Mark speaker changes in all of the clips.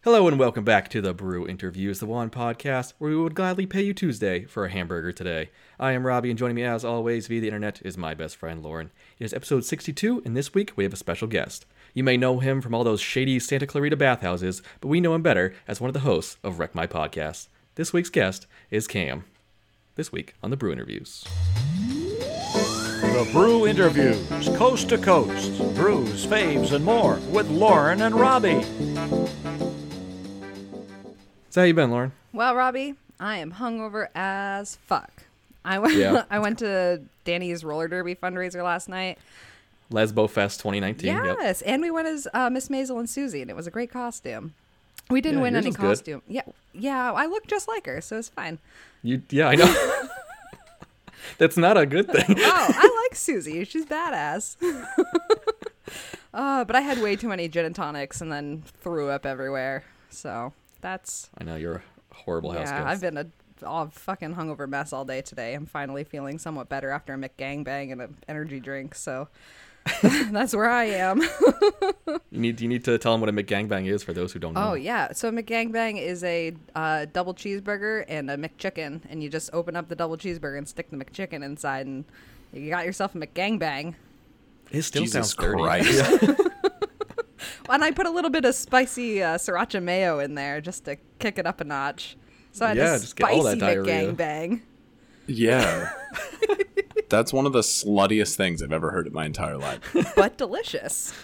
Speaker 1: Hello and welcome back to the Brew Interviews, the one podcast where we would gladly pay you Tuesday for a hamburger today. I am Robbie, and joining me as always via the internet is my best friend Lauren. It is episode 62, and this week we have a special guest. You may know him from all those shady Santa Clarita bathhouses, but we know him better as one of the hosts of Wreck My Podcast. This week's guest is Cam. This week on the Brew Interviews.
Speaker 2: The Brew Interviews, coast to coast, brews, faves, and more with Lauren and Robbie.
Speaker 1: So how you been, Lauren?
Speaker 3: Well, Robbie, I am hungover as fuck. I went.
Speaker 1: Yeah.
Speaker 3: I went to Danny's roller derby fundraiser last night.
Speaker 1: Lesbo Fest 2019. yep.
Speaker 3: Yes, and we went as uh, Miss Maisel and Susie, and it was a great costume. We didn't
Speaker 1: Yeah,
Speaker 3: win
Speaker 1: yours
Speaker 3: any
Speaker 1: was good.
Speaker 3: costume. Yeah, yeah, I looked just like her, so it's fine.
Speaker 1: You, yeah, I know. That's not a good thing.
Speaker 3: Oh, I like Susie. She's badass. uh, but I had way too many gin and tonics, and then threw up everywhere. So that's
Speaker 1: I know you're a horrible house
Speaker 3: yeah.
Speaker 1: guest.
Speaker 3: I've been a all fucking hungover mess all day today. I'm finally feeling somewhat better after a McGangbang and an energy drink. So that's where I am.
Speaker 1: You need you need to tell them what a McGangbang is for those who don't know.
Speaker 3: Oh yeah. So a McGangbang is a uh, double cheeseburger and a McChicken, and you just open up the double cheeseburger and stick the McChicken inside, and you got yourself a McGangbang.
Speaker 1: it still
Speaker 4: Jesus
Speaker 1: sounds dirty.
Speaker 4: Christ.
Speaker 3: And I put a little bit of spicy uh, sriracha mayo in there just to kick it up a notch. So I had
Speaker 1: Yeah,
Speaker 3: a
Speaker 1: just get all that
Speaker 3: spicy
Speaker 1: diarrhea.
Speaker 3: McGangbang.
Speaker 4: yeah. That's one of the sluttiest things I've ever heard in my entire life.
Speaker 3: but delicious.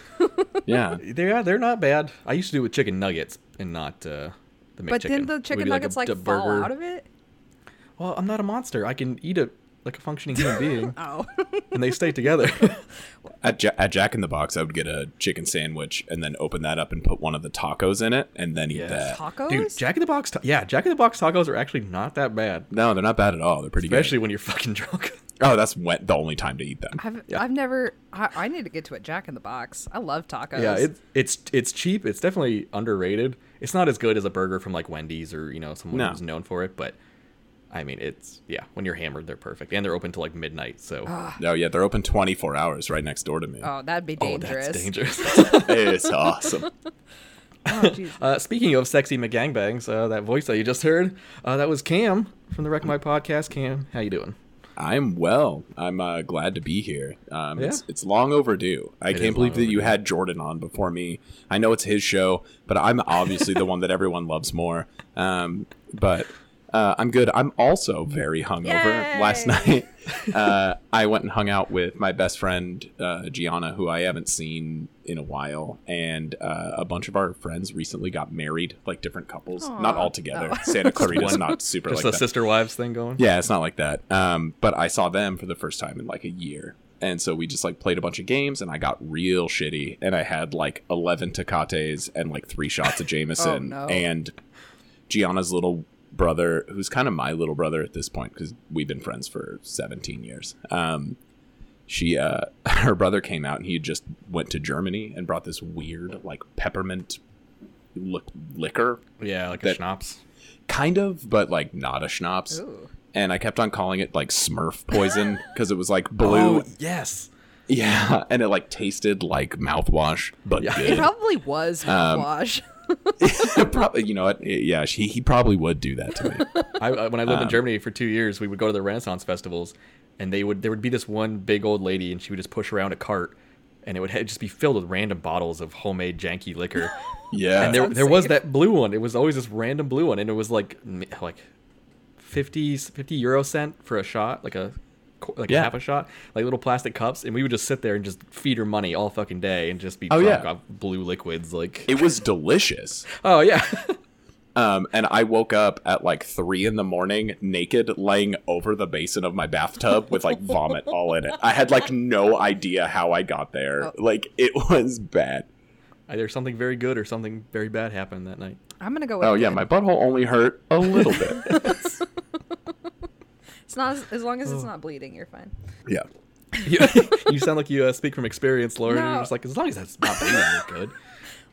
Speaker 4: Yeah.
Speaker 1: They're yeah, they're not bad. I used to do it with chicken nuggets and not uh, the McChicken.
Speaker 3: But didn't
Speaker 1: It
Speaker 3: the
Speaker 1: would
Speaker 3: chicken
Speaker 1: be
Speaker 3: nuggets like,
Speaker 1: a, a
Speaker 3: fall
Speaker 1: burger.
Speaker 3: out of it?
Speaker 1: Well, I'm not a monster. I can eat it like a functioning human being,
Speaker 3: Oh.
Speaker 1: and they stay together.
Speaker 4: At, ja- at Jack in the Box, I would get a chicken sandwich and then open that up and put one of the tacos in it and then eat
Speaker 1: Yes.
Speaker 4: that.
Speaker 3: Tacos?
Speaker 1: Dude, Jack in the Box. ta- yeah, Jack in the Box tacos are actually not that bad,
Speaker 4: No, they're not bad at all. They're pretty
Speaker 1: especially when you're fucking drunk.
Speaker 4: good. Oh, that's when- the only time to eat them.
Speaker 3: I've I've never I, I need to get to a Jack in the Box. I love tacos.
Speaker 1: yeah, it, it's it's cheap. It's definitely underrated. It's not as good as a burger from like Wendy's or you know someone
Speaker 4: No.
Speaker 1: who's known for it, but. I mean, it's yeah. When you're hammered, they're perfect, and they're open till like midnight. So
Speaker 4: No, Oh, yeah, they're open 24 hours right next door to me.
Speaker 3: oh, that'd be dangerous.
Speaker 1: Oh, that's dangerous.
Speaker 4: It's awesome.
Speaker 3: Oh, jeez.
Speaker 1: Uh, speaking of sexy McGangbangs, uh, that voice that you just heard, uh, that was Cam from the Wreck My Podcast. Cam, how you doing?
Speaker 4: I'm well. I'm uh, glad to be here. Um, it's,
Speaker 1: Yeah.
Speaker 4: it's long overdue. I
Speaker 1: is
Speaker 4: can't believe
Speaker 1: long
Speaker 4: that you had Jordan on before me. I know it's his show, but I'm obviously the one that everyone loves more. Um, but uh, I'm good. I'm also very hungover.
Speaker 3: Yay!
Speaker 4: Last night, uh, I went and hung out with my best friend uh, Gianna, who I haven't seen in a while, and uh, a bunch of our friends recently got married, like different couples, not
Speaker 3: Aw.
Speaker 4: all together. Santa Clarita's
Speaker 1: one-
Speaker 4: not super
Speaker 1: Just the
Speaker 4: like that.
Speaker 1: sister wives thing going?
Speaker 4: Yeah, it's not like that. Um, but I saw them for the first time in like a year. And so we just like played a bunch of games and I got real shitty and I had like 11 tecates and like three shots of Jameson
Speaker 3: no.
Speaker 4: and Gianna's little brother who's kind of my little brother at this point cuz we've been friends for 17 years. Um she uh her brother came out and he had just went to Germany and brought this weird like peppermint look liquor
Speaker 1: Yeah, like a
Speaker 4: That-
Speaker 1: schnapps.
Speaker 4: kind of but like not a schnapps
Speaker 3: Ooh.
Speaker 4: and I kept on calling it like Smurf poison because it was like blue.
Speaker 1: Oh, yes.
Speaker 4: Yeah, and it like tasted like mouthwash, but
Speaker 1: Yeah.
Speaker 3: It
Speaker 4: good.
Speaker 3: probably was
Speaker 1: Um,
Speaker 3: mouthwash.
Speaker 4: probably, you know what? Yeah, she, he probably would do that to me.
Speaker 1: I, I- when I
Speaker 4: Um,
Speaker 1: lived in Germany for two years, we would go to the Renaissance festivals, and they would there would be this one big old lady, and she would just push around a cart, and it would ha- just be filled with random bottles of homemade janky liquor.
Speaker 4: Yeah,
Speaker 1: and there, there was
Speaker 3: unsafe.
Speaker 1: that blue one. It was always this random blue one, and it was like m- like 50, 50 euro cent for a shot, like a qu- like
Speaker 4: Yeah.
Speaker 1: half a shot, like little plastic cups, and we would just sit there and just feed her money all fucking day and just be
Speaker 4: Oh,
Speaker 1: drunk
Speaker 4: yeah.
Speaker 1: off blue liquids. Like
Speaker 4: it was delicious.
Speaker 1: oh yeah,
Speaker 4: Um, and I woke up at like three in the morning, naked, laying over the basin of my bathtub with like vomit all in it. I had like no idea how I got there.
Speaker 1: Oh.
Speaker 4: Like it was bad.
Speaker 1: either something very good or something very bad happened that night.
Speaker 3: I'm gonna go with
Speaker 4: Oh yeah,
Speaker 3: good.
Speaker 4: my butthole only hurt a little bit.
Speaker 3: It's not as, as long as it's not bleeding, you're fine.
Speaker 4: yeah.
Speaker 1: you, you sound like you uh, speak from experience, Lauren. You're
Speaker 3: No.
Speaker 1: just like as long as that's not bleeding, you're good.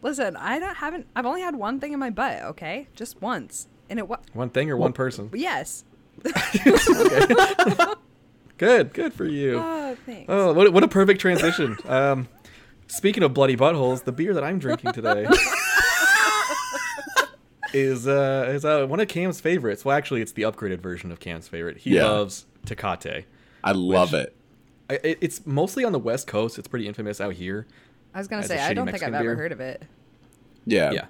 Speaker 3: Listen, I don't haven't I've only had one thing in my butt, okay? Just once. And it was
Speaker 1: One thing or one person.
Speaker 3: yes.
Speaker 1: Good, good for you.
Speaker 3: Oh, thanks.
Speaker 1: Oh, what, what a perfect transition. Um, speaking of bloody buttholes, the beer that I'm drinking today is uh, is uh, one of Cam's favorites. Well, actually, it's the upgraded version of Cam's favorite. He
Speaker 4: Yeah.
Speaker 1: loves Tecate.
Speaker 4: I love it.
Speaker 1: I, it. It's mostly on the West Coast. It's pretty infamous out here.
Speaker 3: I was gonna
Speaker 1: As a
Speaker 3: say I
Speaker 1: shitty
Speaker 3: don't
Speaker 1: Mexican
Speaker 3: think I've
Speaker 1: beer.
Speaker 3: ever heard of it.
Speaker 4: Yeah.
Speaker 1: Yeah,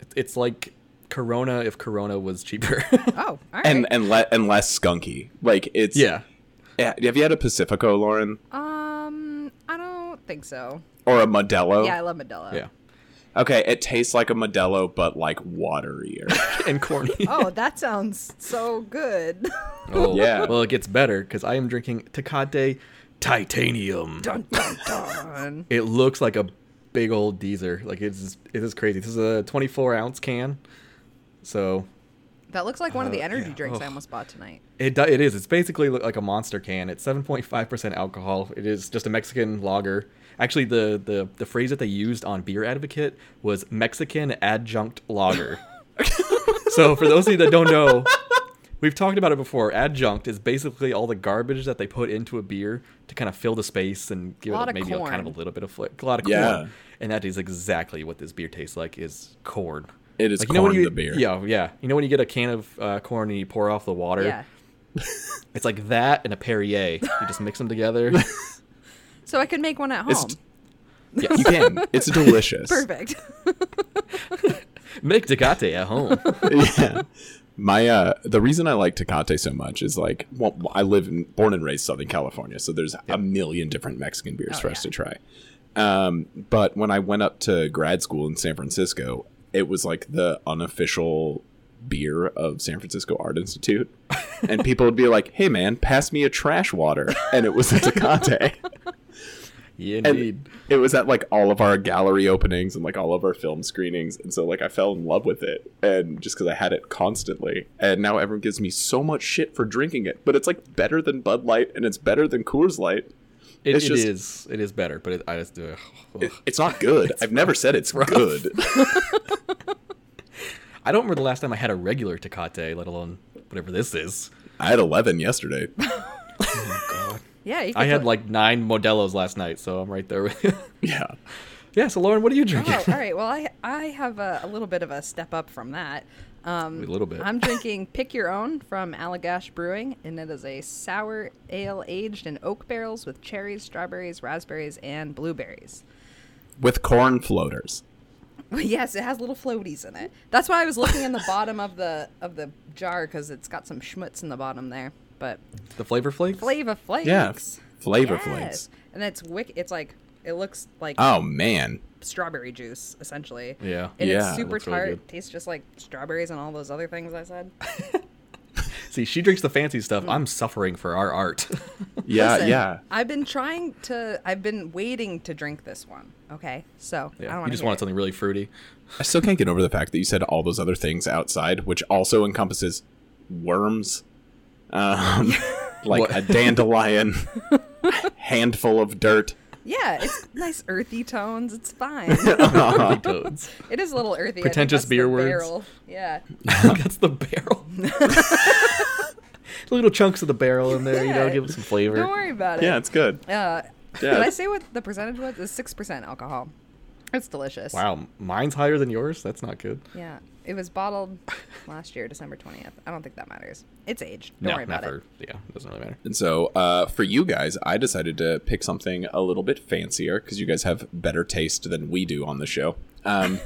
Speaker 1: It- it's like Corona if Corona was cheaper.
Speaker 3: Oh, all right.
Speaker 4: And and le- and less skunky. Like it's
Speaker 1: yeah,
Speaker 4: Eh, Have you had a Pacifico, Lauren,
Speaker 3: um, I don't think so.
Speaker 4: or a Modelo?
Speaker 3: Yeah, I love Modelo.
Speaker 1: Oh. yeah,
Speaker 4: Okay, it tastes like a Modelo, but like waterier.
Speaker 1: and corny.
Speaker 3: Oh, that sounds so good.
Speaker 1: Oh,
Speaker 4: Yeah.
Speaker 1: Well, it gets better because I am drinking Tecate Titanium.
Speaker 3: dun, dun, dun.
Speaker 1: It looks like a big old Deezer. Like it's it is crazy. This is a 24 ounce can, so
Speaker 3: That looks like one of the
Speaker 1: Uh,
Speaker 3: energy
Speaker 1: yeah.
Speaker 3: drinks I
Speaker 1: Ugh.
Speaker 3: almost bought tonight.
Speaker 1: It do- it is. It's basically look like a monster can. It's 7.5% alcohol. It is just a Mexican lager. Actually, the, the, the phrase that they used on Beer Advocate was Mexican adjunct lager. so, for those of you that don't know, we've talked about it before. Adjunct is basically all the garbage that they put into a beer to kind of fill the space and give it
Speaker 3: Lot of
Speaker 1: maybe a, kind of
Speaker 3: corn.
Speaker 1: a little bit of flavor. A lot of corn.
Speaker 4: Yeah.
Speaker 1: And that is exactly what this beer tastes like is corn.
Speaker 4: It is
Speaker 1: you know when
Speaker 4: corn
Speaker 1: you-
Speaker 4: the beer.
Speaker 1: Yeah, yeah. You know when you get a can of uh, corn and you pour off the water?
Speaker 3: Yeah.
Speaker 1: It's like that and a Perrier. You just mix them together.
Speaker 3: So I could make one at home.
Speaker 4: It's- You can. It's delicious.
Speaker 3: Perfect.
Speaker 1: Make Tecate at home.
Speaker 4: yeah. My uh, the reason I like Tecate so much is like, well, I live in, born and raised Southern California, so there's a million different Mexican beers for us to try. Um, but when I went up to grad school in San Francisco, it was like the unofficial beer of San Francisco Art Institute, and people would be like, "Hey, man, pass me a trash water," and it was a Tecate.
Speaker 1: yeah,
Speaker 4: And
Speaker 1: indeed.
Speaker 4: it was at like all of our gallery openings and like all of our film screenings and so like i fell in love with it and just because i had it constantly and now everyone gives me so much shit for drinking it but it's like better than bud light and it's better than coors light
Speaker 1: It,
Speaker 4: it's
Speaker 1: it
Speaker 4: just-
Speaker 1: is- It is better, but it, I just do.
Speaker 4: It- it's not good i've never said it's good
Speaker 1: I don't remember the last time I had a regular Tecate, let alone whatever this is.
Speaker 4: i had 11 yesterday
Speaker 3: yeah, you could
Speaker 1: I had
Speaker 3: put-
Speaker 1: like nine Modelo's last night, so I'm right there with you.
Speaker 4: yeah
Speaker 1: yeah, so Lauren, what are you drinking?
Speaker 3: Oh, all right. Well, I I have a, a little bit of a step up from that. Um,
Speaker 1: A little bit.
Speaker 3: I'm drinking Pick Your Own from Allagash Brewing, and it is a sour ale aged in oak barrels with cherries, strawberries, raspberries, and blueberries.
Speaker 4: with corn floaters
Speaker 3: yes, it has little floaties in it. That's why I was looking in the bottom of the of the jar because it's got some schmutz in the bottom there. But
Speaker 1: The Flavor Flakes?
Speaker 3: Flava Flakes.
Speaker 4: yeah flavor
Speaker 3: Yes.
Speaker 4: flakes
Speaker 3: And it's wick. It's like it looks like
Speaker 4: oh man
Speaker 3: strawberry juice essentially.
Speaker 1: Yeah.
Speaker 3: And
Speaker 4: Yeah,
Speaker 3: it's
Speaker 4: it
Speaker 3: super
Speaker 1: looks really
Speaker 3: tart.
Speaker 1: good.
Speaker 3: tastes just like strawberries and all those other things I said.
Speaker 1: See, she drinks the fancy stuff.
Speaker 3: Mm.
Speaker 1: I'm suffering for our art.
Speaker 4: yeah
Speaker 3: Listen,
Speaker 4: yeah
Speaker 3: I've been trying to. I've been waiting to drink this one. Okay, so I
Speaker 1: yeah.
Speaker 3: don't
Speaker 1: You
Speaker 3: want
Speaker 1: just
Speaker 3: to.
Speaker 1: wanted something really fruity.
Speaker 4: I still can't get over the fact that you said all those other things outside, which also encompasses worms, um, like
Speaker 1: What?
Speaker 4: a dandelion, handful of dirt.
Speaker 3: Yeah, it's nice earthy tones. It's fine.
Speaker 4: Uh-huh.
Speaker 1: Big toads.
Speaker 3: it is a little earthy. I think
Speaker 1: Pretentious
Speaker 3: that's
Speaker 1: beer
Speaker 3: the
Speaker 1: words.
Speaker 3: Barrel. Yeah.
Speaker 1: That's the barrel. Little chunks of the barrel in there, you know,
Speaker 3: Yeah.
Speaker 1: give it some flavor.
Speaker 3: Don't worry about it.
Speaker 4: Yeah, it's good.
Speaker 3: Uh,
Speaker 4: Yeah.
Speaker 3: Did I say what the percentage was? It's six percent alcohol. It's delicious.
Speaker 1: Wow, mine's higher than yours. That's not good.
Speaker 3: Yeah, it was bottled last year, December twentieth. I don't think that matters. It's aged. Don't
Speaker 1: No,
Speaker 3: worry about
Speaker 1: never.
Speaker 3: it.
Speaker 1: Yeah, doesn't really matter.
Speaker 4: And so, uh, for you guys, I decided to pick something a little bit fancier because you guys have better taste than we do on the show. Um,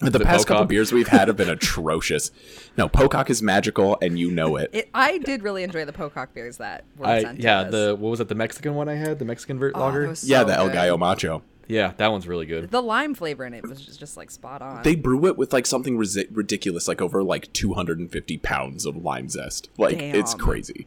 Speaker 4: the past couple
Speaker 1: Pocock?
Speaker 4: beers we've had have been atrocious. No, Pocock is magical, and you know it.
Speaker 3: It, I did really enjoy the Pocock beers that were
Speaker 1: I
Speaker 3: sent
Speaker 1: yeah,
Speaker 3: to us.
Speaker 1: the what was it? The Mexican one I had, the Mexican ver-
Speaker 3: Oh,
Speaker 1: lager.
Speaker 3: that was
Speaker 4: yeah,
Speaker 3: so
Speaker 4: the El
Speaker 3: good.
Speaker 4: Gallo Macho.
Speaker 1: Yeah, that one's really good.
Speaker 3: The lime flavor in it was just, just like spot on.
Speaker 4: they brew it with like something resi- ridiculous, like over like 250 pounds of lime zest. Like it's
Speaker 3: Damn.
Speaker 4: crazy.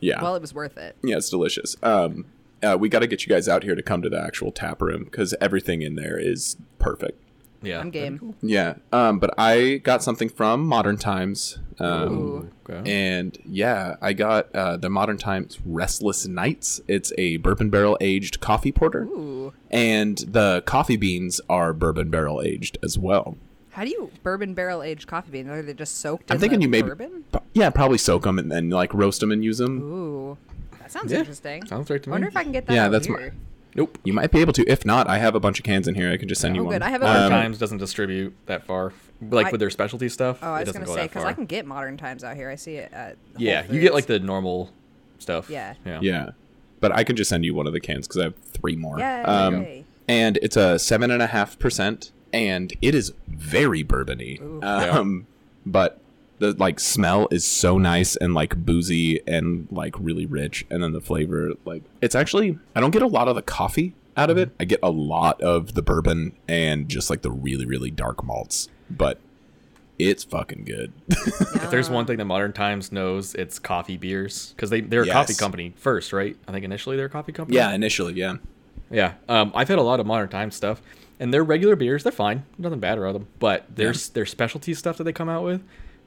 Speaker 4: Yeah,
Speaker 3: well, it was worth it.
Speaker 4: yeah, it's delicious. Um, uh, we got to get you guys out here to come to the actual tap room because everything in there is perfect.
Speaker 1: Yeah,
Speaker 3: I'm game.
Speaker 4: Yeah, um, but I got something from Modern Times, um,
Speaker 3: Ooh.
Speaker 1: Okay.
Speaker 4: and yeah, I got uh, the Modern Times Restless Nights. It's a bourbon barrel aged coffee porter,
Speaker 3: Ooh.
Speaker 4: and the coffee beans are bourbon barrel aged as well.
Speaker 3: How do you bourbon barrel aged coffee beans? Are they just soaked
Speaker 4: I'm
Speaker 3: in
Speaker 4: thinking
Speaker 3: the
Speaker 4: you maybe,
Speaker 3: bourbon?
Speaker 4: pro- yeah, probably soak them and then like roast them and use them.
Speaker 3: Ooh. That sounds
Speaker 1: Yeah,
Speaker 3: interesting.
Speaker 1: sounds right to
Speaker 3: I wonder
Speaker 1: me.
Speaker 3: if I can get that
Speaker 4: Yeah,
Speaker 3: out
Speaker 4: that's my-
Speaker 3: here.
Speaker 1: Nope.
Speaker 4: You might be able to. If not, I have a bunch of cans in here. I can just send you
Speaker 3: Oh,
Speaker 4: one.
Speaker 3: good. I have a-
Speaker 1: Modern
Speaker 3: Um,
Speaker 1: Times doesn't distribute that far, like
Speaker 3: I-
Speaker 1: with their specialty stuff.
Speaker 3: Oh, I
Speaker 1: it
Speaker 3: was
Speaker 1: doesn't
Speaker 3: gonna
Speaker 1: go
Speaker 3: say
Speaker 1: that
Speaker 3: because
Speaker 1: far.
Speaker 3: I can get modern times out here. I see it at. Whole
Speaker 1: Yeah, you get like
Speaker 3: Foods.
Speaker 1: the normal stuff.
Speaker 3: Yeah.
Speaker 1: Yeah.
Speaker 4: Yeah, but I can just send you one of the cans because I have three more.
Speaker 3: Yay.
Speaker 4: Um,
Speaker 3: Yay.
Speaker 4: and it's a seven and a half percent, and it is very bourbony. Um, but the like smell is so nice and like boozy and like really rich, and then the flavor like it's actually I don't get a lot of the coffee out of it. I get a lot of the bourbon and just like the really really dark malts, but it's fucking good.
Speaker 1: If there's one thing that Modern Times knows, it's coffee beers because they they're a coffee
Speaker 4: Yes.
Speaker 1: company first, right? I think initially they're a coffee company.
Speaker 4: yeah, initially, yeah.
Speaker 1: Yeah. Um, I've had a lot of Modern Times stuff, and their regular beers, they're fine. Nothing bad about them. But their their specialty stuff that they come out with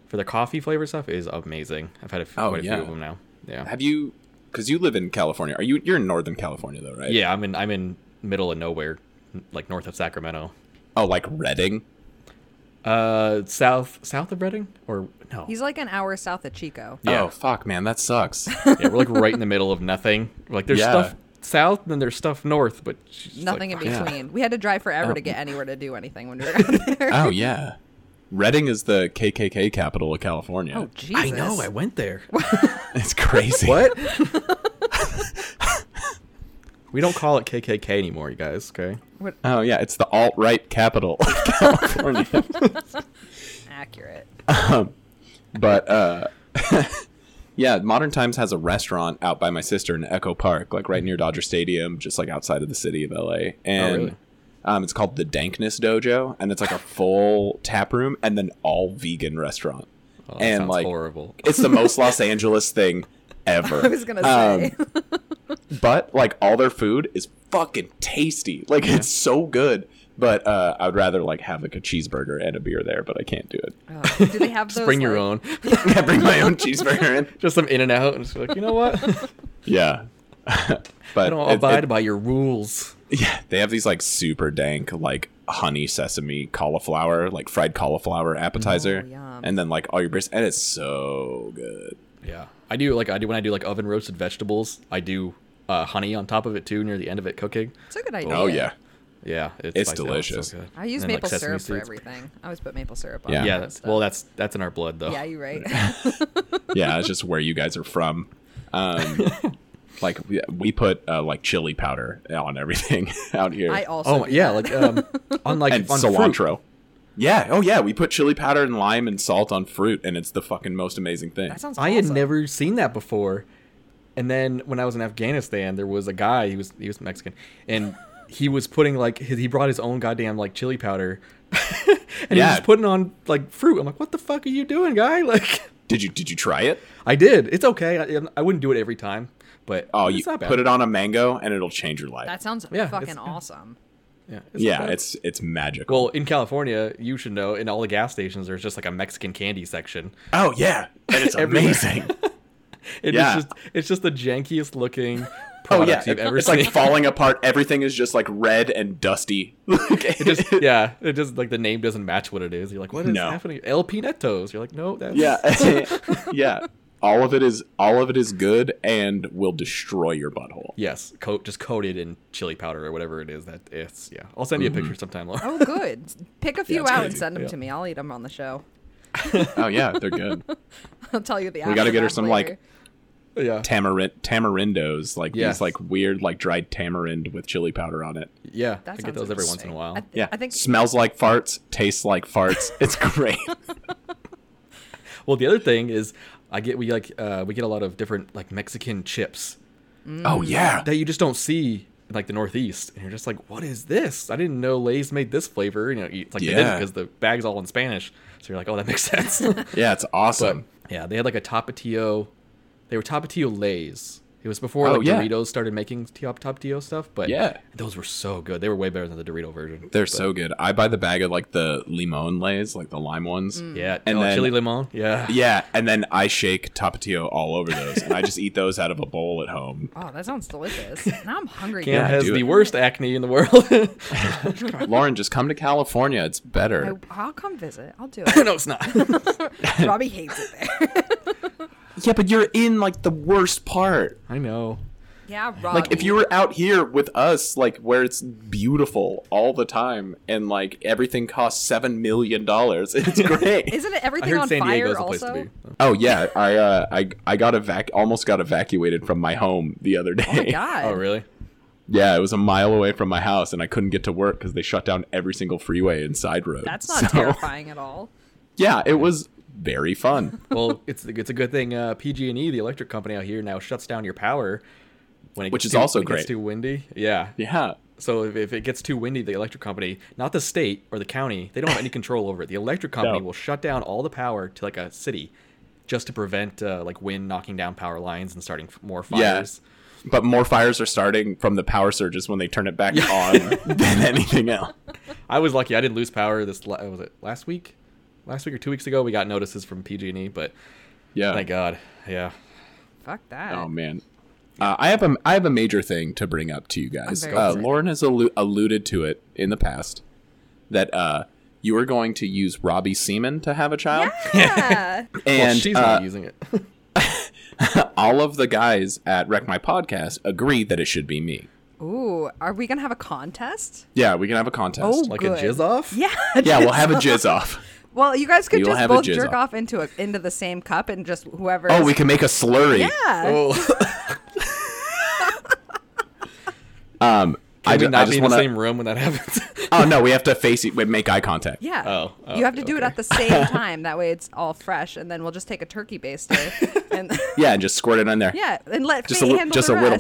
Speaker 1: for their coffee flavor stuff is amazing. I've had a f-
Speaker 4: Oh,
Speaker 1: quite a
Speaker 4: yeah.
Speaker 1: few of them now. Yeah.
Speaker 4: Have you? Because you live in California, are you? You're in Northern California though, right?
Speaker 1: yeah. I'm in I'm in middle of nowhere, n- like north of Sacramento.
Speaker 4: Oh, like Reading.
Speaker 1: Uh, south south of Reading or no?
Speaker 3: He's like an hour south of Chico.
Speaker 1: Yeah.
Speaker 4: Oh fuck, man, that sucks.
Speaker 1: yeah, we're like right in the middle of nothing. Like there's
Speaker 4: Yeah.
Speaker 1: stuff south, and then there's stuff north, but it's just,
Speaker 3: Nothing
Speaker 1: like, Um,
Speaker 3: in
Speaker 4: yeah.
Speaker 3: between. We had to drive forever to get anywhere to do anything when we were out there.
Speaker 4: oh yeah, Reading is the KKK capital of California.
Speaker 3: oh Jesus!
Speaker 1: I know. I went there.
Speaker 4: it's crazy.
Speaker 1: What? we don't call it KKK anymore, you guys. Okay.
Speaker 4: Oh yeah, it's the alt right capital of California.
Speaker 3: Accurate.
Speaker 4: but uh, yeah, Modern Times has a restaurant out by my sister in Echo Park, like right near Dodger Stadium, just like outside of the city of LA, and.
Speaker 1: Oh, really?
Speaker 4: Um, it's called the Dankness Dojo, and it's like a full tap room and then all vegan restaurant.
Speaker 1: Oh, that
Speaker 4: and
Speaker 1: sounds
Speaker 4: like
Speaker 1: horrible.
Speaker 4: it's the most Los Angeles thing ever. Um,
Speaker 3: I was gonna
Speaker 1: Um,
Speaker 3: say.
Speaker 4: but like all their food is fucking tasty. Like it's so good. But uh, I would rather like have like a cheeseburger and a beer there, but I can't do it.
Speaker 3: Oh, do they have those?
Speaker 1: Bring your
Speaker 3: like-
Speaker 1: own.
Speaker 4: I bring my own cheeseburger in.
Speaker 1: Just some in and out, and just like you know what?
Speaker 4: Yeah, but
Speaker 1: I don't
Speaker 4: it-
Speaker 1: abide
Speaker 4: it-
Speaker 1: by your rules.
Speaker 4: yeah, they have these like super dank like honey sesame cauliflower like fried cauliflower appetizer,
Speaker 3: Oh, yum.
Speaker 4: and then like all your bris, and it's so good.
Speaker 1: Yeah, I do. Like I do when I do like oven roasted vegetables. I do uh, honey on top of it too, near the end of it cooking.
Speaker 3: It's a good idea.
Speaker 4: Oh yeah,
Speaker 1: Yeah, it
Speaker 4: It's
Speaker 1: spikes it up
Speaker 4: delicious.
Speaker 1: So good.
Speaker 3: I use
Speaker 1: And then, like,
Speaker 3: maple
Speaker 1: sesame
Speaker 3: syrup for
Speaker 1: seeds.
Speaker 3: everything. I always put maple syrup on.
Speaker 4: Yeah.
Speaker 3: it
Speaker 1: Yeah,
Speaker 3: and
Speaker 1: that's,
Speaker 3: stuff.
Speaker 1: well, Oh, that's that's in our blood though.
Speaker 3: yeah, you're right.
Speaker 4: yeah, it's just where you guys are from. Um, like we, we put uh, like chili powder on everything out here.
Speaker 3: I also.
Speaker 1: Oh my-
Speaker 3: do
Speaker 1: yeah, like
Speaker 3: that.
Speaker 1: um, on like
Speaker 4: and
Speaker 1: on fruit.
Speaker 4: cilantro. Yeah. Oh yeah, we put chili powder and lime and salt on fruit, and it's the fucking most amazing thing.
Speaker 3: That sounds.
Speaker 1: I had
Speaker 3: awesome.
Speaker 1: never seen that before. And then when I was in Afghanistan, there was a guy. He was he was Mexican, and he was putting like his, he brought his own goddamn like chili powder, and he
Speaker 4: Yeah.
Speaker 1: was putting on like fruit. I'm like, what the fuck are you doing, guy? Like,
Speaker 4: Did you Did you try it?
Speaker 1: I did. It's okay. I, I wouldn't do it every time, but
Speaker 4: Oh,
Speaker 1: it's
Speaker 4: you
Speaker 1: not bad.
Speaker 4: put it on a mango, and it'll change your life.
Speaker 3: That sounds
Speaker 1: Yeah, it's-
Speaker 3: fucking
Speaker 1: yeah.
Speaker 3: awesome.
Speaker 1: Yeah, not
Speaker 4: yeah,
Speaker 1: bad.
Speaker 4: it's it's magical.
Speaker 1: well in California. You should know. In all the gas stations, there's just like a Mexican candy section.
Speaker 4: oh yeah, Oh, and it's
Speaker 1: Everywhere.
Speaker 4: amazing.
Speaker 1: It's
Speaker 4: Yeah.
Speaker 1: just it's just the jankiest looking
Speaker 4: oh
Speaker 1: products
Speaker 4: yeah,
Speaker 1: you've ever
Speaker 4: it's
Speaker 1: seen.
Speaker 4: like falling apart. Everything is just like red and dusty.
Speaker 1: it just yeah, it just like the name doesn't match what it is. You're like, what is
Speaker 4: No.
Speaker 1: happening? El Pinetos. You're like, no, that's
Speaker 4: yeah, yeah. All of it is all of it is good and will destroy your butthole.
Speaker 1: yes, coat just coated in chili powder or whatever it is that it's yeah. I'll send you
Speaker 4: Mm-hmm.
Speaker 1: a picture sometime. Laura.
Speaker 3: Oh, good. Pick a few
Speaker 4: it's
Speaker 3: out and
Speaker 4: crazy.
Speaker 3: send them
Speaker 1: Yeah.
Speaker 3: to me. I'll eat them on the show.
Speaker 4: Oh yeah, they're good.
Speaker 3: I'll tell you the.
Speaker 4: We gotta get her
Speaker 3: aftermath
Speaker 4: some,
Speaker 3: later.
Speaker 4: like, Oh,
Speaker 1: yeah,
Speaker 4: tamarind tamarindos, like
Speaker 1: Yes.
Speaker 4: these like weird like dried tamarind with chili powder on it.
Speaker 1: yeah.
Speaker 3: That
Speaker 1: I get
Speaker 3: sounds
Speaker 1: those every once in a
Speaker 3: interesting.
Speaker 1: while.
Speaker 3: I, th-
Speaker 4: Yeah,
Speaker 3: I think
Speaker 4: smells like farts, tastes like farts. It's great.
Speaker 1: Well, the other thing is, I get we like uh, we get a lot of different like Mexican chips
Speaker 4: oh
Speaker 3: Mm.
Speaker 4: yeah,
Speaker 1: that you just don't see. in, Like the Northeast, and you're just like, what is this? I didn't know Lay's made this flavor. You know, you- it's like they didn't
Speaker 4: Yeah.
Speaker 1: because the bag's all in Spanish. So you're like, oh, that makes sense.
Speaker 4: yeah, it's awesome.
Speaker 1: Yeah, they had like a Tapatio. They were Tapatio Lays. It was before
Speaker 4: Oh,
Speaker 1: like
Speaker 4: yeah.
Speaker 1: Doritos started making T- Tapatio stuff, but
Speaker 4: Yeah.
Speaker 1: those were so good. They were way better than the Dorito version.
Speaker 4: They're so good. I buy the bag of like the limon lays, like the lime ones.
Speaker 3: Mm.
Speaker 1: yeah,
Speaker 4: And
Speaker 1: oh,
Speaker 4: then-
Speaker 1: chili limon. Yeah.
Speaker 4: Yeah, and then I shake tapatio all over those, and I just eat those out of a bowl at home.
Speaker 3: Oh, that sounds delicious. now I'm hungry.
Speaker 1: Cam
Speaker 4: Yeah,
Speaker 1: has
Speaker 4: do
Speaker 1: the
Speaker 4: it.
Speaker 1: worst acne in the world.
Speaker 4: Lauren, just come to California; it's
Speaker 3: I,
Speaker 4: better.
Speaker 3: I'll come visit. I'll do it.
Speaker 1: no, it's not.
Speaker 3: Robbie hates it there.
Speaker 4: Yeah, but you're in like the worst part.
Speaker 1: I know.
Speaker 3: Yeah, Robbie.
Speaker 4: Like if you were out here with us, like where it's beautiful all the time, and like everything costs seven million dollars, it's great.
Speaker 3: Isn't it
Speaker 1: I
Speaker 3: everything
Speaker 1: heard
Speaker 3: on
Speaker 1: San
Speaker 3: fire
Speaker 1: Diego's the
Speaker 3: also?
Speaker 1: place to be.
Speaker 4: oh yeah, I uh, I I got evac almost got evacuated from my home the other day.
Speaker 3: Oh my god.
Speaker 1: Oh, really?
Speaker 4: Yeah, it was a mile away from my house, and I couldn't get to work because they shut down every single freeway and side road.
Speaker 3: That's not
Speaker 4: So,
Speaker 3: terrifying at all.
Speaker 4: Yeah, it was very fun.
Speaker 1: Well, it's it's a good thing uh, PG&E, the electric company out here, now shuts down your power when it
Speaker 4: Which
Speaker 1: gets too,
Speaker 4: is also
Speaker 1: when it
Speaker 4: great.
Speaker 1: Gets too windy. Yeah.
Speaker 4: yeah,
Speaker 1: So if, if it gets too windy, the electric company, not the state or the county, they don't have any control over it. The electric company
Speaker 4: No.
Speaker 1: will shut down all the power to like a city, just to prevent uh, like wind knocking down power lines and starting f- more fires.
Speaker 4: yeah. But more fires are starting from the power surges when they turn it back on than anything else.
Speaker 1: I was lucky; I didn't lose power. This la- was it last week, last week or two weeks ago. We got notices from PG&E, E, but
Speaker 4: Yeah.
Speaker 1: thank God, yeah.
Speaker 3: Fuck that.
Speaker 4: Oh man. Uh, I have a I have a major thing to bring up to you guys.
Speaker 3: I'm very
Speaker 4: Uh,
Speaker 3: excited.
Speaker 4: Lauren has allu- alluded to it in the past that uh, you were going to use Robbie Seaman to have a child,
Speaker 3: Yeah.
Speaker 1: Well,
Speaker 4: and
Speaker 1: she's
Speaker 4: uh,
Speaker 1: not using it.
Speaker 4: all of the guys at Wreck My Podcast agree that it should be me.
Speaker 3: Ooh, are we gonna have a contest?
Speaker 4: Yeah, we can have a contest.
Speaker 3: Oh,
Speaker 1: like
Speaker 3: good.
Speaker 1: a jizz off.
Speaker 3: Yeah.
Speaker 4: yeah, we'll have a jizz off.
Speaker 3: Well, you guys could
Speaker 4: We will
Speaker 3: just
Speaker 4: have a
Speaker 3: both
Speaker 4: jizz
Speaker 3: jerk
Speaker 4: off.
Speaker 3: off into a, into the same cup and just whoever.
Speaker 4: Oh, we can make a slurry.
Speaker 3: Yeah.
Speaker 1: Oh.
Speaker 4: Um, I,
Speaker 1: I
Speaker 4: ju-
Speaker 1: did
Speaker 4: I
Speaker 1: not
Speaker 4: just
Speaker 1: be in
Speaker 4: wanna,
Speaker 1: the same room when that happens.
Speaker 4: Oh no, we have to face it. We make eye contact.
Speaker 3: Yeah.
Speaker 1: Oh, oh,
Speaker 3: you have to do it
Speaker 1: okay.
Speaker 3: at the same time. That way it's all fresh, and then we'll just take a turkey baster and
Speaker 4: Yeah, and just squirt it on there.
Speaker 3: yeah, and let
Speaker 4: Just
Speaker 3: fate
Speaker 4: a, li-
Speaker 3: handle
Speaker 4: just
Speaker 3: the
Speaker 4: a little.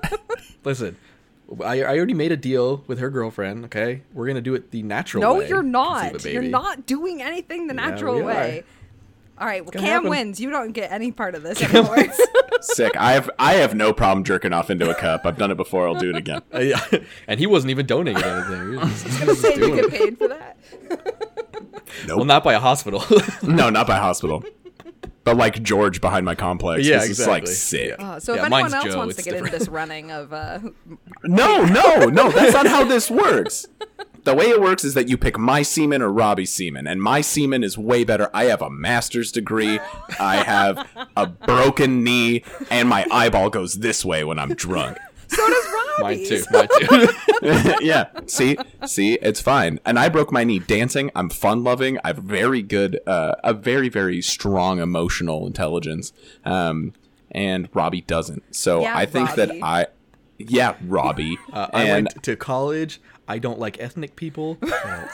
Speaker 3: rest.
Speaker 1: Listen, I, I already made a deal with her girlfriend. Okay, we're gonna do it the natural
Speaker 3: no,
Speaker 1: way.
Speaker 3: you're
Speaker 1: Conceive
Speaker 3: not.
Speaker 1: a
Speaker 3: You're
Speaker 1: baby.
Speaker 3: not doing anything the
Speaker 1: Yeah,
Speaker 3: natural
Speaker 1: we are.
Speaker 3: way. All right, well, Cam
Speaker 1: gonna happen.
Speaker 3: wins. You don't get any part of this anymore.
Speaker 4: Sick. I have I have no problem jerking off into a cup. I've done it before. I'll do it again.
Speaker 1: Uh, yeah. and he wasn't even donating anything. He was just- he was just
Speaker 3: Say you
Speaker 1: doing
Speaker 3: get
Speaker 1: it.
Speaker 3: paid for that.
Speaker 1: Well, not by a hospital.
Speaker 4: No, not by hospital. But like George behind my complex.
Speaker 1: Yeah,
Speaker 4: Yeah, exactly. like
Speaker 1: exactly.
Speaker 4: sick.
Speaker 3: Uh, so
Speaker 1: Yeah,
Speaker 3: if anyone
Speaker 1: mine's
Speaker 3: else
Speaker 1: Joe,
Speaker 3: wants to
Speaker 1: it's
Speaker 3: get into
Speaker 1: different.
Speaker 3: this running of uh,
Speaker 4: No, no, no. That's not how this works. The way it works is that you pick my semen or Robbie's semen, and my semen is way better. I have a master's degree. I have a broken knee, and my eyeball goes this way when I'm drunk.
Speaker 3: so does
Speaker 1: mine
Speaker 3: Robbie's.
Speaker 1: too. Mine too.
Speaker 4: yeah. See, see, it's fine. And I broke my knee dancing. I'm fun loving. I've very good, uh, a very very strong emotional intelligence. Um, and Robbie doesn't. So
Speaker 3: Yeah,
Speaker 4: I think
Speaker 3: Robbie.
Speaker 4: that I, yeah, Robbie.
Speaker 1: Uh, I
Speaker 4: and
Speaker 1: went to college. I don't like ethnic people. Uh,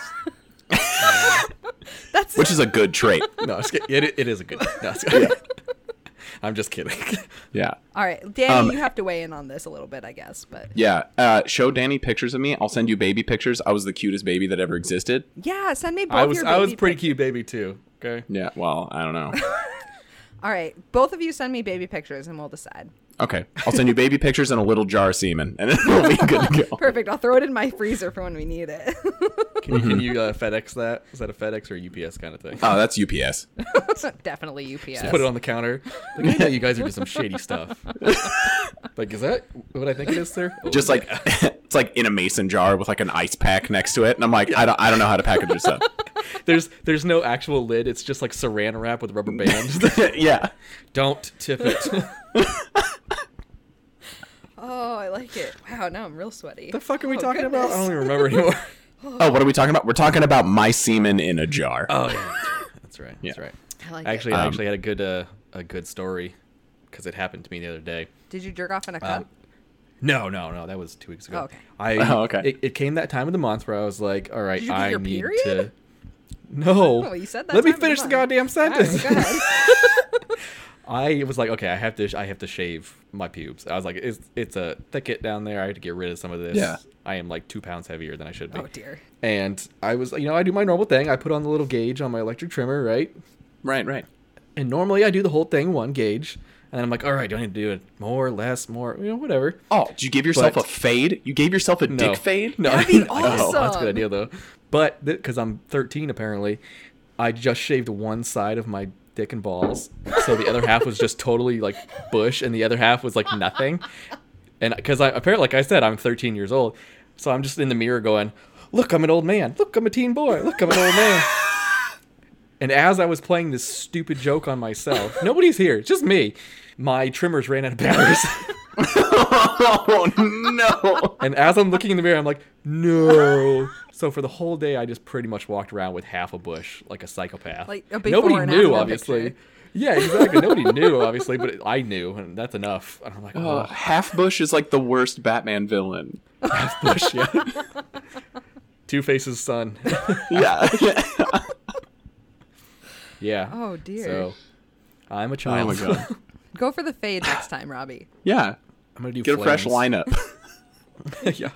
Speaker 3: That's
Speaker 4: which is a good trait.
Speaker 1: no, I'm just kidding. It, it is a good. No, it's- I'm just kidding.
Speaker 4: Yeah.
Speaker 3: all right, Danny.
Speaker 1: Um,
Speaker 3: you have to weigh in on this a little bit, I guess. But
Speaker 4: Yeah. Uh, show Danny pictures of me. I'll send you baby pictures. I was the cutest baby that ever existed.
Speaker 3: yeah, send me both
Speaker 1: I was
Speaker 3: your
Speaker 1: I was
Speaker 3: baby
Speaker 1: pretty
Speaker 3: pic-
Speaker 1: cute baby too. Okay.
Speaker 4: Yeah. Well, I don't know.
Speaker 3: All right, both of you send me baby pictures, and we'll decide.
Speaker 4: Okay. I'll send you baby pictures and a little jar of semen, and then we'll be good to go.
Speaker 3: Perfect. I'll throw it in my freezer for when we need it.
Speaker 1: Can you,
Speaker 4: Mm-hmm.
Speaker 1: can you uh, FedEx that? Is that a FedEx or a UPS kind of thing?
Speaker 4: Oh, that's UPS.
Speaker 3: Definitely UPS.
Speaker 1: Put it on the counter. Like, I know you guys are doing some shady stuff. like, is that what I think it is, sir? Oh,
Speaker 4: just like it's like in a mason jar with like an ice pack next to it and i'm like i don't, I don't know how to package this up
Speaker 1: there's there's no actual lid. It's just like Saran wrap with rubber bands.
Speaker 4: yeah
Speaker 1: Don't tip it.
Speaker 3: Oh, I like it. Wow, now I'm real sweaty.
Speaker 1: the fuck are we
Speaker 3: Oh,
Speaker 1: talking about? I
Speaker 3: goodness.
Speaker 1: don't even remember anymore.
Speaker 4: oh what are we talking about we're talking about my semen in a jar
Speaker 1: Oh yeah, that's right. That's right.
Speaker 3: I like
Speaker 1: actually,
Speaker 3: it.
Speaker 1: I
Speaker 4: Um,
Speaker 1: actually had a good uh, a good story because it happened to me the other day. Um,
Speaker 3: Did you jerk off
Speaker 1: uh,
Speaker 3: in a cup?
Speaker 1: No, no, no. That was two weeks ago.
Speaker 3: Oh, okay.
Speaker 1: I
Speaker 4: Oh, okay.
Speaker 1: It, it came that time of the month where I was like, all right,
Speaker 3: Did you get
Speaker 1: I
Speaker 3: your
Speaker 1: need to.
Speaker 3: period?
Speaker 1: No.
Speaker 3: Oh, you said that
Speaker 1: Let me
Speaker 3: time of the
Speaker 1: finish the
Speaker 3: month.
Speaker 1: goddamn
Speaker 3: All right,
Speaker 1: sentence.
Speaker 3: Oh, go ahead.
Speaker 1: I was like, okay, I have to, sh- I have to shave my pubes. I was like, it's, it's a thicket down there. I have to get rid of some of this.
Speaker 4: Yeah.
Speaker 1: I am like two pounds heavier than I should be.
Speaker 3: oh dear.
Speaker 1: And I was, you know, I do my normal thing. I put on the little gauge on my electric trimmer, right?
Speaker 4: right right
Speaker 1: And normally I do the whole thing one gauge, and then I'm like, all right, do I need to do it more, less, more, you know, whatever.
Speaker 4: oh did you give yourself
Speaker 1: But-
Speaker 4: a fade you gave yourself a dick fade Oh,
Speaker 1: No,
Speaker 3: That'd be
Speaker 1: I don't know. That's a
Speaker 3: awesome.
Speaker 1: good idea though. But because I'm 13 apparently, I just shaved one side of my dick and balls, so the other half was just totally like bush, and the other half was like nothing. And because I apparently, like I said, I'm 13 years old, so I'm just in the mirror going, "Look, I'm an old man. Look, I'm a teen boy. Look, I'm an old man." And as I was playing this stupid joke on myself, nobody's here, it's just me. My trimmers ran out of batteries.
Speaker 4: oh no!
Speaker 1: And as I'm looking in the mirror, I'm like, no. so for the whole day, I just pretty much walked around with half a bush, like a psychopath.
Speaker 3: Like a before
Speaker 1: Nobody
Speaker 3: and
Speaker 1: knew,
Speaker 3: after
Speaker 1: obviously.
Speaker 3: picture.
Speaker 1: Yeah, exactly. Nobody knew, obviously, but I knew, and that's enough. And I'm like,
Speaker 4: Uh,
Speaker 1: oh,
Speaker 4: Half Bush is like the worst Batman villain.
Speaker 1: half bush, yeah. Two Faces' son.
Speaker 4: Yeah.
Speaker 1: Oh yeah.
Speaker 3: Oh, dear.
Speaker 1: So I'm a
Speaker 4: oh
Speaker 1: child.
Speaker 4: my god.
Speaker 3: Go for the fade next time, Robbie.
Speaker 4: Yeah.
Speaker 1: I'm gonna do
Speaker 4: Get a fresh
Speaker 1: flames.
Speaker 4: lineup.
Speaker 1: yeah.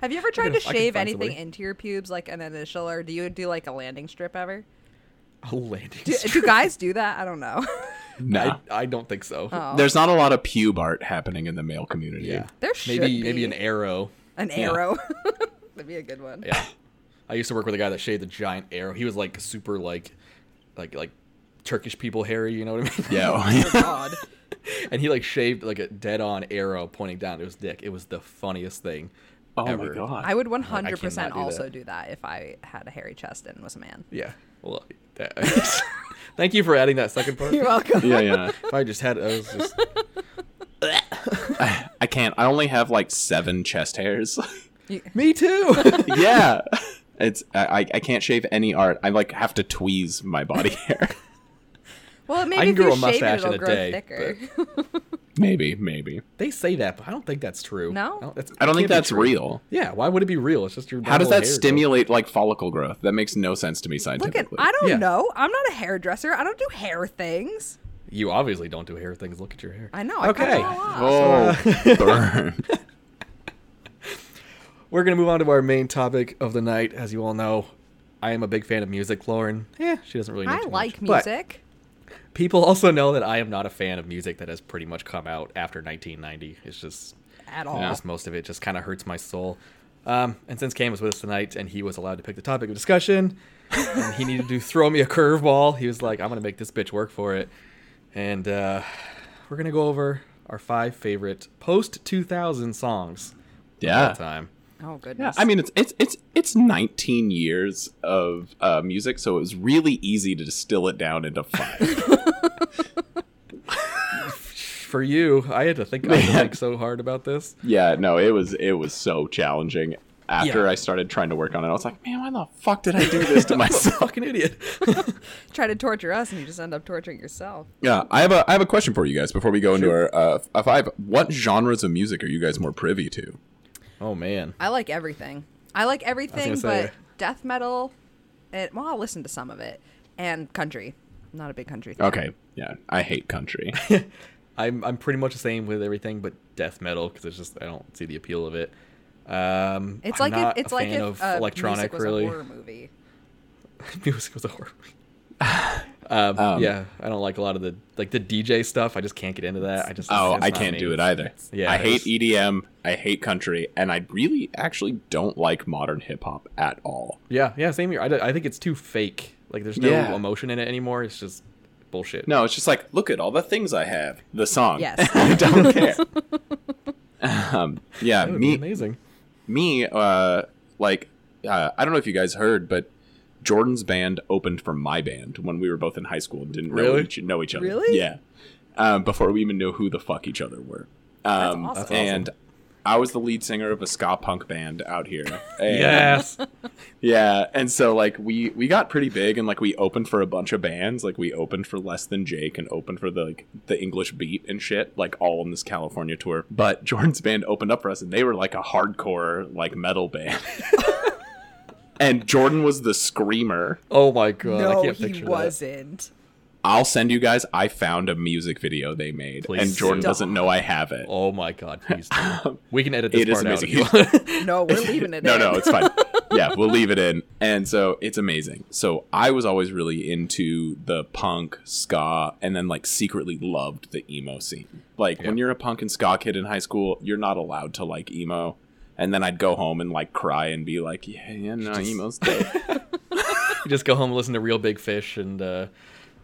Speaker 3: Have you ever tried
Speaker 1: gonna-
Speaker 3: to
Speaker 1: I can
Speaker 3: shave
Speaker 1: find somebody.
Speaker 3: anything into your pubes, like an initial, or do you do like a landing strip ever?
Speaker 1: A landing.
Speaker 3: Do,
Speaker 1: strip.
Speaker 3: do guys do that? I don't know.
Speaker 4: Nah.
Speaker 1: I, I don't think so.
Speaker 3: Oh.
Speaker 4: There's not a lot of pube art happening in the male community.
Speaker 1: yeah.
Speaker 3: There should
Speaker 1: maybe maybe
Speaker 3: be.
Speaker 1: an arrow.
Speaker 3: An arrow. That'd be a good one.
Speaker 1: Yeah. I used to work with a guy that shaved a giant arrow. He was like super like like like Turkish people hairy, you know what I mean?
Speaker 4: Yeah.
Speaker 3: Oh, God.
Speaker 1: and he like shaved like a dead on arrow pointing down to his dick. It was the funniest thing.
Speaker 4: Oh my
Speaker 1: ever.
Speaker 4: god.
Speaker 3: I would
Speaker 1: cannot
Speaker 3: 100%
Speaker 1: do
Speaker 3: also
Speaker 1: that.
Speaker 3: do that if I had a hairy chest and was a man.
Speaker 1: Yeah. Well that, thank you for adding that second part.
Speaker 3: You're welcome.
Speaker 4: yeah, yeah.
Speaker 1: If I just had I was just
Speaker 4: I can't. I only have like seven chest hairs.
Speaker 1: Me too.
Speaker 4: yeah. It's I, I I can't shave any art. I like have to tweeze my body hair.
Speaker 3: Well, maybe
Speaker 1: I can
Speaker 3: if you
Speaker 1: grow a
Speaker 3: shave it,
Speaker 1: mustache in
Speaker 3: it'll
Speaker 1: a
Speaker 3: grow
Speaker 1: day,
Speaker 3: thicker.
Speaker 4: maybe, maybe.
Speaker 1: they say that, but I don't think that's true.
Speaker 3: No?
Speaker 1: I don't, that's,
Speaker 4: I don't
Speaker 1: it can't
Speaker 4: think
Speaker 1: be
Speaker 4: that's
Speaker 1: true.
Speaker 4: real.
Speaker 1: Yeah, why would it be real? It's just your
Speaker 4: How does
Speaker 1: normal
Speaker 4: that
Speaker 1: hair growth.
Speaker 4: stimulate like follicle growth? That makes no sense to me
Speaker 3: Look at,
Speaker 4: scientifically.
Speaker 3: I don't
Speaker 1: Yeah.
Speaker 3: know. I'm not a hairdresser. I don't do hair things.
Speaker 1: You obviously don't do hair things. Look at your hair.
Speaker 3: I know. I cut
Speaker 1: Okay.
Speaker 3: it all off.
Speaker 4: Oh, burn.
Speaker 1: We're gonna move on to our main topic of the night. As you all know, I am a big fan of music. Lauren, yeah, she doesn't really. Know
Speaker 3: I
Speaker 1: too
Speaker 3: like
Speaker 1: much. But
Speaker 3: music.
Speaker 1: people also know that I am not a fan of music that has pretty much come out after 1990. It's just
Speaker 3: At all.
Speaker 1: just most of it just kind of hurts my soul. Um, and since Cam was with us tonight and he was allowed to pick the topic of discussion, and he needed to throw me a curveball, he was like, "I'm gonna make this bitch work for it," and uh, we're gonna go over our five favorite post 2000 songs of all
Speaker 4: Yeah.
Speaker 1: time.
Speaker 3: Oh,
Speaker 4: Yeah,
Speaker 3: goodness.
Speaker 4: I mean it's it's it's it's 19 years of uh, music, so it was really easy to distill it down into five.
Speaker 1: for you. I had to think I had to think so hard about this.
Speaker 4: yeah, no, it was it was so challenging. After
Speaker 1: Yeah.
Speaker 4: I started trying to work on it, I was like, man, why the fuck did I do this to myself?
Speaker 1: Fucking idiot.
Speaker 3: Try to torture us and you just end up torturing yourself.
Speaker 4: yeah, I have a I have a question for you guys before we go into our uh, f- five. What genres of music are you guys more privy to?
Speaker 1: oh man.
Speaker 3: I like everything. I like everything,
Speaker 1: say-
Speaker 3: but death metal. It, well, I'll listen to some of it and country. I'm not a big country. Fan.
Speaker 4: Okay, yeah, I hate country.
Speaker 1: I'm I'm pretty much the same with everything but death metal because it's just I don't see the appeal of it. Um,
Speaker 3: It's
Speaker 1: I'm
Speaker 3: like
Speaker 1: not
Speaker 3: if, it's
Speaker 1: a
Speaker 3: like
Speaker 1: fan
Speaker 3: if
Speaker 1: of
Speaker 3: uh,
Speaker 1: electronic
Speaker 3: music was
Speaker 1: really.
Speaker 3: a horror movie.
Speaker 1: music was a horror. movie. um, yeah, I don't like a lot of the like the DJ stuff. I just can't get into that. I just
Speaker 4: Oh,
Speaker 1: it's
Speaker 4: I
Speaker 1: not
Speaker 4: can't
Speaker 1: me.
Speaker 4: do it either.
Speaker 1: yeah,
Speaker 4: I hate e-
Speaker 1: it's-
Speaker 4: EDM. I hate country, and I really actually don't like modern hip hop at all.
Speaker 1: Yeah, yeah, same here. I, d- I think it's too fake. Like there's no
Speaker 4: Yeah.
Speaker 1: emotion in it anymore. It's just bullshit.
Speaker 4: No, it's just like, look at all the things I have. The song.
Speaker 3: Yes.
Speaker 4: I don't care. um, yeah,
Speaker 1: That would be
Speaker 4: me,
Speaker 1: amazing.
Speaker 4: me, uh, like, uh, I don't know if you guys heard, but Jordan's band opened for my band when we were both in high school and didn't
Speaker 1: Really?
Speaker 4: really each, know each other.
Speaker 3: Really?
Speaker 4: Yeah. Um, before we even knew who the fuck each other were.
Speaker 3: awesome.
Speaker 4: Um,
Speaker 3: That's awesome.
Speaker 4: And I was the lead singer of a ska punk band out here. And-
Speaker 1: Yes.
Speaker 4: yeah, and so like we we got pretty big, and like we opened for a bunch of bands. Like we opened for Less Than Jake, and opened for the like the English Beat and shit, like all on this California tour. But Jordan's band opened up for us, and they were like a hardcore like metal band. and Jordan was the screamer.
Speaker 1: oh my god. I
Speaker 3: no,
Speaker 1: can't
Speaker 3: he
Speaker 1: picture that.
Speaker 3: wasn't.
Speaker 4: I'll send you guys. I found a music video they made,
Speaker 1: Please
Speaker 4: and Jordan
Speaker 1: do.
Speaker 4: doesn't know I have it.
Speaker 1: Oh my god, please do. We can edit this
Speaker 4: Um, It
Speaker 1: part
Speaker 4: is
Speaker 1: out.
Speaker 4: amazing.
Speaker 1: if
Speaker 4: He-
Speaker 1: you want.
Speaker 3: No, we're leaving it.
Speaker 4: no,
Speaker 3: in.
Speaker 4: no, it's fine. yeah, we'll leave it in. And so it's amazing. So I was always really into the punk, ska, and then like secretly loved the emo scene. Like when you're a punk and ska kid in high school, you're not allowed to like emo. And then I'd go home and like cry and be like, yeah, yeah, no, emo's dead.
Speaker 1: You just go home and listen to Real Big Fish and uh,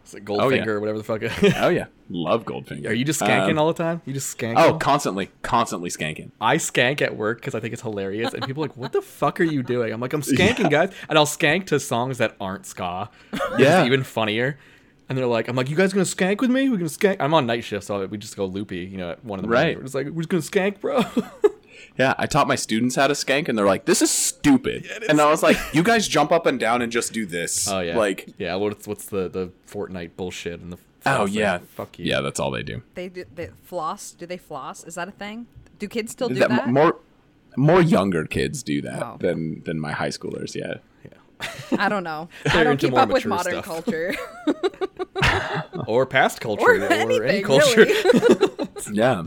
Speaker 1: it's like Goldfinger
Speaker 4: yeah.
Speaker 1: or whatever the fuck.
Speaker 4: oh, yeah. Love Goldfinger.
Speaker 1: Are you just skanking
Speaker 4: Um,
Speaker 1: all the time? You just skanking?
Speaker 4: Oh, constantly, constantly skanking.
Speaker 1: I skank at work because I think it's hilarious, and people are like, "What the fuck are you doing?" I'm like, "I'm skanking, guys," and I'll skank to songs that aren't ska, which is
Speaker 4: Yeah.
Speaker 1: even funnier. And they're like, I'm like, you guys gonna skank with me? We're gonna skank. I'm on night shift, so we just go loopy, you know, at one of the
Speaker 4: Right.
Speaker 1: We're just like, we're just gonna skank, bro.
Speaker 4: Yeah, I taught my students how to skank, and they're like, "This is stupid." and I was like, "You guys jump up and down and just do this."
Speaker 1: oh yeah,
Speaker 4: like,
Speaker 1: yeah. What's what's the the Fortnite bullshit and the
Speaker 4: oh yeah,
Speaker 1: fuck you.
Speaker 4: Yeah, that's all they do.
Speaker 3: They do they floss. Do they floss? Is that a thing? Do kids still do
Speaker 4: that,
Speaker 3: that?
Speaker 4: m- more more younger kids do that
Speaker 3: Oh.
Speaker 4: than than my high schoolers. Yeah,
Speaker 3: I don't know.
Speaker 1: They're
Speaker 3: I don't
Speaker 1: into
Speaker 3: keep
Speaker 1: more
Speaker 3: up with
Speaker 1: mature
Speaker 3: modern
Speaker 1: stuff.
Speaker 3: culture
Speaker 1: or past culture
Speaker 3: or
Speaker 1: or,
Speaker 3: anything
Speaker 1: any culture.
Speaker 3: really.
Speaker 4: yeah.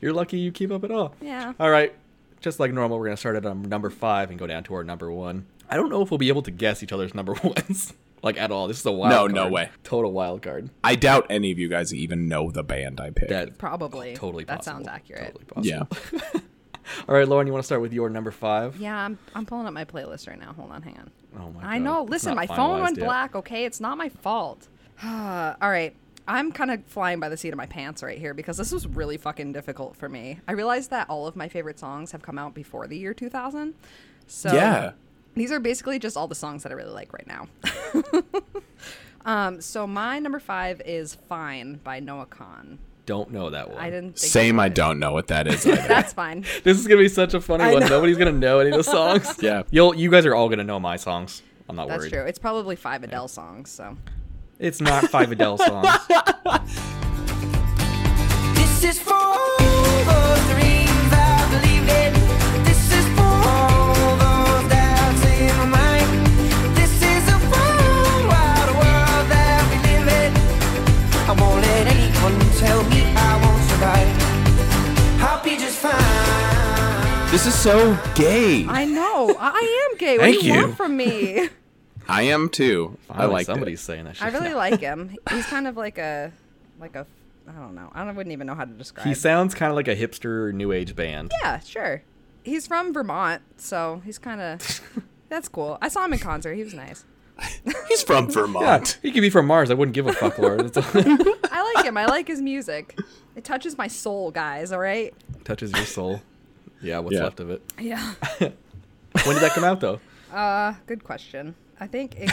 Speaker 1: You're lucky you keep up at all.
Speaker 3: Yeah.
Speaker 1: All right. Just like normal, we're gonna start at um, number five and go down to our number one. I don't know if we'll be able to guess each other's number ones like at all. This is a wild.
Speaker 4: No,
Speaker 1: card.
Speaker 4: no way.
Speaker 1: Total wild card.
Speaker 4: I doubt any of you guys even know the band I picked.
Speaker 1: That
Speaker 3: Probably.
Speaker 1: totally.
Speaker 3: That
Speaker 1: possible.
Speaker 3: sounds accurate.
Speaker 1: Totally possible.
Speaker 4: yeah,
Speaker 1: All right, Lauren, you want to start with your number five?
Speaker 3: Yeah, I'm I'm pulling up my playlist right now. Hold on, hang on.
Speaker 1: Oh my
Speaker 3: I
Speaker 1: God.
Speaker 3: know.
Speaker 1: It's
Speaker 3: Listen, my
Speaker 1: not
Speaker 3: phone went
Speaker 1: finalized yet.
Speaker 3: black. Okay, it's not my fault. All right. I'm kind of flying by the seat of my pants right here because this was really fucking difficult for me. I realized that all of my favorite songs have come out before the year 2000. So
Speaker 4: Yeah.
Speaker 3: these are basically just all the songs that I really like right now. um, so my number five is Fine by Noah Khan.
Speaker 1: Don't know that one.
Speaker 3: I didn't think
Speaker 4: same. I don't know what that is. either.
Speaker 3: that's fine.
Speaker 1: This is gonna be such a funny
Speaker 3: I
Speaker 1: one.
Speaker 3: know.
Speaker 1: Nobody's gonna know any of the songs.
Speaker 4: Yeah.
Speaker 1: You'll you guys are all gonna know my songs. I'm not
Speaker 3: That's
Speaker 1: worried.
Speaker 3: true. It's probably five Adele songs, so
Speaker 1: It's not five Adele songs.
Speaker 5: This is for all those dreams I believed in. This is for all those doubts in my mind. This is a wild, wild world that we live in. I won't let anyone tell me I won't survive. I'll be just fine.
Speaker 4: this is so gay. I,
Speaker 3: I know I- I am gay. What
Speaker 4: Thank
Speaker 3: do you,
Speaker 4: you.
Speaker 3: want from me?
Speaker 4: am too. I
Speaker 1: Finally,
Speaker 4: like
Speaker 1: somebody's
Speaker 4: somebody's.
Speaker 1: saying that shit.
Speaker 3: I really like him. He's kind of like a like a I don't know. I don't- wouldn't even know how to describe.
Speaker 1: He sounds kind of like a hipster new age band.
Speaker 3: yeah, sure. He's from Vermont, so he's kind of that's cool. I saw him in concert. He was nice.
Speaker 4: He's from
Speaker 1: Yeah,
Speaker 4: Vermont.
Speaker 1: he could be from Mars. I wouldn't give a fuck, Lauren. It's
Speaker 3: I like him. I like his music. It touches my soul, guys. All right.
Speaker 1: touches your soul. Yeah, what's
Speaker 4: Yeah.
Speaker 1: left of it?
Speaker 3: Yeah.
Speaker 1: When did that come out though?
Speaker 3: Uh, good question. I think.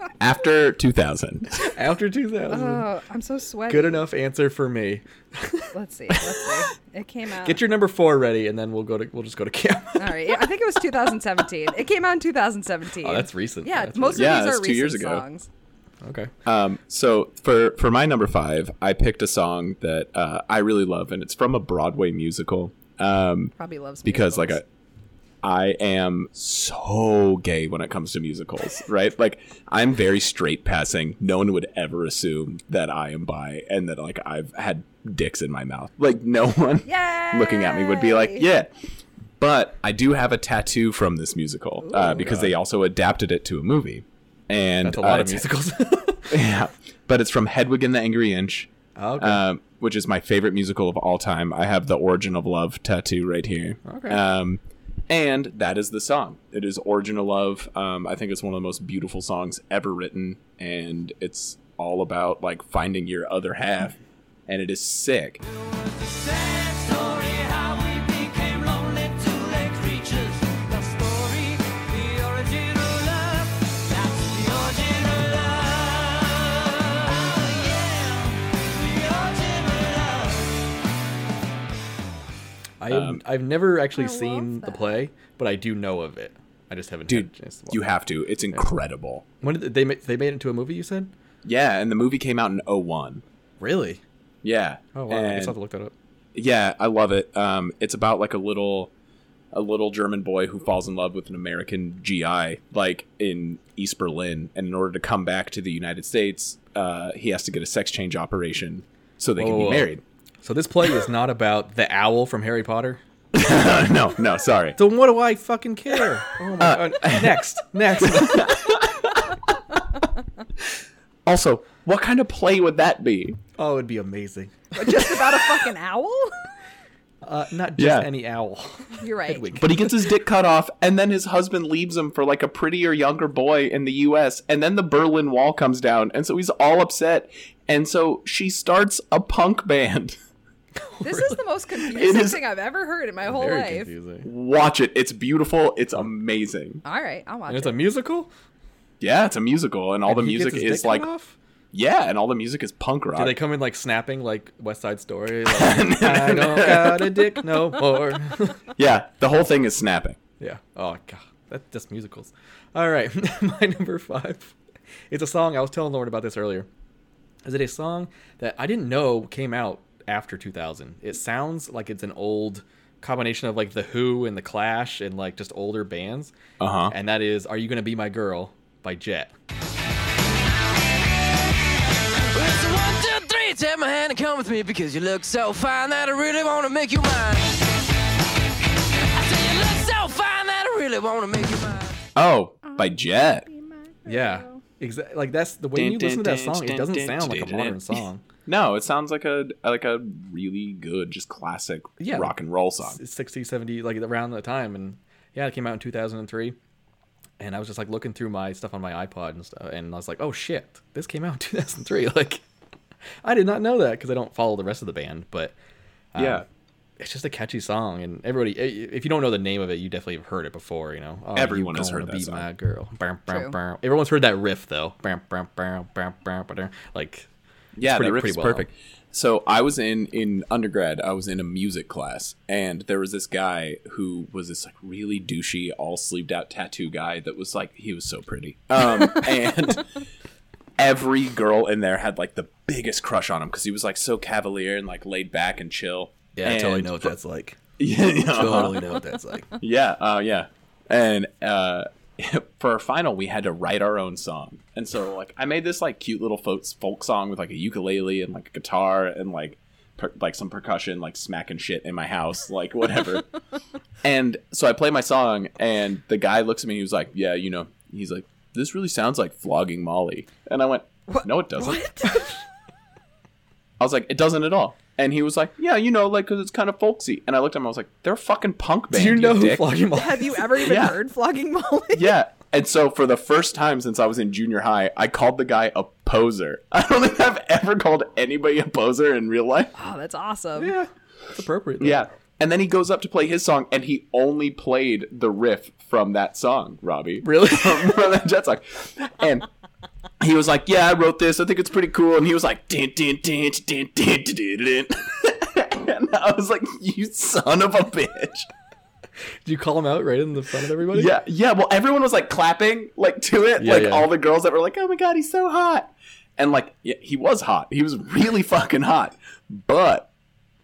Speaker 3: It,
Speaker 4: After 2000.
Speaker 1: After 2000.
Speaker 3: oh, I'm so sweaty.
Speaker 1: Good enough answer for me.
Speaker 3: Let's see. Let's see. It came out.
Speaker 1: Get your number four ready, and then we'll go to we'll just go to camp.
Speaker 3: All right. Yeah, I think it was 2017. It came out in 2017.
Speaker 1: Oh, that's recent.
Speaker 3: Yeah,
Speaker 1: That's
Speaker 3: most Uh, of
Speaker 4: recent. Yeah,
Speaker 3: these
Speaker 4: that's
Speaker 3: are
Speaker 4: two
Speaker 3: recent
Speaker 4: years ago.
Speaker 3: songs.
Speaker 1: Okay.
Speaker 4: Um, so for for my number five, I picked a song that uh, I really love, and it's from a Broadway musical. Um,
Speaker 3: Probably loves
Speaker 4: because like I,
Speaker 3: musicals.
Speaker 4: I am so gay when it comes to musicals, right? Like I'm very straight passing. No one would ever assume that I am bi and that like I've had dicks in my mouth. Like no one looking at me would be like,
Speaker 3: Yay!
Speaker 4: yeah. But I do have a tattoo from this musical uh, because they also adapted it to a movie. And
Speaker 1: That's a
Speaker 4: uh,
Speaker 1: lot of
Speaker 4: it's-
Speaker 1: musicals.
Speaker 4: yeah, but it's from Hedwig and the Angry Inch,
Speaker 1: okay.
Speaker 4: um, which is my favorite musical of all time. I have the Origin of Love tattoo right here.
Speaker 1: Okay.
Speaker 4: Um, and that is the song. It is Origin of Love. Um, I think it's one of the most beautiful songs ever written, and it's all about like finding your other half, and it is sick.
Speaker 5: Sad story how we became lonely two-legged creatures. The story, the origin of love. That's the origin of love. Oh yeah, the origin of love.
Speaker 1: I have, I've never actually
Speaker 3: um, I love
Speaker 1: seen the
Speaker 3: that.
Speaker 1: play, but I do know of it. I just haven't.
Speaker 4: Dude,
Speaker 1: had a chance to watch
Speaker 4: you
Speaker 1: it.
Speaker 4: have to. It's incredible.
Speaker 1: When did they make? They made it into a movie. You said?
Speaker 4: Yeah, and the movie came out in 01.
Speaker 1: Really?
Speaker 4: Yeah.
Speaker 1: Oh wow! I guess
Speaker 4: And-
Speaker 1: I'll have to look that up.
Speaker 4: yeah i love it um it's about like a little a little german boy who falls in love with an american gi like in east berlin and in order to come back to the united states uh he has to get a sex change operation so they can
Speaker 1: Whoa.
Speaker 4: be married
Speaker 1: So this play is not about the owl from Harry Potter.
Speaker 4: no no sorry
Speaker 1: So what do I fucking care? Oh my god! Next, next.
Speaker 4: also what kind of play would that be
Speaker 1: oh, it'd be amazing.
Speaker 3: just about a fucking owl.
Speaker 1: Uh, not just
Speaker 4: Yeah.
Speaker 1: any owl.
Speaker 3: You're right.
Speaker 1: Hedwig.
Speaker 4: but he gets his dick cut off and then his husband leaves him for like a prettier younger boy in the US and then the Berlin Wall comes down and so he's all upset and so she starts a punk band
Speaker 3: This is the most confusing
Speaker 4: is
Speaker 3: thing I've ever heard in my whole
Speaker 1: Very
Speaker 3: life.
Speaker 1: confusing.
Speaker 4: Watch it. It's beautiful. It's amazing.
Speaker 3: All right, I'll watch
Speaker 1: And it's
Speaker 3: it.
Speaker 1: a musical.
Speaker 4: Yeah, it's a musical, and all the
Speaker 1: He gets
Speaker 4: music
Speaker 1: his
Speaker 4: is
Speaker 1: dick
Speaker 4: like
Speaker 1: cut off?
Speaker 4: yeah, and all the music is punk rock.
Speaker 1: Do they come in like snapping like West Side Story? Like, I don't got a dick no more.
Speaker 4: yeah, the whole thing is snapping.
Speaker 1: yeah. Oh god, that's just musicals. All right, my number five. It's a song I was telling Lauren about this earlier. Is it a song that I didn't know came out after 2000? It sounds like it's an old combination of like the Who and the Clash and like just older bands.
Speaker 4: Uh-huh.
Speaker 1: And that is "Are You Gonna Be My Girl" by Jet.
Speaker 5: It's a one, two, three. Take my hand and come with me because you look so fine that I really want to make you mine. I say you look so fine that I really want to make you mine.
Speaker 4: Oh, by Jet.
Speaker 1: Yeah, exactly. Like that's the way
Speaker 4: Dun,
Speaker 1: you listen to
Speaker 4: dun,
Speaker 1: that song.
Speaker 4: dun,
Speaker 1: It doesn't
Speaker 4: dun,
Speaker 1: sound like a
Speaker 4: dun,
Speaker 1: modern
Speaker 4: dun.
Speaker 1: song.
Speaker 4: No, it sounds like a like a really good, just classic
Speaker 1: Yeah,
Speaker 4: rock and roll song.
Speaker 1: 60 70 like around the time and yeah it came out in 2003 and i was just like looking through my stuff on my ipod and stuff and i was like oh shit this came out in 2003 like i did not know that because i don't follow the rest of the band but um,
Speaker 4: Yeah.
Speaker 1: it's just a catchy song and everybody i- if you don't know the name of it you definitely have heard it before you know oh,
Speaker 4: Everyone
Speaker 1: you
Speaker 4: has
Speaker 1: gonna
Speaker 4: heard that
Speaker 1: be
Speaker 4: song.
Speaker 1: my girl Bam, bam,
Speaker 3: True.
Speaker 1: bam. everyone's heard that riff though Bam, bam, bam, bam, bam, ba-dum. like
Speaker 4: yeah,
Speaker 1: pretty-
Speaker 4: that riff
Speaker 1: pretty
Speaker 4: is
Speaker 1: well.
Speaker 4: perfect. So I was in in undergrad. I was in a music class, and there was this guy who was this like really douchey, all sleeved out tattoo guy that was like he was so pretty, um, and every girl in there had like the biggest crush on him because he was like so cavalier and like laid back and chill.
Speaker 1: yeah i totally
Speaker 4: And-
Speaker 1: know what that's like
Speaker 4: Yeah, yeah.
Speaker 1: totally know what that's like
Speaker 4: Yeah, uh, yeah. And uh, for our final, we had to write our own song. And so, like, I made this like cute little folk, folk song with like a ukulele and like a guitar and like per- like some percussion, like smacking shit in my house, like whatever. and so I play my song, and the guy looks at me. and He was like, "Yeah, you know," he's like, "This really sounds like flogging Molly." And I went, "No, it doesn't." I was like, "It doesn't at all." And he was like, "Yeah, you know, like, cause it's kind of folksy." And I looked at him. I was like, "They're a fucking punk band."
Speaker 1: do you know who
Speaker 4: dick."
Speaker 1: flogging Molly
Speaker 3: Have you ever even
Speaker 4: Yeah.
Speaker 3: heard flogging Molly?
Speaker 4: Yeah. And so for the first time since I was in junior high, I called the guy a poser. I don't think I've ever called anybody a poser in real life.
Speaker 3: Oh, that's awesome.
Speaker 1: yeah it's appropriate though.
Speaker 4: Yeah. And then he goes up to play his song and he only played the riff from that song, Robbie.
Speaker 1: Really?
Speaker 4: From, from that jet song. And he was like, Yeah, I wrote this. I think it's pretty cool. And he was like, din, din, din, din, din, din, din, din. And I was like, You son of a bitch.
Speaker 1: Do you call him out right in the front of everybody?
Speaker 4: Yeah, yeah. Well, everyone was like clapping like to it,
Speaker 1: Yeah,
Speaker 4: like
Speaker 1: yeah.
Speaker 4: all the girls that were like, "Oh my god, he's so hot," and like yeah, he was hot. He was really fucking hot. But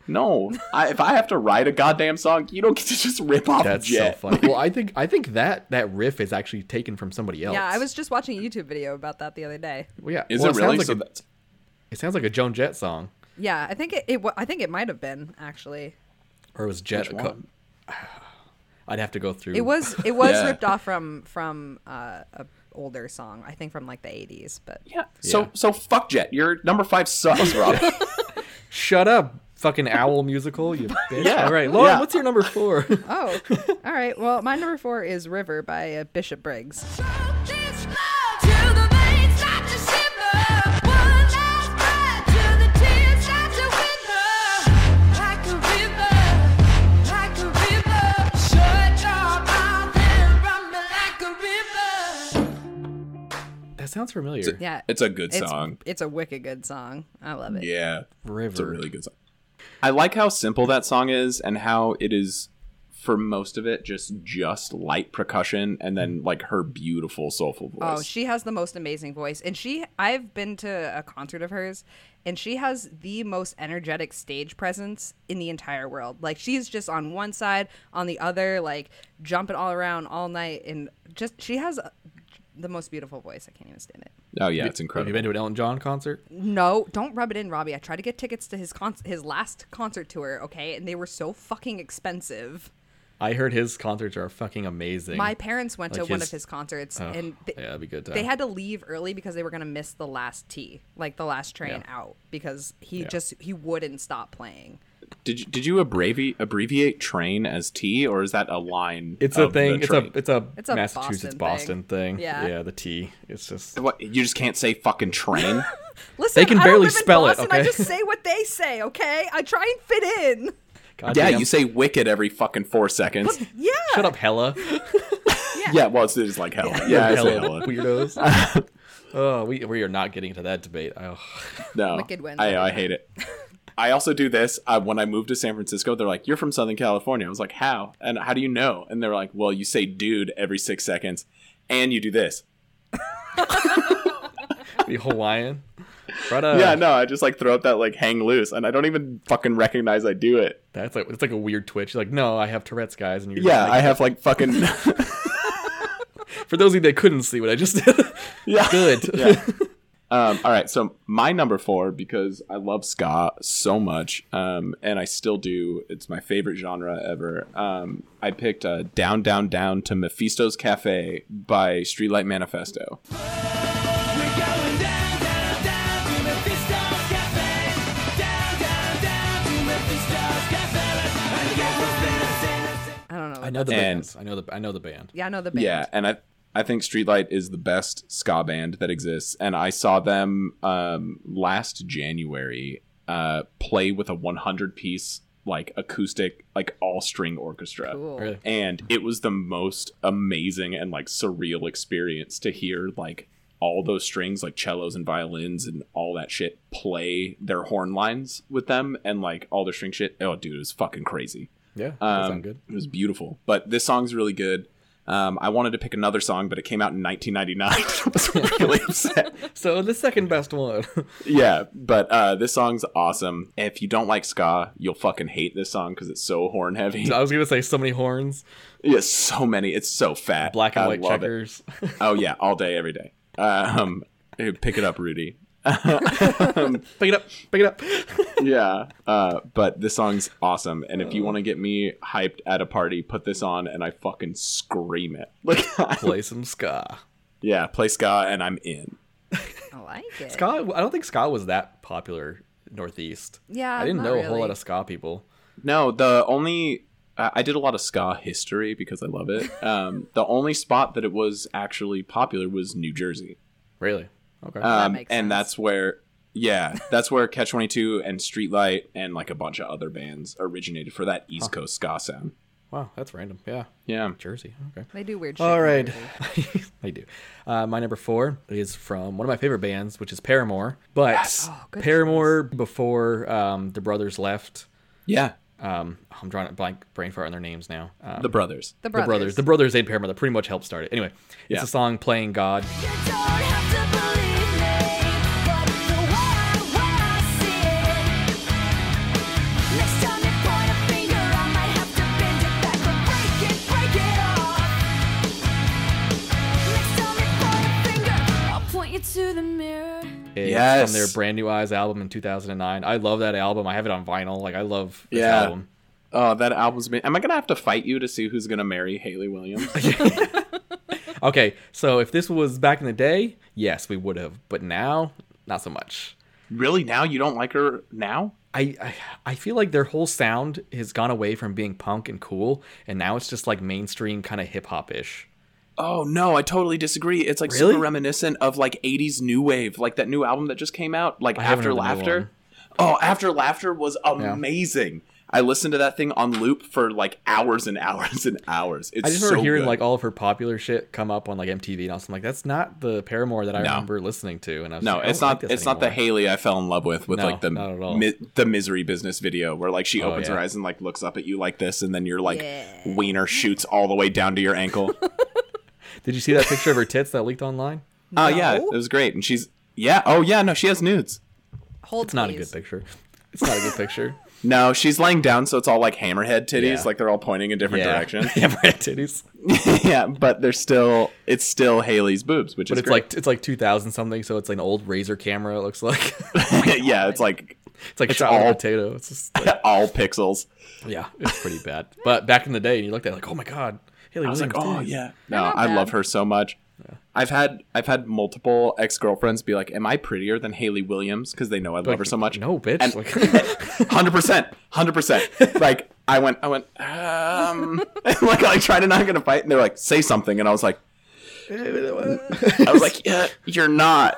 Speaker 4: no, I, if I have to write a goddamn song, you don't get to just rip off
Speaker 1: That's
Speaker 4: Jet.
Speaker 1: so funny. Well, I think I think that that riff is actually taken from somebody else.
Speaker 3: Yeah, I was just watching a YouTube video about that the other day.
Speaker 1: Well, yeah.
Speaker 4: Is
Speaker 1: Well,
Speaker 4: it really?
Speaker 1: Sounds like
Speaker 4: so
Speaker 1: a,
Speaker 4: that's,
Speaker 1: it sounds like a Joan Jett song,
Speaker 3: Yeah, I think it, it wa- I think it might have been actually.
Speaker 1: or it was Jet.
Speaker 4: Which
Speaker 1: a co-
Speaker 4: one?
Speaker 1: I'd have to go through.
Speaker 3: It was it was
Speaker 4: Yeah.
Speaker 3: ripped off from from uh, a older song, I think from like the 80s, but
Speaker 4: yeah. So
Speaker 1: Yeah.
Speaker 4: so fuck Jet. Your number five sucks, Rob.
Speaker 1: Shut up, fucking owl musical. You bitch.
Speaker 4: Yeah,
Speaker 1: All right, Lauren.
Speaker 4: yeah.
Speaker 1: What's your number four?
Speaker 3: Oh, all right. Well, my number 4 is River by uh, Bishop Briggs.
Speaker 1: that sounds familiar.
Speaker 3: Yeah.
Speaker 4: It's a good
Speaker 3: it's-
Speaker 4: song.
Speaker 3: It's a wicked good song. I love it.
Speaker 4: Yeah,
Speaker 1: River.
Speaker 4: it's a really good song. I like how simple that song is and how it is for most of it just just light percussion and then like her beautiful soulful voice.
Speaker 3: Oh, she has the most amazing voice. And she I've been to a concert of hers and she has the most energetic stage presence in the entire world. Like she's just on one side, on the other, like jumping all around all night and just she has uh, the most beautiful voice. I can't even stand it.
Speaker 4: Oh yeah, it's
Speaker 1: Have you
Speaker 4: incredible.
Speaker 1: been to an Elton John concert?
Speaker 3: No, don't rub it in, Robbie. I tried to get tickets to his con- his last concert tour, okay? And they were so fucking expensive.
Speaker 1: I heard his concerts are fucking amazing.
Speaker 3: My parents went
Speaker 1: Like
Speaker 3: to one
Speaker 1: his-
Speaker 3: of his concerts
Speaker 1: Oh,
Speaker 3: and they,
Speaker 1: yeah, that'd be a good. Time.
Speaker 3: they had to leave early because they were going to miss the last tee, like the last train
Speaker 1: Yeah.
Speaker 3: out because he
Speaker 1: Yeah.
Speaker 3: just he wouldn't stop playing.
Speaker 4: Did you, did you abbreviate abbreviate train as T or is that a line?
Speaker 1: It's a
Speaker 4: of the
Speaker 1: thing. It's a
Speaker 4: train?
Speaker 1: it's a
Speaker 3: It's a
Speaker 1: Massachusetts
Speaker 3: Boston
Speaker 1: Boston
Speaker 3: thing.
Speaker 1: thing.
Speaker 3: Yeah.
Speaker 1: Yeah, the T. It's just
Speaker 4: What, you just can't say fucking train.
Speaker 3: Listen,
Speaker 1: can
Speaker 3: I don't
Speaker 1: barely
Speaker 3: live in
Speaker 1: spell it,
Speaker 3: Boston, I
Speaker 1: okay?
Speaker 3: just say what they say, okay? I try and fit in.
Speaker 1: God
Speaker 4: yeah,
Speaker 1: damn.
Speaker 4: you say wicked every fucking four seconds.
Speaker 3: Yeah.
Speaker 1: shut up, Hella.
Speaker 3: Yeah.
Speaker 4: Yeah, well, it's, it's like hell. Yeah, it's like hell.
Speaker 1: weirdos. oh, we we are not getting into that debate. Oh,
Speaker 4: No,
Speaker 3: Wicked wins
Speaker 4: I,
Speaker 3: every
Speaker 4: I hate it. I also do this. I, when I moved to San Francisco, they're like, "You're from Southern California." I was like, "How?" And how do you know? And they're like, "Well, you say dude every six seconds, and you do this."
Speaker 1: the Hawaiian. Right up.
Speaker 4: yeah, no, I just like throw up that like hang loose, and I don't even fucking recognize I do it.
Speaker 1: That's like it's like a weird twitch. You're like, no, I have Tourette's, guys, and you're
Speaker 4: Yeah,
Speaker 1: just
Speaker 4: I
Speaker 1: like,
Speaker 4: have like fucking
Speaker 1: For those of you that couldn't see what I just did,
Speaker 4: yeah.
Speaker 1: good.
Speaker 4: Yeah. Um, all right, so my number four because I love ska so much, um, and I still do. It's my favorite genre ever. Um, I picked uh, "Down, Down, Down" to Mephisto's Cafe by Streetlight Manifesto.
Speaker 5: We're going down, down, down to Mephisto's Cafe. Down, down, down to Mephisto's Cafe. And get what's been a sin.
Speaker 3: I don't know.
Speaker 1: I know the
Speaker 4: And-
Speaker 1: bands. I know the I know the band.
Speaker 3: yeah, I know the band.
Speaker 4: Yeah, and I I think Streetlight is the best ska band that exists, and I saw them um, last January uh, play with a 100 piece like acoustic like all string orchestra.
Speaker 3: Cool.
Speaker 1: Really?
Speaker 4: and it was the most amazing and like surreal experience to hear like all those strings like cellos and violins and all that shit play their horn lines with them and like all their string shit oh dude it was fucking crazy
Speaker 1: Yeah, that
Speaker 4: um,
Speaker 1: sound good.
Speaker 4: it was beautiful but this song's really good um, I wanted to pick another song, but it came out in 1999. I was really upset.
Speaker 1: So the second best one.
Speaker 4: Yeah, but uh, this song's awesome. If you don't like ska, you'll fucking hate this song because it's so horn heavy.
Speaker 1: I was gonna say so many horns,
Speaker 4: Yeah, so many. It's so fat.
Speaker 1: black and
Speaker 4: I
Speaker 1: white
Speaker 4: love it.
Speaker 1: checkers.
Speaker 4: Oh yeah, all day, every day. Um, hey, pick it up, Rudy.
Speaker 1: pick it up, pick it up.
Speaker 4: Yeah. Uh, but this song's awesome, and if you want to get me hyped at a party, put this on, and I fucking scream it. Like,
Speaker 1: Play some ska.
Speaker 4: yeah, play ska, and I'm in.
Speaker 3: I like it.
Speaker 1: Ska. I don't think ska was that popular Northeast.
Speaker 3: Yeah,
Speaker 1: I didn't
Speaker 3: not
Speaker 1: know a whole
Speaker 3: really.
Speaker 1: lot of ska people.
Speaker 4: No, the only I I did a lot of ska history because I love it. Um, the only spot that it was actually popular was New Jersey.
Speaker 1: Really? Okay.
Speaker 4: um,
Speaker 3: makes
Speaker 4: and
Speaker 3: sense.
Speaker 4: that's where yeah that's where catch 22 and streetlight and like a bunch of other bands originated for that east coast ska sound
Speaker 1: wow, that's random. Yeah.
Speaker 4: yeah
Speaker 1: Jersey. Okay.
Speaker 3: They do weird shit.
Speaker 1: All
Speaker 3: in
Speaker 1: right.
Speaker 3: Jersey.
Speaker 1: I do. Uh, my number four is from one of my favorite bands, which is Paramore. But
Speaker 3: Oh, good
Speaker 1: Paramore before um, the brothers left.
Speaker 4: yeah
Speaker 1: Um, I'm drawing a blank brain fart on their names now. Um,
Speaker 4: the brothers
Speaker 3: The
Speaker 1: the brothers.
Speaker 3: brothers.
Speaker 1: The brothers aid Paramore that pretty much helped start it. Anyway,
Speaker 4: Yeah.
Speaker 1: it's a song "Playing God."
Speaker 5: You don't have to believe me, but the way I, way I see it. Next time you point a finger, I might have to bend it back or break it, break it off. Next time you point a finger, I'll point you to the mirror.
Speaker 1: It's
Speaker 4: Yes.
Speaker 1: from their brand new Eyes album in 2009. I love that album. I have it on vinyl. Like I love this
Speaker 4: Yeah.
Speaker 1: album.
Speaker 4: oh that album's been am i gonna have to fight you to see who's gonna marry haley williams
Speaker 1: Okay, so if this was back in the day, yes, we would have. But now, not so much.
Speaker 4: really now you don't like her now
Speaker 1: I, I I feel like their whole sound has gone away from being punk and cool, and now it's just like mainstream kind of hip hop ish.
Speaker 4: oh no i totally disagree it's like
Speaker 1: Really?
Speaker 4: super reminiscent of like 80s new wave like that new album that just came out like
Speaker 1: haven't
Speaker 4: after
Speaker 1: heard the new one.
Speaker 4: laughter oh after laughter was amazing I listened to that thing on loop for like hours and hours and hours.
Speaker 1: I
Speaker 4: It's
Speaker 1: just
Speaker 4: so
Speaker 1: remember hearing
Speaker 4: good.
Speaker 1: like all of her popular shit come up on like MTV, and I was like, that's not the Paramore that I remember listening to. And I was
Speaker 4: No,
Speaker 1: like, I
Speaker 4: it's
Speaker 1: don't like
Speaker 4: not.
Speaker 1: this
Speaker 4: it's not the
Speaker 1: anymore.
Speaker 4: Haley I fell in love with with
Speaker 1: No,
Speaker 4: like the
Speaker 1: not at all.
Speaker 4: mi- the misery business video where like she
Speaker 1: Oh,
Speaker 4: opens
Speaker 1: yeah.
Speaker 4: her eyes and like looks up at you like this, and then your like
Speaker 3: Yeah.
Speaker 4: wiener shoots all the way down to your ankle. Oh
Speaker 1: Did you see that picture of her tits that leaked online?
Speaker 4: Uh, yeah, it
Speaker 3: No.
Speaker 4: was great. And she's yeah. Oh yeah, no, she has nudes.
Speaker 3: Hold
Speaker 1: It's not a
Speaker 3: please.
Speaker 1: good picture. It's not a good picture.
Speaker 4: No, she's laying down, so it's all like hammerhead titties,
Speaker 1: Yeah.
Speaker 4: like they're all pointing in different directions.
Speaker 1: yeah, Brad titties.
Speaker 4: yeah, but they're still it's still Haley's boobs, which
Speaker 1: But
Speaker 4: is
Speaker 1: it's like it's like 2000 something, so it's like an old razor camera. It looks like
Speaker 4: like yeah, it's like
Speaker 1: it's like
Speaker 4: It's
Speaker 1: shot with a
Speaker 4: all-
Speaker 1: potato. It's just
Speaker 4: all pixels.
Speaker 1: Yeah, it's pretty bad. But back in the day, you looked at it like, oh my god, Haley
Speaker 4: I was like, oh yeah, no,
Speaker 3: not
Speaker 4: I
Speaker 3: bad.
Speaker 4: love her so much. I've had I've had multiple ex girlfriends be like, "Am I prettier than Haley Williams?" Because they know I love her so much.
Speaker 1: No, bitch.
Speaker 4: And-
Speaker 1: Like,
Speaker 4: hundred percent, hundred percent. Like I went, I went, um, like I tried to not gonna fight, and they're like, "Say something," and I was like, I was like, yeah, "You're not."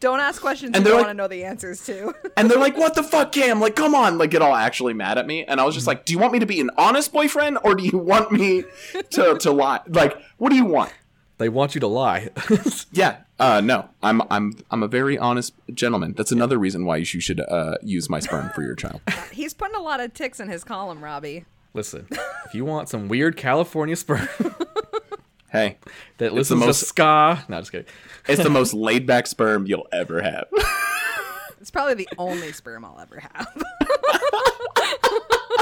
Speaker 3: Don't ask questions
Speaker 4: And
Speaker 3: you
Speaker 4: they're
Speaker 3: don't
Speaker 4: like-
Speaker 3: want to know the answers to.
Speaker 4: And they're like, what the fuck, Cam? Like, come on. Like, get all actually mad at me. And I was just like, do you want me to be an honest boyfriend or do you want me to, to lie? Like, what do you want?
Speaker 1: They want you to lie.
Speaker 4: Yeah. Uh, no, I'm I'm I'm a very honest gentleman. That's another reason why you should uh, use my sperm for your child.
Speaker 3: He's putting a lot of ticks in his column, Robbie.
Speaker 1: Listen, if you want some weird California sperm
Speaker 4: Hey,
Speaker 1: that
Speaker 4: It's the
Speaker 1: listens
Speaker 4: most-
Speaker 1: to ska, no, just kidding.
Speaker 4: it's the most laid back sperm you'll ever have.
Speaker 3: It's probably the only sperm I'll ever have.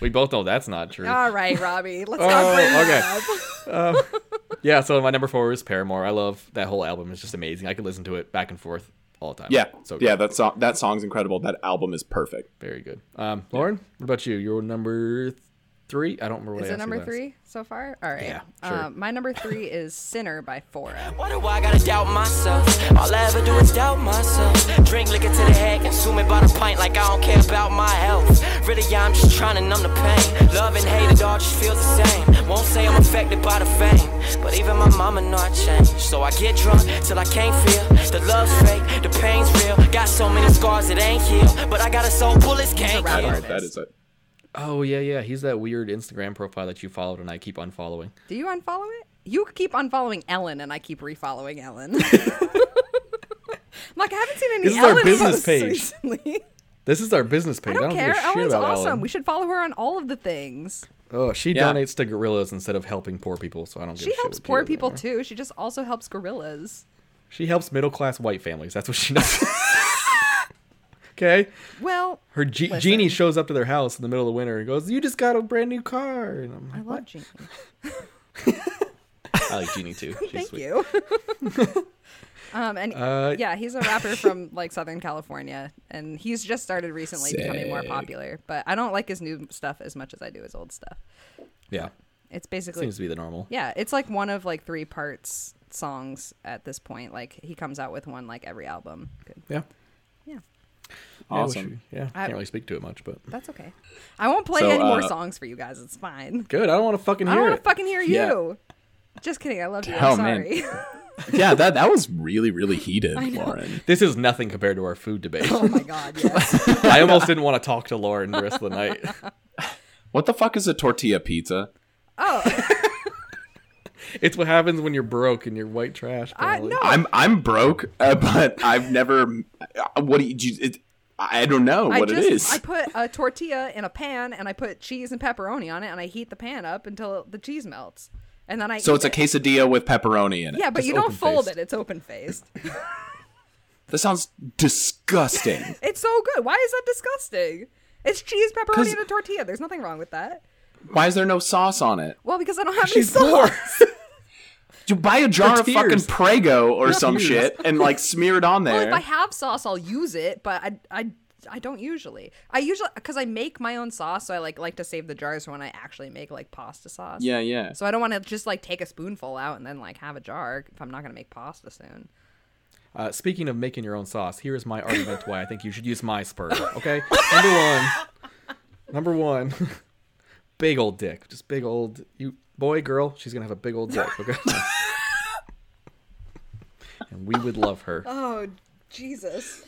Speaker 1: We both know that's not true.
Speaker 3: All right, Robbie. Let's
Speaker 1: Oh,
Speaker 3: not bring
Speaker 1: okay.
Speaker 3: that up.
Speaker 1: yeah, so my number four is Paramore. I love that whole album. It's just amazing. I could listen to it back and forth all the time.
Speaker 4: yeah.
Speaker 1: So
Speaker 4: yeah. That song that song's incredible. That album is perfect.
Speaker 1: Very good. Um, Lauren, what about you? You're number th- three? I don't remember what
Speaker 3: Is
Speaker 1: I
Speaker 3: it
Speaker 1: asked you
Speaker 3: number
Speaker 1: last.
Speaker 3: three so far? All right.
Speaker 1: Yeah, sure.
Speaker 3: Uh, my number three is Sinner by Fora.
Speaker 5: Why do I gotta doubt myself? All I ever do is doubt myself. Drink liquor to the head, consume it by the pint like I don't care about my health. Really, yeah, I'm just trying to numb the pain. Love and hate, it all just feels the same. Won't say I'm affected by the fame, but even my mama know I changed. So I get drunk till I can't feel. The love's fake, the pain's real. Got so many scars it ain't healed, but I got a soul bullets can't
Speaker 3: rap
Speaker 5: kill.
Speaker 3: artist.
Speaker 4: That is it.
Speaker 1: Oh, yeah, yeah. He's that weird Instagram profile that you followed and I keep unfollowing.
Speaker 3: Do you unfollow it? You keep unfollowing Ellen, and I keep refollowing Ellen. I'm like, I haven't seen any
Speaker 1: This is our
Speaker 3: Ellen
Speaker 1: business
Speaker 3: posts
Speaker 1: page.
Speaker 3: recently.
Speaker 1: This is our business
Speaker 3: I
Speaker 1: page.
Speaker 3: don't, care.
Speaker 1: give a shit
Speaker 3: Ellen's
Speaker 1: about
Speaker 3: awesome.
Speaker 1: Ellen.
Speaker 3: We should follow her on all of the things.
Speaker 1: Oh, she
Speaker 4: Yeah.
Speaker 1: donates to gorillas instead of helping poor people, so I don't give
Speaker 3: She
Speaker 1: a shit
Speaker 3: helps
Speaker 1: what
Speaker 3: poor
Speaker 1: does
Speaker 3: people
Speaker 1: anymore.
Speaker 3: too. She just also helps gorillas.
Speaker 1: She helps middle class white families. That's what she does. okay?
Speaker 3: Well,
Speaker 1: Her ge-
Speaker 3: Listen.
Speaker 1: genie shows up to their house in the middle of winter and goes, You just got a brand new car. And I'm
Speaker 3: I
Speaker 1: like,
Speaker 3: love Jeannie.
Speaker 1: I like genie too. She's
Speaker 3: Thank
Speaker 1: sweet.
Speaker 3: you. um, and
Speaker 1: Uh,
Speaker 3: yeah, he's a rapper from like Southern California, and he's just started recently becoming more
Speaker 4: Sick.
Speaker 3: popular. But I don't like his new stuff as much as I do his old stuff.
Speaker 1: Yeah.
Speaker 3: It's basically
Speaker 1: Seems to be the normal.
Speaker 3: yeah, it's like one of like three parts songs at this point. Like he comes out with one like every album. Good.
Speaker 1: Yeah.
Speaker 3: Yeah,
Speaker 4: Awesome.
Speaker 1: Yeah. I
Speaker 3: I-
Speaker 1: can't really speak to it much, but
Speaker 3: that's okay. I won't play
Speaker 4: So,
Speaker 3: any more
Speaker 4: uh,
Speaker 3: songs for you guys. It's fine.
Speaker 1: good. I don't want to fucking
Speaker 3: I
Speaker 1: hear
Speaker 3: don't
Speaker 1: it.
Speaker 3: want to fucking hear
Speaker 4: Yeah.
Speaker 3: you. Just kidding. I love you. I'm
Speaker 4: Oh, man.
Speaker 3: sorry.
Speaker 4: yeah. That that was really really heated, Lauren.
Speaker 1: this is nothing compared to our food debate.
Speaker 3: oh my god. Yes.
Speaker 1: I almost didn't want to talk to Lauren the rest of the night.
Speaker 4: What the fuck is a tortilla pizza?
Speaker 3: Oh,
Speaker 1: It's what happens when you're broke and you're white trash.
Speaker 3: I,
Speaker 1: probably.
Speaker 3: no.
Speaker 4: I'm I'm broke, uh, but I've never. uh, What do you? do you- It, I don't know
Speaker 3: I
Speaker 4: what
Speaker 3: just
Speaker 4: it is.
Speaker 3: I put a tortilla in a pan and I put cheese and pepperoni on it and I heat the pan up until the cheese melts and then I
Speaker 4: so
Speaker 3: eat
Speaker 4: it's a
Speaker 3: it.
Speaker 4: quesadilla with pepperoni in it.
Speaker 3: yeah, but
Speaker 1: Just
Speaker 3: you don't fold
Speaker 1: open-faced.
Speaker 3: it. It's open faced.
Speaker 4: That sounds disgusting.
Speaker 3: It's so good. Why is that disgusting? It's cheese, pepperoni,
Speaker 4: 'Cause-
Speaker 3: and a tortilla. There's nothing wrong with that.
Speaker 4: Why is there no sauce on it?
Speaker 3: Well, because I don't have
Speaker 1: She's
Speaker 3: any
Speaker 1: poor.
Speaker 3: sauce.
Speaker 4: You buy a jar of fucking
Speaker 1: tears.
Speaker 4: Prego or some
Speaker 1: tears.
Speaker 4: shit and like smear it on
Speaker 3: Well,
Speaker 4: there.
Speaker 3: if I have sauce, I'll use it, but I I I don't usually. I usually because I make my own sauce, so I like like to save the jars for when I actually make like pasta sauce.
Speaker 4: yeah, yeah.
Speaker 3: So I don't want to just like take a spoonful out and then like have a jar if I'm not gonna make pasta soon.
Speaker 1: Uh, speaking of making your own sauce, here is my argument why I think you should use my sperm. Okay, number one, number one, big old dick, just big old you boy girl. She's gonna have a big old dick. Okay, and we would love her.
Speaker 3: Oh Jesus!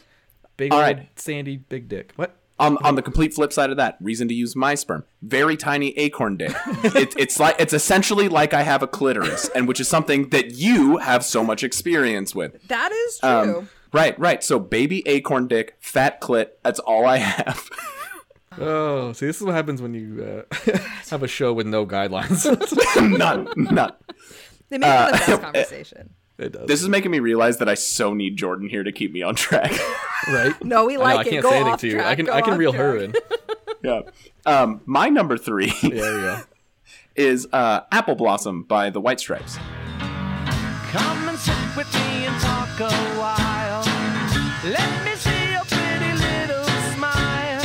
Speaker 1: Big
Speaker 4: All
Speaker 1: old
Speaker 4: right.
Speaker 1: sandy big dick. What?
Speaker 4: On, Um, on the complete flip side of that, reason to use my sperm. Very tiny acorn dick. it, it's like it's essentially like I have a clitoris, and which is something that you have so much experience with.
Speaker 3: That is
Speaker 4: Um,
Speaker 3: true.
Speaker 4: Right, right. So baby acorn dick, fat clit. That's all I have.
Speaker 1: Oh, see, this is what happens when you uh, have a show with no guidelines.
Speaker 4: none, none.
Speaker 3: they make for
Speaker 1: uh,
Speaker 3: the best conversation.
Speaker 1: it does.
Speaker 4: This is making me realize that I so need Jordan here to keep me on track.
Speaker 1: right?
Speaker 3: No, we
Speaker 1: I know,
Speaker 3: like
Speaker 1: I
Speaker 3: it.
Speaker 1: can't
Speaker 3: Go
Speaker 1: say anything
Speaker 3: off
Speaker 1: to you. I
Speaker 3: track,
Speaker 1: can
Speaker 3: go
Speaker 1: I can
Speaker 3: off
Speaker 1: reel her
Speaker 3: track.
Speaker 1: in.
Speaker 4: yeah. Um, my number three
Speaker 1: There we go.
Speaker 4: is uh, Apple Blossom by the White Stripes.
Speaker 5: Come and sit with me and talk a while. Let me see your pretty little smile.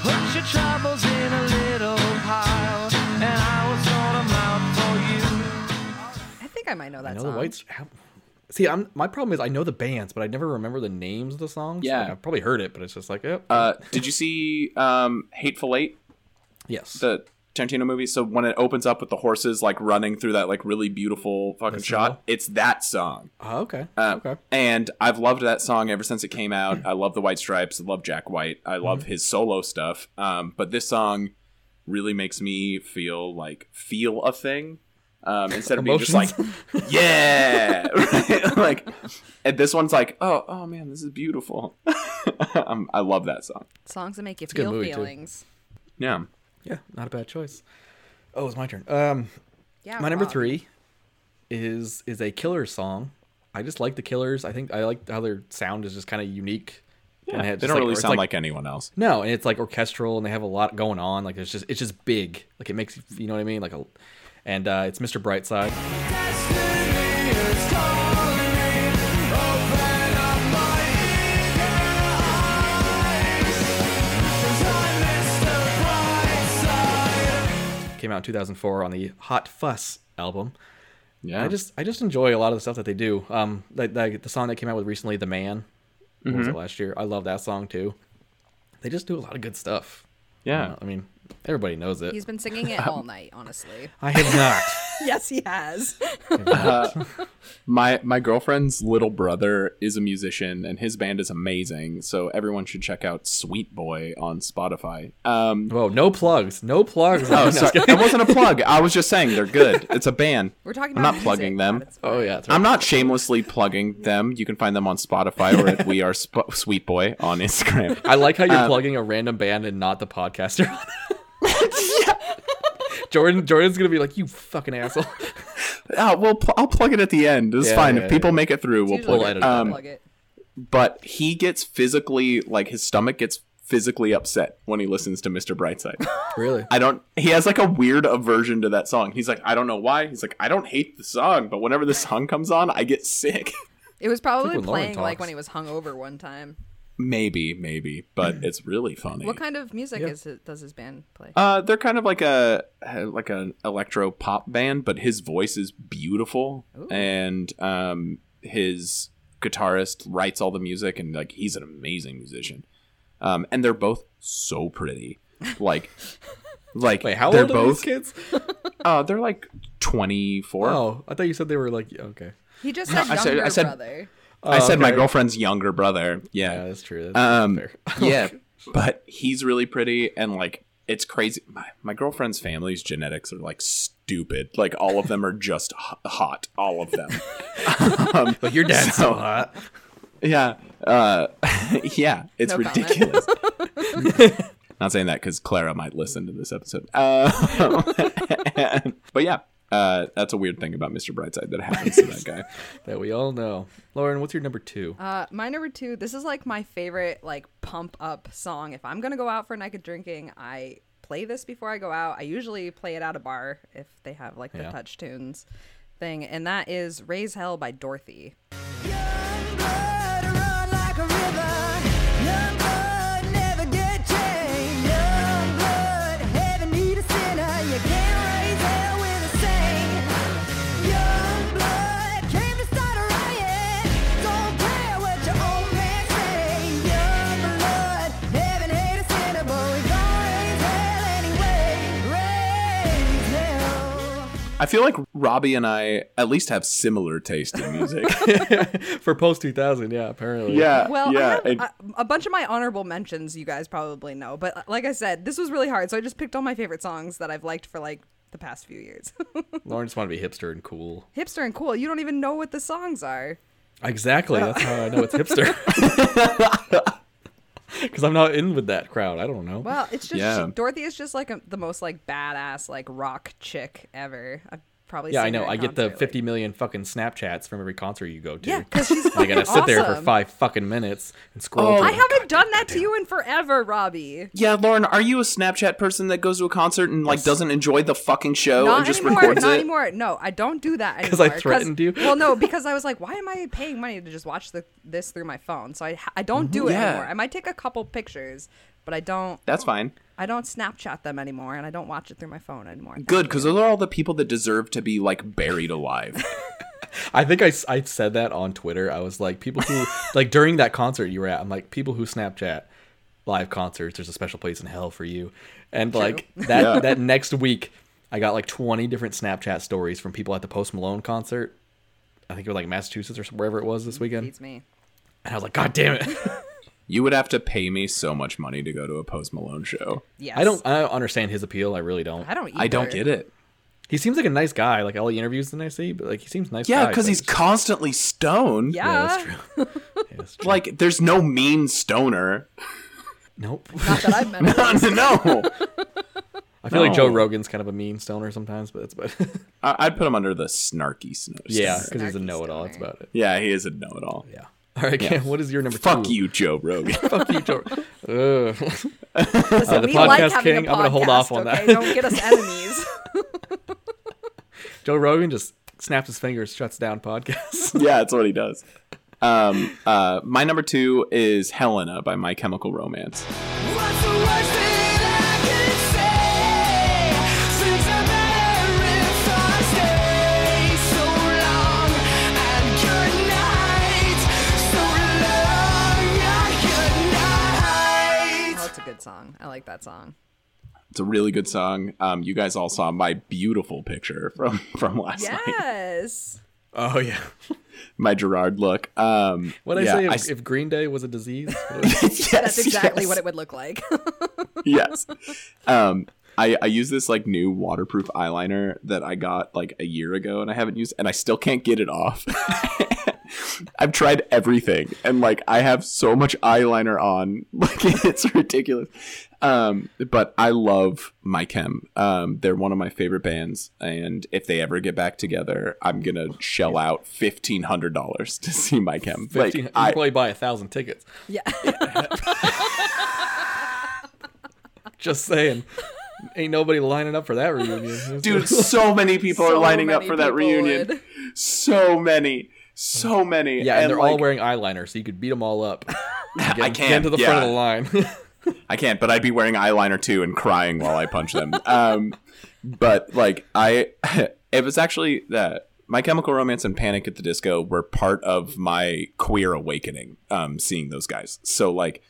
Speaker 5: Put your troubles in a little pile, and I will sort 'em out for you.
Speaker 3: I think I might know that
Speaker 1: I know
Speaker 3: song.
Speaker 1: the whites. how- See, I'm my problem is I know the bands, but I never remember the names of the songs.
Speaker 4: Yeah.
Speaker 1: Like, I've probably heard it, but it's just like, yep.
Speaker 4: Uh, did you see um, Hateful Eight?
Speaker 1: yes.
Speaker 4: The Tarantino movie. So when it opens up with the horses like running through that like really beautiful fucking
Speaker 1: That's
Speaker 4: shot,
Speaker 1: all.
Speaker 4: it's that song.
Speaker 1: Oh, okay.
Speaker 4: Uh,
Speaker 1: okay.
Speaker 4: And I've loved that song ever since it came out. I love the White Stripes. I love Jack White. I love
Speaker 1: Mm-hmm.
Speaker 4: his solo stuff. Um, but this song really makes me feel like feel a thing um, instead of being just like
Speaker 1: Emotions?
Speaker 4: yeah, right? like. And this one's like oh oh man, this is beautiful. um, I love that song.
Speaker 3: Songs that make you
Speaker 1: a good
Speaker 3: feel
Speaker 1: movie, too.
Speaker 3: feelings.
Speaker 4: Yeah.
Speaker 1: Yeah, not a bad choice. Oh, it's my turn. Um,
Speaker 3: Yeah.
Speaker 1: my number
Speaker 3: Rob.
Speaker 1: three is is a killer song. I just like the Killers. I think I like how their sound is just kind of unique.
Speaker 4: Yeah,
Speaker 1: it
Speaker 4: they
Speaker 1: just,
Speaker 4: don't really
Speaker 1: it's
Speaker 4: sound like, anyone else.
Speaker 1: No, and it's like orchestral, and they have a lot going on. Like it's just it's just big. Like it makes you- you know what I mean. Like a, and uh, it's Mr. Brightside. Came out in 2004 on the Hot Fuss album.
Speaker 4: Yeah,
Speaker 1: I just I just enjoy a lot of the stuff that they do. Um, like like the song that came out with recently, "The Man," what was it
Speaker 4: Mm-hmm.
Speaker 1: last year? I love that song too. They just do a lot of good stuff.
Speaker 4: yeah.
Speaker 1: I mean, everybody knows it.
Speaker 3: He's been singing it all night, honestly.
Speaker 1: I have not.
Speaker 3: yes, he has.
Speaker 4: My my girlfriend's little brother is a musician and his band is amazing. So everyone should check out Sweet Boy on Spotify. Um,
Speaker 1: Whoa, no plugs, no plugs.
Speaker 4: oh, sorry, that wasn't a plug. I was just saying they're good. It's a band.
Speaker 3: We're talking about
Speaker 4: I'm not
Speaker 3: music,
Speaker 4: plugging them.
Speaker 3: but it's-
Speaker 1: Oh yeah, that's right.
Speaker 4: I'm not shamelessly plugging them. You can find them on Spotify or at We Are Sp- Sweet Boy on Instagram.
Speaker 1: I like how you're
Speaker 4: Uh,
Speaker 1: plugging a random band and not the podcaster. Jordan, Jordan's gonna be like, you fucking asshole.
Speaker 4: Oh, well, pl- I'll plug it at the end. It's
Speaker 1: Yeah,
Speaker 4: fine.
Speaker 1: yeah,
Speaker 4: if people
Speaker 1: yeah.
Speaker 4: make it through, we'll
Speaker 3: Usually
Speaker 4: plug
Speaker 1: We'll
Speaker 4: it.
Speaker 1: edit
Speaker 3: don't
Speaker 1: um,
Speaker 3: plug it.
Speaker 4: but he gets physically like his stomach gets physically upset when he listens to Mr. Brightside.
Speaker 1: Really?
Speaker 4: I don't. He has like a weird aversion to that song. He's like, I don't know why. He's like, I don't hate the song, but whenever this song comes on, I get sick.
Speaker 3: It was probably
Speaker 1: when Lauren
Speaker 3: playing like
Speaker 1: talks.
Speaker 3: when he was hungover one time.
Speaker 4: maybe, maybe, but it's really funny.
Speaker 1: Mm.
Speaker 3: What kind of music is it, does his band play?
Speaker 4: Uh, they're kind of like a like an electro pop band, but his voice is beautiful, and um, his guitarist writes all the music, and like he's an amazing musician. Um, and they're both so pretty, like, like
Speaker 1: Wait, how
Speaker 4: they're
Speaker 1: old are
Speaker 4: both?
Speaker 1: these kids?
Speaker 4: Uh, they're like twenty four.
Speaker 1: Oh, I thought you said they were like, okay.
Speaker 3: He just said
Speaker 4: I
Speaker 3: younger
Speaker 4: said- I said-
Speaker 3: brother.
Speaker 4: I said my
Speaker 1: oh, okay.
Speaker 4: girlfriend's younger brother.
Speaker 1: Yeah,
Speaker 4: Yeah.
Speaker 1: that's true. That's
Speaker 4: um,
Speaker 1: fair.
Speaker 4: yeah. But he's really pretty and like it's crazy. My, my girlfriend's family's genetics are like stupid. Like all of them are just h- hot. All of them. um,
Speaker 1: But your dad's so,
Speaker 4: So-
Speaker 1: hot.
Speaker 4: yeah. Uh, yeah. It's
Speaker 3: No comment.
Speaker 4: ridiculous. Not saying that because Clara might listen to this episode. Uh, but yeah, uh, that's a weird thing about Mr. Brightside that happens to that guy.
Speaker 1: That we all know. Lauren, what's your number two?
Speaker 3: Uh, my number two. This is like my favorite like pump up song. If I'm gonna go out for a night of drinking, I play this before I go out. I usually play it at a bar if they have like the
Speaker 1: Yeah.
Speaker 3: touch tunes thing, and that is "Raise Hell" by Dorothy.
Speaker 4: I feel like Robbie and I at least have similar taste in music.
Speaker 1: For post 2000, yeah, apparently.
Speaker 4: yeah.
Speaker 3: Well,
Speaker 4: yeah.
Speaker 3: I have
Speaker 4: and-
Speaker 3: a, a bunch of my honorable mentions you guys probably know, but uh, like I said, this was really hard, so I just picked all my favorite songs that I've liked for like the past few years.
Speaker 1: Lauren just wanted to be hipster and cool.
Speaker 3: Hipster and cool. You don't even know what the songs are.
Speaker 1: Exactly. That's how I know it's hipster. Because I'm not in with that crowd. I don't know.
Speaker 3: Well, it's just
Speaker 4: Yeah.
Speaker 3: she- Dorothy is just like a, the most like badass like rock chick ever. I've probably
Speaker 1: Yeah, I
Speaker 3: seen her
Speaker 1: know.
Speaker 3: at
Speaker 1: I get the
Speaker 3: concert, like-
Speaker 1: fifty million fucking Snapchats from every concert you go to.
Speaker 3: yeah, because she's
Speaker 1: I gotta sit there for
Speaker 3: awesome.
Speaker 1: five fucking minutes and scroll.
Speaker 4: Oh.
Speaker 1: through
Speaker 3: I
Speaker 1: it.
Speaker 3: haven't done that to you in forever, Robbie.
Speaker 4: Yeah, Lauren, are you a Snapchat person that goes to a concert and like doesn't enjoy the fucking show
Speaker 3: not
Speaker 4: and just
Speaker 3: anymore.
Speaker 4: records
Speaker 3: not
Speaker 4: Oh, it?
Speaker 3: anymore. No, I don't do that anymore.
Speaker 1: 'Cause I threatened you?
Speaker 3: Well, no, because I was like, why am I paying money to just watch the, this through my phone? So I ha- I don't do it
Speaker 4: Yeah.
Speaker 3: anymore. I might take a couple pictures, but I don't
Speaker 4: That's fine.
Speaker 3: I don't Snapchat them anymore, and I don't watch it through my phone anymore.
Speaker 4: Good, because those are all the people that deserve to be like buried alive.
Speaker 1: I think I, s- I said that on Twitter. I was like, people who like during that concert you were at. I'm like, people who Snapchat live concerts. There's a special place in hell for you. And like that that next week, I got like 20 different Snapchat stories from people at the Post Malone concert. I think it was like Massachusetts or wherever it was this weekend.
Speaker 3: Beats me.
Speaker 1: And I was like, God damn it!
Speaker 4: You would have to pay me so much money to go to a Post Malone show.
Speaker 3: Yes.
Speaker 1: I don't I don't understand his appeal. I really don't.
Speaker 3: I don't. Either.
Speaker 4: I don't get it.
Speaker 1: He seems like a nice guy. Like all the interviews that I see, but like he seems nice.
Speaker 4: Yeah,
Speaker 1: guy,
Speaker 4: because
Speaker 1: but
Speaker 4: he's
Speaker 1: it's just-
Speaker 4: constantly stoned.
Speaker 3: Yeah.
Speaker 1: yeah, that's true. Yeah, that's true.
Speaker 4: Like, there's no mean stoner.
Speaker 1: nope.
Speaker 3: Not that I've met. him.
Speaker 4: no.
Speaker 1: I feel like
Speaker 4: No.
Speaker 1: Joe Rogan's kind of a mean stoner sometimes, but that's about
Speaker 4: I- I'd put him under the snarky snow.
Speaker 1: yeah, because he's a
Speaker 3: Snarky
Speaker 1: know-it-all. That's
Speaker 3: stoner.
Speaker 1: about it.
Speaker 4: Yeah, he is a know it all.
Speaker 1: Yeah. All right, Cam. What is your number?
Speaker 4: Fuck
Speaker 1: two?
Speaker 4: you, Joe Rogan.
Speaker 1: Fuck you, Joe. Ugh.
Speaker 3: Listen,
Speaker 1: the
Speaker 3: we like
Speaker 1: podcast
Speaker 3: having a
Speaker 1: king, I'm gonna hold off
Speaker 3: podcast,
Speaker 1: on that.
Speaker 3: okay? Don't get us enemies.
Speaker 1: Joe Rogan just snaps his fingers, shuts down podcasts.
Speaker 4: yeah, that's what he does. Um, uh, my number two is Helena by My Chemical Romance.
Speaker 5: What's the worst that I can say? Since I've I stayed so long and good night, so long and good night.
Speaker 3: Oh, it's a good song. I like that song.
Speaker 4: It's a really good song. Um, you guys all saw my beautiful picture from from last night.
Speaker 3: Yes.
Speaker 1: oh yeah.
Speaker 4: My Gerard look. Um,
Speaker 1: What I
Speaker 4: yeah,
Speaker 1: say if,
Speaker 4: s-
Speaker 1: if Green Day was a disease?
Speaker 4: yes,
Speaker 3: That's exactly
Speaker 4: yes.
Speaker 3: what it would look like.
Speaker 4: yes. Um, I, I use this like new waterproof eyeliner that I got like a year ago and I haven't used and I still can't get it off. I've tried everything and like I have so much eyeliner on. Like it's ridiculous. Um, but I love My Chem. Um, they're one of my favorite bands and if they ever get back together, I'm going to shell out $1500 to see My Chem. Like,
Speaker 1: Fifteen. you
Speaker 4: I-
Speaker 1: could probably buy a thousand tickets.
Speaker 3: yeah.
Speaker 1: Just saying. Ain't nobody lining up for that reunion,
Speaker 4: Dude, so many people are
Speaker 3: So
Speaker 4: lining up
Speaker 3: many
Speaker 4: for that
Speaker 3: people
Speaker 4: reunion.
Speaker 3: would.
Speaker 4: So many. So many.
Speaker 1: Yeah, and, they're all
Speaker 4: like,
Speaker 1: wearing eyeliner, so you could beat them all up. Get,
Speaker 4: I
Speaker 1: Get
Speaker 4: can't.
Speaker 1: to the
Speaker 4: yeah.
Speaker 1: front of the line.
Speaker 4: I can't, but I'd be wearing eyeliner too and crying while I punch them. Um, but like I, it was actually that My Chemical Romance and Panic at the Disco were part of my queer awakening. Um, seeing those guys, so like,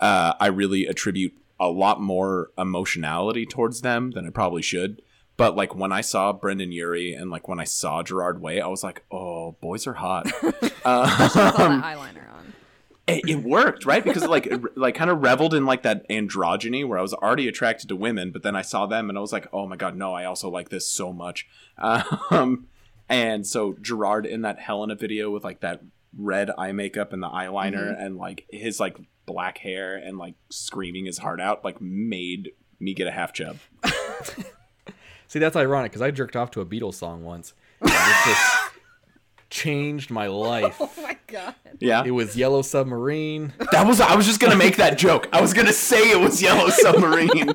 Speaker 4: uh, I really attribute a lot more emotionality towards them than I probably should. But like when I saw Brendan Urie and like when I saw Gerard Way, I was like, oh, boys are hot.
Speaker 3: With all that eyeliner on.
Speaker 4: it, it worked right because like it- like kind of reveled in like that androgyny where i was already attracted to women but then i saw them and i was like oh my god no i also like this so much um and so gerard in that helena video with like that red eye makeup and the eyeliner and like his like black hair and like screaming his heart out like made me get a half chub
Speaker 1: See, that's ironic because I jerked off to a Beatles song once. And it just changed my life.
Speaker 3: Oh my god.
Speaker 4: yeah
Speaker 1: It was Yellow Submarine.
Speaker 4: that was i was just gonna make that joke i was gonna say it was yellow submarine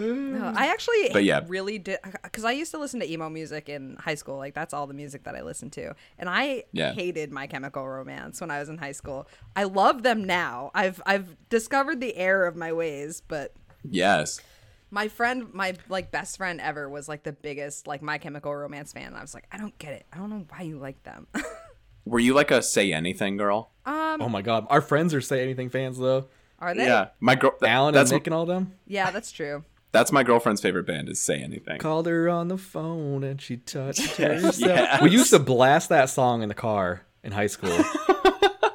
Speaker 3: No, I actually
Speaker 4: But yeah.
Speaker 3: really did because I used to listen to emo music in high school. Like that's all the music that I listened to, and I
Speaker 4: Yeah.
Speaker 3: hated My Chemical Romance when I was in high school. I love them now. I've I've discovered the error of my ways, but
Speaker 4: yes
Speaker 3: my friend, my like best friend ever, was like the biggest like My Chemical Romance fan. And I was like, I don't get it. I don't know why you like them.
Speaker 4: were you like a say anything girl
Speaker 1: oh my god. Our friends are Say Anything fans, though.
Speaker 3: Are they?
Speaker 4: yeah my girl that-
Speaker 1: Alan
Speaker 4: that's
Speaker 1: and Nick and all them.
Speaker 3: Yeah, that's true.
Speaker 4: That's my girlfriend's favorite band is Say Anything.
Speaker 1: Called her on the phone and she touched herself.
Speaker 4: yes.
Speaker 1: We used to blast that song in the car in high school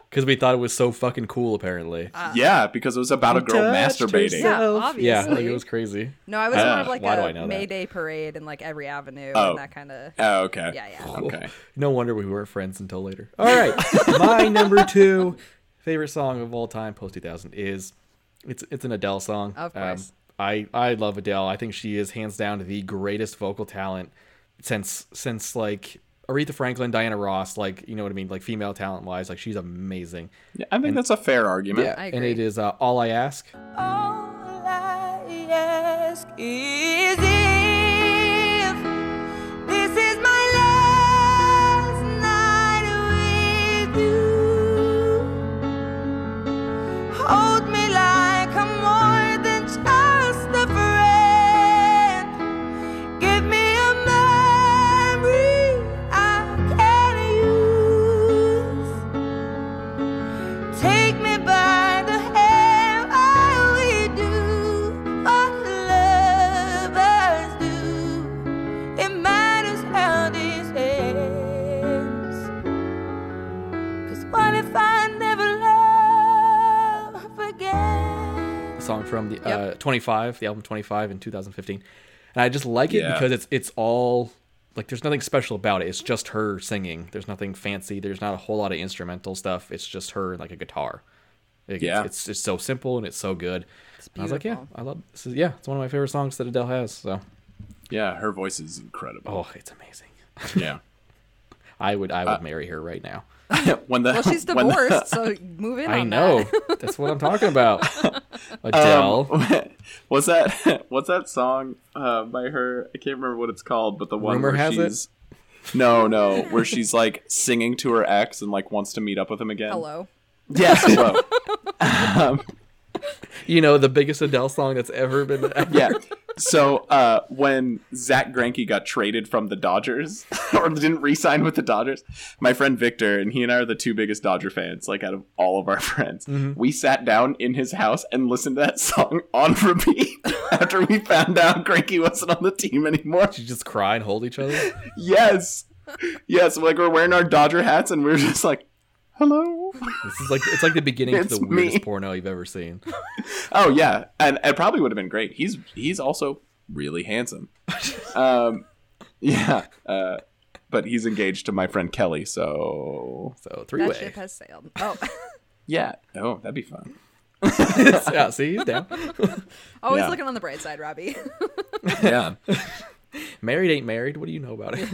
Speaker 1: because we thought it was so fucking cool, apparently.
Speaker 4: yeah, because it was about a girl
Speaker 1: Touched
Speaker 4: masturbating.
Speaker 1: herself. Yeah,
Speaker 3: obviously.
Speaker 1: like, it was crazy.
Speaker 3: No, I was more of
Speaker 4: Ah,
Speaker 3: like
Speaker 1: why do I
Speaker 3: a
Speaker 1: know that?
Speaker 3: May Day parade and like every avenue
Speaker 4: Oh.
Speaker 3: and that kind of.
Speaker 4: Oh, okay.
Speaker 3: Yeah, yeah.
Speaker 4: Okay.
Speaker 1: No wonder we weren't friends until later. All right, my number two favorite song of all time, post two thousand, is it's it's an Adele song. Um,
Speaker 3: Of course.
Speaker 1: I I love Adele. I think she is hands down the greatest vocal talent since since like Aretha Franklin, Diana Ross. Like you know what I mean, like female talent wise, like she's amazing.
Speaker 4: Yeah, I think that's a fair argument.
Speaker 3: I
Speaker 1: and
Speaker 3: agree.
Speaker 1: it is uh, all I ask.
Speaker 5: All I ask is if this is my last night with you. Hold me like I'm more than just a friend. Give me a memory I can use. Take me back
Speaker 1: from the uh,
Speaker 3: Yep.
Speaker 1: 25, the album 25 in 2015. And I just like it
Speaker 4: Yeah.
Speaker 1: because it's it's all like there's nothing special about it. It's just her singing. There's nothing fancy. There's not a whole lot of instrumental stuff. It's just her and like a guitar. Like,
Speaker 4: Yeah.
Speaker 1: it's, it's it's so simple and it's so good. And I was like, yeah,
Speaker 3: beautiful.
Speaker 1: I love this. Is, yeah, it's one of my favorite songs that Adele has. So
Speaker 4: Yeah, her voice is incredible.
Speaker 1: oh, it's amazing.
Speaker 4: Yeah.
Speaker 1: I would
Speaker 4: Uh,
Speaker 1: I would marry her right now.
Speaker 4: when the
Speaker 3: Well, she's
Speaker 4: when the-
Speaker 3: divorced, so move in.
Speaker 1: I
Speaker 3: on
Speaker 1: know.
Speaker 3: That.
Speaker 1: That's what I'm talking about. Adele.
Speaker 4: Um, what's that what's that song uh, by her? I can't remember what it's called, but the one
Speaker 1: Rumor
Speaker 4: where
Speaker 1: has it?
Speaker 4: she's No, no, where she's like singing to her ex and like wants to meet up with him again.
Speaker 3: Hello.
Speaker 4: Yes, hello.
Speaker 1: you know, the biggest Adele song that's ever been
Speaker 4: Yeah. So uh, when Zach Granke got traded from the Dodgers or didn't re-sign with the Dodgers, my friend Victor and he and I are the two biggest Dodger fans, like out of all of our friends. We sat down in his house and listened to that song on repeat after we found out Granke wasn't on the team anymore.
Speaker 1: You just cry and hold each other.
Speaker 4: Yes, yes, like we're wearing our Dodger hats and we're just like, hello.
Speaker 1: This is like it's like the beginning to
Speaker 4: It's
Speaker 1: the weirdest
Speaker 4: me.
Speaker 1: porno you've ever seen.
Speaker 4: Oh yeah, and it probably would have been great. He's he's also really handsome. um, yeah, uh, but he's engaged to my friend Kelly, so
Speaker 1: So three
Speaker 3: That
Speaker 1: way.
Speaker 3: ship has sailed. Oh,
Speaker 4: yeah. Oh, that'd be fun.
Speaker 1: yeah, see, he's down.
Speaker 3: always
Speaker 4: Yeah.
Speaker 3: looking on the bright side, Robbie.
Speaker 4: Yeah.
Speaker 1: Married ain't married. What do you know about it?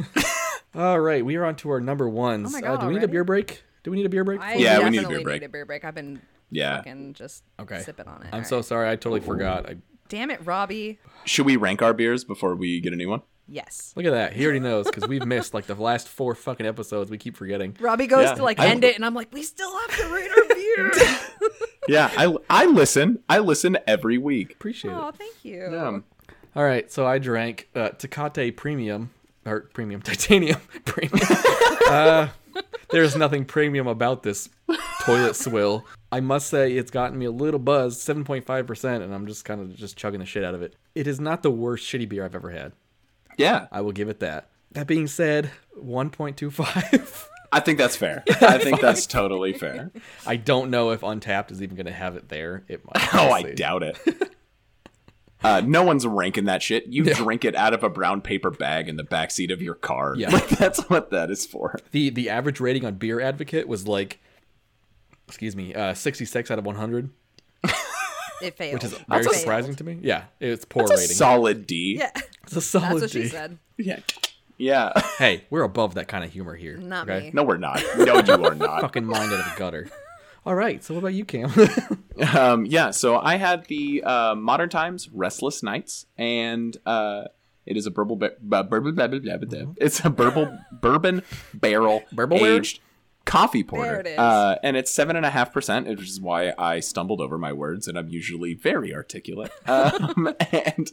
Speaker 1: All right, we are on to our number ones.
Speaker 3: Oh my
Speaker 1: uh,
Speaker 3: God,
Speaker 1: do we need a
Speaker 3: already?
Speaker 1: beer break? Do we need a beer break?
Speaker 3: I
Speaker 1: before-
Speaker 4: Yeah, we
Speaker 3: definitely
Speaker 4: need a beer break.
Speaker 3: break. I've been
Speaker 4: Yeah.
Speaker 3: fucking just
Speaker 1: Okay.
Speaker 3: sipping on it.
Speaker 1: I'm
Speaker 3: All
Speaker 1: so
Speaker 3: right.
Speaker 1: sorry. I totally forgot. I,
Speaker 3: Damn it, Robbie.
Speaker 4: Should we rank our beers before we get a new one?
Speaker 3: Yes.
Speaker 1: look at that. He already knows because we've missed like the last four fucking episodes. We keep forgetting.
Speaker 3: Robbie goes
Speaker 4: Yeah.
Speaker 3: to like
Speaker 4: I-
Speaker 3: end it, and I'm like, we still have to rate our beer.
Speaker 4: Yeah, I I listen. I listen every week.
Speaker 1: Appreciate
Speaker 3: oh,
Speaker 1: it.
Speaker 3: thank you.
Speaker 4: Um,
Speaker 1: All right, so I drank uh, Tecate Premium or Premium Titanium Premium. uh, there's nothing premium about this toilet swill. I must say it's gotten me a little buzz, 7.5%, and I'm just kind of just chugging the shit out of it. It is not the worst shitty beer I've ever had.
Speaker 4: Yeah,
Speaker 1: I will give it that. That being said, 1.25.
Speaker 4: I think that's fair. I think that's totally fair.
Speaker 1: I don't know if Untapped is even going to have it there. It might.
Speaker 4: Oh,
Speaker 1: We'll
Speaker 4: I
Speaker 1: see.
Speaker 4: doubt it. Uh, no one's ranking that shit. You drink it out of a brown paper bag in the backseat of your car.
Speaker 1: Yeah.
Speaker 4: Like, that's what that is for.
Speaker 1: the the average rating on Beer Advocate was like, excuse me, uh, 66 out of 100.
Speaker 3: It failed.
Speaker 1: which is very
Speaker 3: Failed.
Speaker 1: surprising to me. Yeah, it's poor
Speaker 4: It's a
Speaker 1: rating.
Speaker 4: solid D.
Speaker 3: Yeah,
Speaker 1: it's a solid
Speaker 3: that's what she
Speaker 1: D.
Speaker 3: said.
Speaker 4: Yeah. Yeah.
Speaker 1: Hey, we're above that kind of humor here.
Speaker 3: Not me.
Speaker 4: No, we're not. No, you are not.
Speaker 1: Fucking mind out of the gutter. All right, so what about you, Cam?
Speaker 4: Um, yeah. So I had the uh, Modern Times Restless Nights, and uh, it is a bourbon. Ba- ba- bourbon- blah, blah, blah, blah, blah. It's a bourbon bourbon barrel
Speaker 1: Burbleware?
Speaker 4: aged coffee porter.
Speaker 3: There it is.
Speaker 4: Uh, and it's seven and a half percent, which is why I stumbled over my words, and I'm usually very articulate. Um, and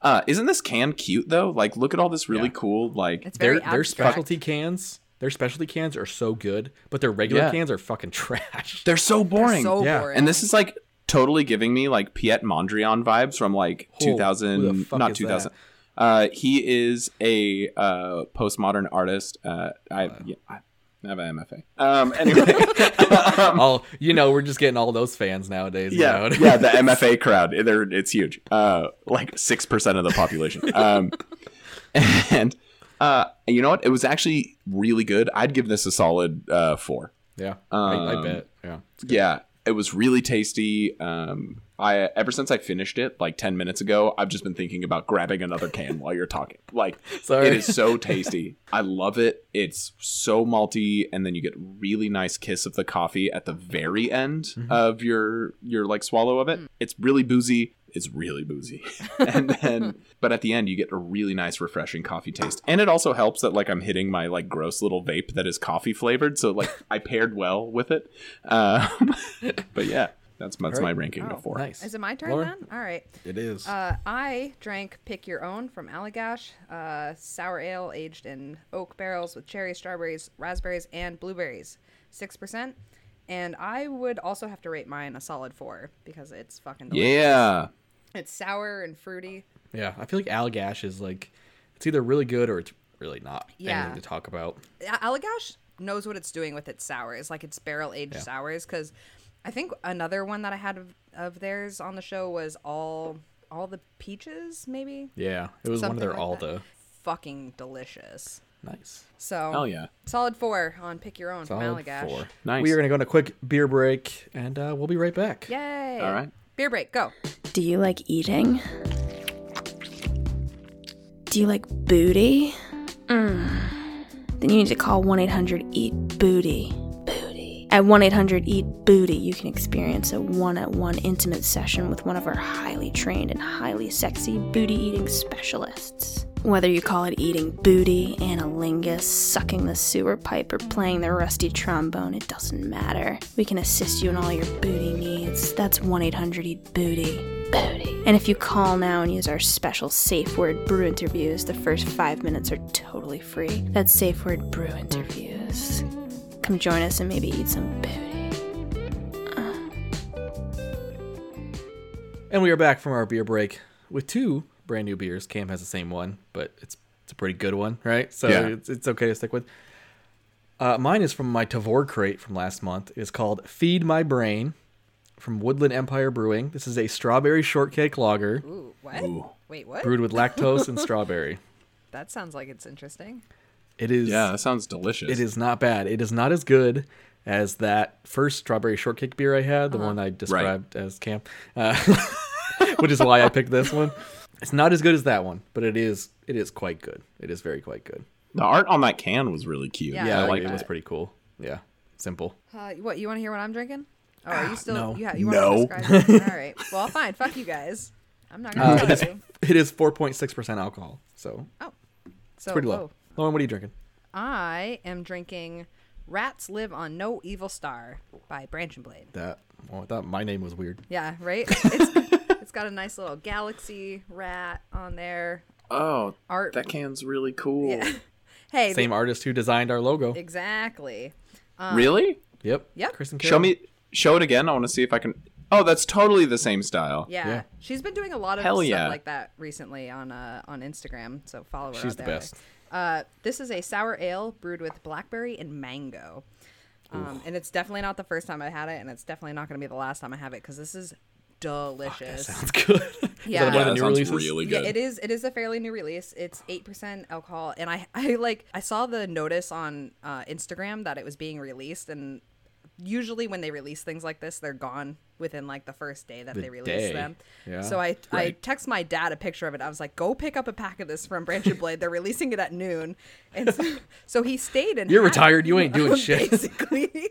Speaker 4: uh, isn't this can cute though? Like, look at all this really
Speaker 1: Yeah.
Speaker 4: cool. Like,
Speaker 3: It's very
Speaker 1: their their
Speaker 3: abstract.
Speaker 1: specialty cans, their specialty cans are so good, but their regular
Speaker 4: Yeah.
Speaker 1: cans are fucking trash.
Speaker 4: they're so boring.
Speaker 3: So
Speaker 1: Yeah.
Speaker 3: boring.
Speaker 4: And this is like totally giving me like Piet Mondrian vibes from like
Speaker 1: Who- who the
Speaker 4: 2000,
Speaker 1: fuck
Speaker 4: not
Speaker 1: is
Speaker 4: 2000. Uh, he is a uh, postmodern artist. Uh, I, yeah, I have an MFA. Um, anyway,
Speaker 1: All you know, we're just getting all those fans nowadays. you
Speaker 4: yeah,
Speaker 1: know?
Speaker 4: yeah, the MFA crowd, they're, it's huge. Uh, like six percent of the population. Um, and uh, you know what? It was actually really good. I'd give this a solid uh, four.
Speaker 1: yeah. I, I bet. Yeah,
Speaker 4: Yeah, Um, it was really tasty. Um, I ever since I finished it like ten minutes ago, I've just been thinking about grabbing another can while you're talking. Like,
Speaker 1: Sorry.
Speaker 4: it is so tasty. I love it. It's so malty, and then you get really nice kiss of the coffee at the very end
Speaker 1: Mm-hmm.
Speaker 4: of your your like swallow of it. It's really boozy. It's really boozy, and then but at the end you get a really nice refreshing coffee taste, and it also helps that like I'm hitting my like gross little vape that is coffee flavored, so like I paired well with it. Um, but yeah, that's that's my ranking
Speaker 3: Oh,
Speaker 4: of four.
Speaker 1: nice.
Speaker 3: Is it my turn
Speaker 1: Lauren?
Speaker 3: then? All right.
Speaker 1: It is.
Speaker 3: Uh, I drank Pick Your Own from Allagash, uh, sour ale aged in oak barrels with cherry, strawberries, raspberries, and blueberries, six percent. And I would also have to rate mine a solid four because it's fucking delicious.
Speaker 4: Yeah,
Speaker 3: It's sour and fruity.
Speaker 1: yeah, I feel like Allagash is like, it's either really good or it's really not
Speaker 3: Yeah.
Speaker 1: anything to talk about.
Speaker 3: A- Allagash knows what it's doing with its sours, like its barrel aged sours. Because I think another one that I had of of theirs on the show was all all the peaches, maybe.
Speaker 1: Yeah, it was one of
Speaker 3: Something
Speaker 1: their
Speaker 3: like
Speaker 1: all
Speaker 3: that.
Speaker 1: the
Speaker 3: Fucking delicious.
Speaker 1: nice.
Speaker 3: So
Speaker 4: Hell yeah.
Speaker 3: solid four on pick your own from
Speaker 1: Solid
Speaker 3: Malagash.
Speaker 1: four.
Speaker 4: Nice.
Speaker 1: We are gonna go on a quick beer break, and uh, we'll be right back.
Speaker 3: Yay!
Speaker 4: All right.
Speaker 3: beer break. Go.
Speaker 6: Do you like eating? Do you like booty? Mm. Then you need to call 1 800 EAT Booty. Booty. At 1 800 EAT Booty, you can experience a one at one intimate session with one of our highly trained and highly sexy booty eating specialists. Whether you call it eating booty, analingus, sucking the sewer pipe, or playing the rusty trombone, it doesn't matter. We can assist you in all your booty needs. That's 1 800 EAT Booty. And if you call now and use our special safe word brew interviews, the first five minutes are totally free. That's safe word brew interviews. Come join us and maybe eat some booty.
Speaker 1: And we are back from our beer break with two brand new beers. Cam has the same one, but it's it's a pretty good one, right? So
Speaker 4: Yeah.
Speaker 1: it's, it's okay to stick with. Uh, mine is from my Tavor crate from last month. It's called Feed My Brain from Woodland Empire Brewing. This is a strawberry shortcake lager
Speaker 3: Ooh, what? Wait, what?
Speaker 1: brewed with lactose and strawberry.
Speaker 3: That sounds like it's interesting.
Speaker 1: It is
Speaker 4: Yeah, that sounds delicious.
Speaker 1: it is not bad. It is not as good as that first strawberry shortcake beer I had,
Speaker 4: Uh-huh.
Speaker 1: the one I described as Cam, uh, which is why I picked this one. It's not as good as that one, but it is it is quite good. It is very quite good.
Speaker 4: The art on that can was really cute.
Speaker 3: Yeah.
Speaker 1: Yeah,
Speaker 4: I
Speaker 1: like
Speaker 4: like
Speaker 1: it
Speaker 4: that.
Speaker 1: was pretty cool. Yeah, simple.
Speaker 3: Uh, what you want to hear? What I'm drinking? Oh, are you still?
Speaker 1: no.
Speaker 3: You, ha- you
Speaker 4: No.
Speaker 3: Want to describe it? All right. Well, fine. Fuck you guys. I'm not gonna tell you.
Speaker 1: It is four point six percent alcohol, so
Speaker 3: Oh, so
Speaker 1: pretty low.
Speaker 3: oh,
Speaker 1: Lauren, what are you drinking?
Speaker 3: I am drinking "Rats Live on No Evil Star" by Branch and Blade.
Speaker 1: That well, I thought my name was weird.
Speaker 3: Yeah, right. It's, it's got a nice little galaxy rat on there.
Speaker 4: Oh,
Speaker 3: Art.
Speaker 4: that can's really cool.
Speaker 3: Hey,
Speaker 1: Same artist who designed our logo.
Speaker 3: exactly.
Speaker 4: really?
Speaker 1: Yep.
Speaker 3: Yep.
Speaker 1: Kristen
Speaker 4: Show
Speaker 1: Carroll.
Speaker 4: me. Show it again. I want to see if I can. Oh, that's totally the same style.
Speaker 3: Yeah.
Speaker 1: Yeah.
Speaker 3: she's been doing a lot of
Speaker 4: Hell
Speaker 3: stuff
Speaker 4: yeah.
Speaker 3: like that recently on uh, on Instagram. So follow her.
Speaker 1: She's the
Speaker 3: out that way.
Speaker 1: best.
Speaker 3: Uh, this is a sour ale brewed with blackberry and mango, um, and it's definitely not the first time I had it, and it's definitely not going to be the last time I have it because this is delicious.
Speaker 1: Sounds good.
Speaker 3: Yeah.
Speaker 1: is that one
Speaker 4: Yeah,
Speaker 1: of the
Speaker 4: that
Speaker 1: new
Speaker 4: sounds
Speaker 1: releases?
Speaker 4: really good.
Speaker 3: Yeah, it is. It is a fairly new release. It's eight percent alcohol, and I, I like, I saw the notice on uh, Instagram that it was being released, and usually when they release things like this, they're gone within like the first day that
Speaker 1: The
Speaker 3: they release
Speaker 1: day.
Speaker 3: them.
Speaker 1: Yeah.
Speaker 3: So I, I
Speaker 4: Right.
Speaker 3: text my dad a picture of it. I was like, go pick up a pack of this from Branch and Blade. They're releasing it at noon, and so, so he stayed and
Speaker 1: You're
Speaker 3: had-
Speaker 1: retired. You ain't doing shit.
Speaker 3: basically.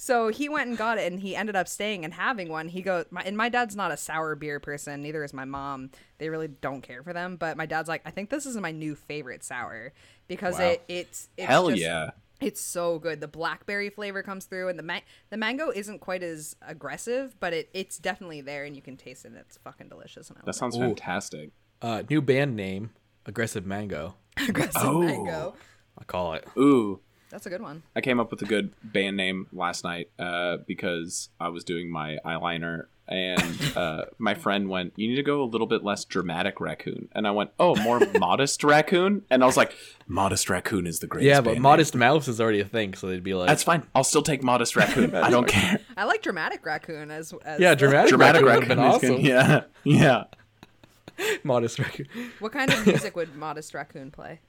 Speaker 3: So he went and got it, and he ended up staying and having one. He goes, my, and my dad's not a sour beer person, neither is my mom. They really don't care for them. But my dad's like, I think this is my new favorite sour because
Speaker 4: Wow.
Speaker 3: it it's, it's
Speaker 4: Hell
Speaker 3: just-
Speaker 4: yeah.
Speaker 3: it's so good. The blackberry flavor comes through, and the ma- the mango isn't quite as aggressive, but it it's definitely there, and you can taste it. and It's fucking delicious, and I
Speaker 4: That
Speaker 3: love
Speaker 4: sounds fantastic.
Speaker 1: Uh, new band name: Aggressive Mango.
Speaker 3: aggressive
Speaker 4: Oh.
Speaker 3: mango.
Speaker 1: I call it.
Speaker 4: Ooh,
Speaker 3: That's a good one.
Speaker 4: I came up with a good band name last night uh, because I was doing my eyeliner and uh, my friend went, "You need to go a little bit less dramatic, raccoon." And I went, "Oh, more modest raccoon." And I was like, "Modest raccoon is the greatest."
Speaker 1: Yeah, but
Speaker 4: band
Speaker 1: Modest Mouse is already a thing, so they'd be like,
Speaker 4: name. That's fine. I'll still take modest raccoon. I don't care.
Speaker 3: I like dramatic raccoon as, as
Speaker 1: yeah,
Speaker 3: the-
Speaker 1: dramatic,
Speaker 4: Dramatic
Speaker 1: raccoon,
Speaker 4: raccoon.
Speaker 1: would've
Speaker 4: is
Speaker 1: been
Speaker 4: good.
Speaker 1: awesome.
Speaker 4: Yeah, yeah.
Speaker 1: Modest raccoon.
Speaker 3: What kind of music would modest raccoon play?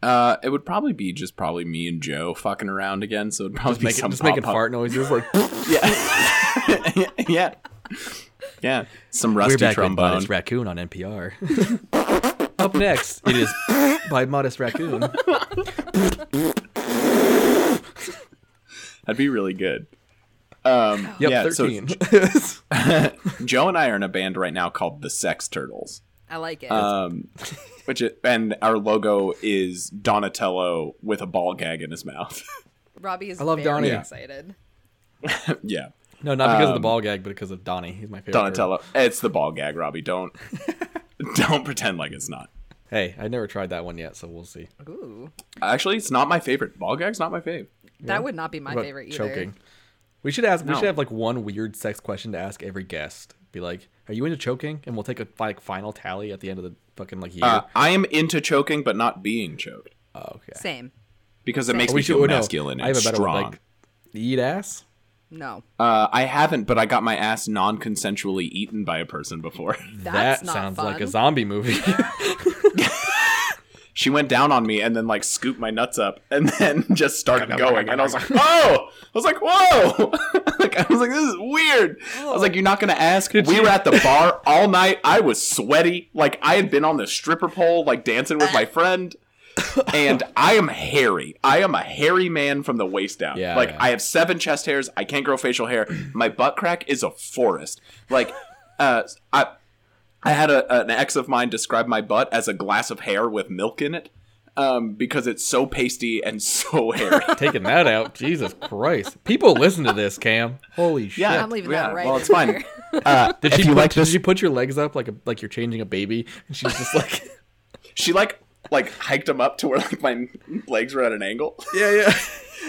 Speaker 4: Uh, it would probably be just probably me and Joe fucking around again. So it'd probably
Speaker 1: Just,
Speaker 4: be
Speaker 1: make it,
Speaker 4: some
Speaker 1: just making
Speaker 4: pop-punk-
Speaker 1: fart noises like
Speaker 4: yeah. Yeah. Some rusty trombone.
Speaker 1: Modest Raccoon on NPR. Up next, it is by Modest Raccoon.
Speaker 4: That'd be really good. Um,
Speaker 1: Yep,
Speaker 4: yeah, so
Speaker 1: thirteen.
Speaker 4: Joe and I are in a band right now called the Sex Turtles,
Speaker 3: I like it.
Speaker 4: um, which it, and our logo is Donatello with a ball gag in his mouth.
Speaker 3: Robbie is
Speaker 1: I love
Speaker 3: very
Speaker 1: Donnie.
Speaker 3: excited.
Speaker 4: yeah,
Speaker 1: no, not because of the ball gag, but because of Donnie. He's my favorite.
Speaker 4: um, Donatello. It's the ball gag, Robbie. Don't don't pretend like it's not.
Speaker 1: Hey, I never tried that one yet, so we'll see.
Speaker 3: Ooh,
Speaker 4: Actually, it's not my favorite. Ball gag's not my fave.
Speaker 3: that would not be my
Speaker 1: But
Speaker 3: favorite either.
Speaker 1: choking. We should ask. We
Speaker 4: No.
Speaker 1: should have like one weird sex question to ask every guest. Be like, "Are you into choking?" And we'll take a like final tally at the end of the fucking like year.
Speaker 4: Uh, I am into choking, but not being choked
Speaker 1: oh, okay.
Speaker 3: Same.
Speaker 4: because it makes
Speaker 1: we
Speaker 4: me
Speaker 1: should oh,
Speaker 4: feel
Speaker 1: no,
Speaker 4: masculine and
Speaker 1: I have a better
Speaker 4: strong.
Speaker 1: one. Like, eat ass.
Speaker 3: No.
Speaker 4: Uh, I haven't, but I got my ass non-consensually eaten by a person before.
Speaker 3: That's
Speaker 1: that
Speaker 3: not
Speaker 1: sounds like a
Speaker 3: fun.
Speaker 1: zombie movie.
Speaker 4: she went down on me and then like scooped my nuts up and then just started going. And I was like, oh, I was like, whoa, like, I was like, this is weird. I was like, you're not gonna ask. we were at the bar all night. I was sweaty, like I had been on the stripper pole, like dancing with my friend. and I am hairy. I am a hairy man from the waist down.
Speaker 1: Yeah,
Speaker 4: like
Speaker 1: yeah.
Speaker 4: I have seven chest hairs. I can't grow facial hair. My butt crack is a forest. Like, uh, I I had a, an ex of mine describe my butt as a glass of hair with milk in it um, because it's so pasty and so hairy.
Speaker 1: Taking that out, Jesus Christ! People listen to this, Cam. Holy shit!
Speaker 3: I'm leaving that right
Speaker 4: Well, it's fine. Uh,
Speaker 1: Did
Speaker 4: if
Speaker 1: she
Speaker 4: you
Speaker 1: put,
Speaker 4: like
Speaker 1: did
Speaker 4: this,
Speaker 1: she put your legs up like a, like you're changing a baby? And she's just like,
Speaker 4: she like like hiked them up to where like my legs were at an angle.
Speaker 1: yeah, yeah.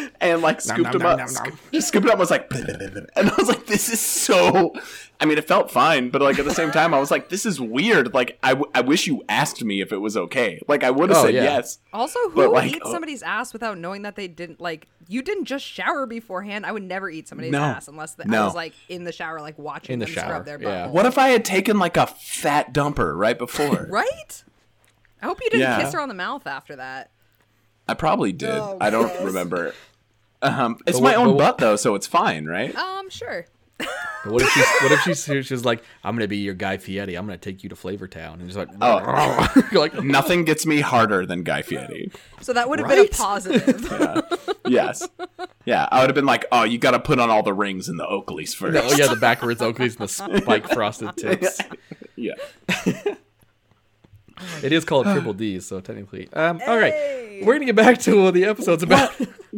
Speaker 4: and like scooped him up. sco- Just scooped him up. and Was like, "Bleh, bleh, bleh, bleh." and I was like, this is so. I mean, it felt fine, but like at the same time, I was like, this is weird. Like, I, w- I wish you asked me if it was okay. Like, I would have
Speaker 1: Oh,
Speaker 4: said
Speaker 1: yeah.
Speaker 4: yes.
Speaker 3: Also,
Speaker 4: But,
Speaker 3: who
Speaker 4: like,
Speaker 3: eats
Speaker 4: oh.
Speaker 3: somebody's ass without knowing that they didn't like? You didn't just shower beforehand. I would never eat somebody's
Speaker 4: No.
Speaker 3: ass unless the, I
Speaker 4: No.
Speaker 3: was like in the shower, like watching
Speaker 1: In the
Speaker 3: them
Speaker 1: shower,
Speaker 3: scrub their
Speaker 1: yeah.
Speaker 3: butt.
Speaker 4: What if I had taken like a fat dumper right before?
Speaker 3: Right? I hope you didn't
Speaker 4: Yeah.
Speaker 3: kiss her on the mouth after that.
Speaker 4: I probably did.
Speaker 3: Oh,
Speaker 4: I don't
Speaker 3: gross.
Speaker 4: remember. Um, it's
Speaker 1: But
Speaker 4: my
Speaker 1: what-
Speaker 4: own
Speaker 1: but what-
Speaker 4: butt though, so it's fine, right?
Speaker 3: Um, sure.
Speaker 1: But what if she's what if she's serious? she's like, I'm gonna be your guy Fieri. I'm gonna take you to Flavortown, and he's like,
Speaker 4: Oh.
Speaker 1: You're like,
Speaker 4: Nothing gets me harder than Guy Fieri.
Speaker 3: So that would have been a
Speaker 1: Right?
Speaker 3: positive.
Speaker 4: Yes. Yeah, I would have been like, "Oh, you got to put on all the rings and the Oakleys first.
Speaker 1: oh yeah, the backwards Oakleys and the spike frosted tips.
Speaker 4: yeah.
Speaker 1: It is called triple D's, so technically. Um, all right, we're gonna get back to what the episode's about.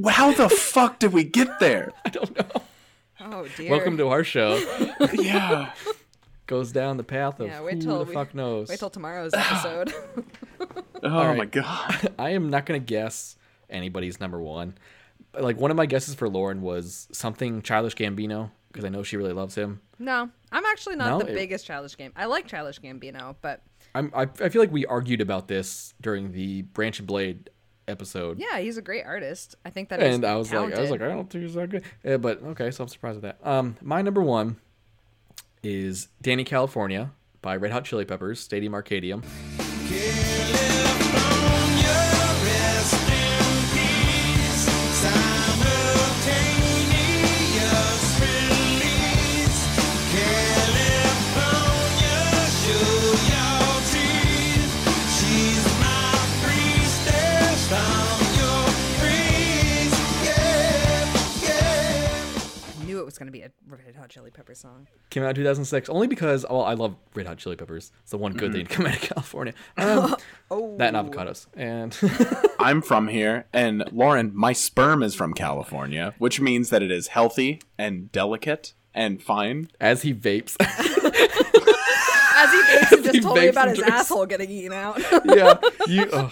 Speaker 4: How the fuck did we get there?
Speaker 3: oh dear.
Speaker 1: Welcome to our show.
Speaker 4: Yeah.
Speaker 1: Goes down the path of
Speaker 3: Yeah, wait
Speaker 1: who
Speaker 3: till
Speaker 1: the
Speaker 3: we-
Speaker 1: fuck knows.
Speaker 3: Wait till tomorrow's episode.
Speaker 4: Oh
Speaker 1: right.
Speaker 4: my god.
Speaker 1: I am not gonna guess anybody's number one. Like one of my guesses for Lauren was something childish Gambino because I know she really loves him.
Speaker 3: no, I'm actually not
Speaker 1: No,
Speaker 3: the
Speaker 1: it-
Speaker 3: biggest childish game. I like childish Gambino, but
Speaker 1: I'm, I I feel like we argued about this during the Branch and Blade episode.
Speaker 3: yeah, he's a great artist. I think that. he's
Speaker 1: and I was like, I was
Speaker 3: talented.
Speaker 1: like, I don't think it's that good. Uh, but okay, so I'm surprised at that. Um, my number one is "Danny California" by Red Hot Chili Peppers, Stadium Arcadium. "Ah."
Speaker 3: I knew it was going to be a Red Hot Chili Peppers song.
Speaker 1: Came out in 2006, only because well, I love Red Hot Chili Peppers. It's the one good
Speaker 3: Mm-hmm.
Speaker 1: thing to come out of California. Um,
Speaker 3: Oh.
Speaker 1: that and avocados, and
Speaker 4: I'm from here and Lauren, my sperm is from California, which means that it is healthy and delicate and fine.
Speaker 1: as he vapes,
Speaker 3: As he vapes and just
Speaker 1: He
Speaker 3: told me
Speaker 1: vapes
Speaker 3: about
Speaker 1: and
Speaker 3: his
Speaker 1: drinks.
Speaker 3: asshole getting eaten out.
Speaker 1: yeah, you. Oh.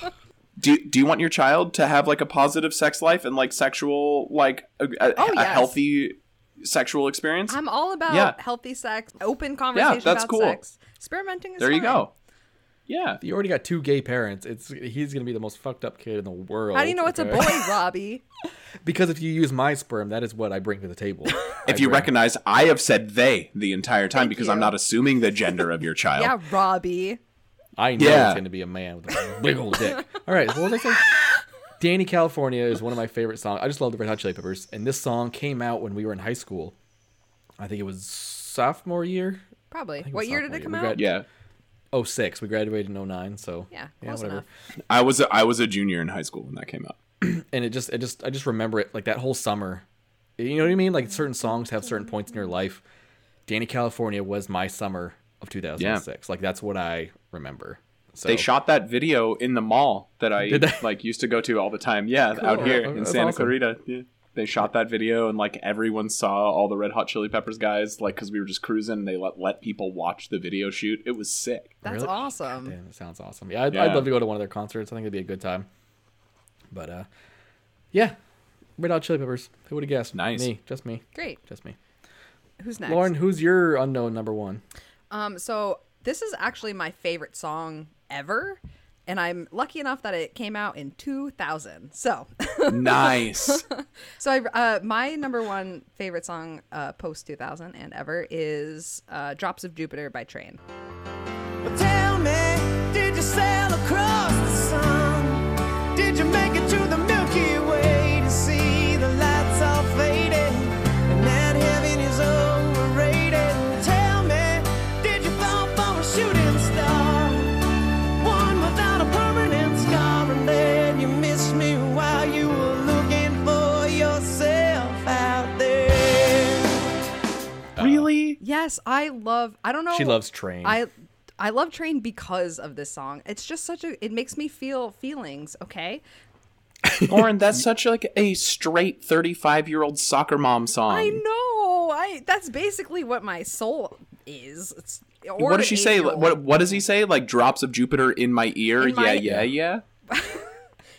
Speaker 4: Do do you want your child to have like a positive sex life and like sexual like a, a, a
Speaker 3: Oh, yes.
Speaker 4: healthy sexual experience?
Speaker 3: I'm all about
Speaker 4: Yeah.
Speaker 3: healthy sex, open conversation
Speaker 4: that's
Speaker 3: about
Speaker 4: cool.
Speaker 3: sex. Experimenting is
Speaker 4: there you
Speaker 3: fine.
Speaker 4: go. Yeah.
Speaker 1: You already got two gay parents. It's he's gonna be the most fucked up kid in the world.
Speaker 3: How do you know it's a
Speaker 1: okay?
Speaker 3: boy, Robbie?
Speaker 1: Because if you use my sperm, that is what I bring to the table. I
Speaker 4: If you
Speaker 1: bring-
Speaker 4: recognize, I have said they the entire time
Speaker 3: Thank
Speaker 4: because
Speaker 3: you.
Speaker 4: I'm not assuming the gender of your child.
Speaker 3: yeah, Robbie.
Speaker 1: I know
Speaker 4: Yeah.
Speaker 1: it's going to be a man with a big old dick. All right, well, let's like, Danny California is one of my favorite songs. I just love the Red Hot Chili Peppers, and this song came out when we were in high school. I think it was sophomore year,
Speaker 3: Probably.
Speaker 1: think it
Speaker 3: What
Speaker 1: was
Speaker 3: year did it
Speaker 1: sophomore
Speaker 3: come
Speaker 1: year.
Speaker 3: out?
Speaker 1: We
Speaker 4: Yeah.
Speaker 1: 06. We graduated in 09, so
Speaker 3: Yeah, close enough.
Speaker 4: I was a, I was a junior in high school when that came out.
Speaker 1: And it just, it just, I just remember it like that whole summer. You know what I mean? Like certain songs have certain points in your life. Danny California was my summer of 2006. Like that's what I remember. So
Speaker 4: They shot that video in the mall that I
Speaker 1: Did they?
Speaker 4: like used to go to all the time. Yeah, out here
Speaker 1: Oh,
Speaker 4: in
Speaker 1: that's
Speaker 4: Santa
Speaker 1: awesome.
Speaker 4: Clarita. Yeah. They shot that video and like everyone saw all the Red Hot Chili Peppers guys like cuz we were just cruising and they let let people watch the video shoot. It was sick.
Speaker 3: That's
Speaker 1: Really?
Speaker 3: awesome.
Speaker 1: Damn, that sounds awesome. Yeah I'd,
Speaker 4: Yeah.
Speaker 1: I'd love to go to one of their concerts. I think it'd be a good time. But uh, yeah, Red Hot Chili Peppers. Who would have guessed?
Speaker 4: Nice.
Speaker 1: Me, just me,
Speaker 3: Great.
Speaker 1: just me.
Speaker 3: Who's next?
Speaker 1: Lauren, who's your unknown number one?
Speaker 3: Um, so this is actually my favorite song ever, and I'm lucky enough that it came out in 2000. So
Speaker 4: Nice.
Speaker 3: So I, uh, my number one favorite song uh, post 2000 and ever is uh, "Drops of Jupiter" by Train.
Speaker 5: But tell me, did you sail across the sun? Did you make it to the Milky Way to see the lights all faded? And that heaven is overrated. Tell me, did you fall for a shooting star? One without a permanent scar, and then you missed me while you were looking for yourself out there.
Speaker 4: really?
Speaker 3: Yes, I love. I don't know.
Speaker 1: She loves Train.
Speaker 3: I I love Train because of this song. It's just such a. It makes me feel feelings. Okay.
Speaker 4: Lauren, that's such like a straight 35 year old soccer mom song.
Speaker 3: I know. I that's basically what my soul is. It's, or
Speaker 4: What does she
Speaker 3: an
Speaker 4: say?
Speaker 3: eight-year-old.
Speaker 4: What What does he say? Like drops of Jupiter in my ear.
Speaker 3: In
Speaker 4: yeah,
Speaker 3: my-
Speaker 4: yeah, yeah.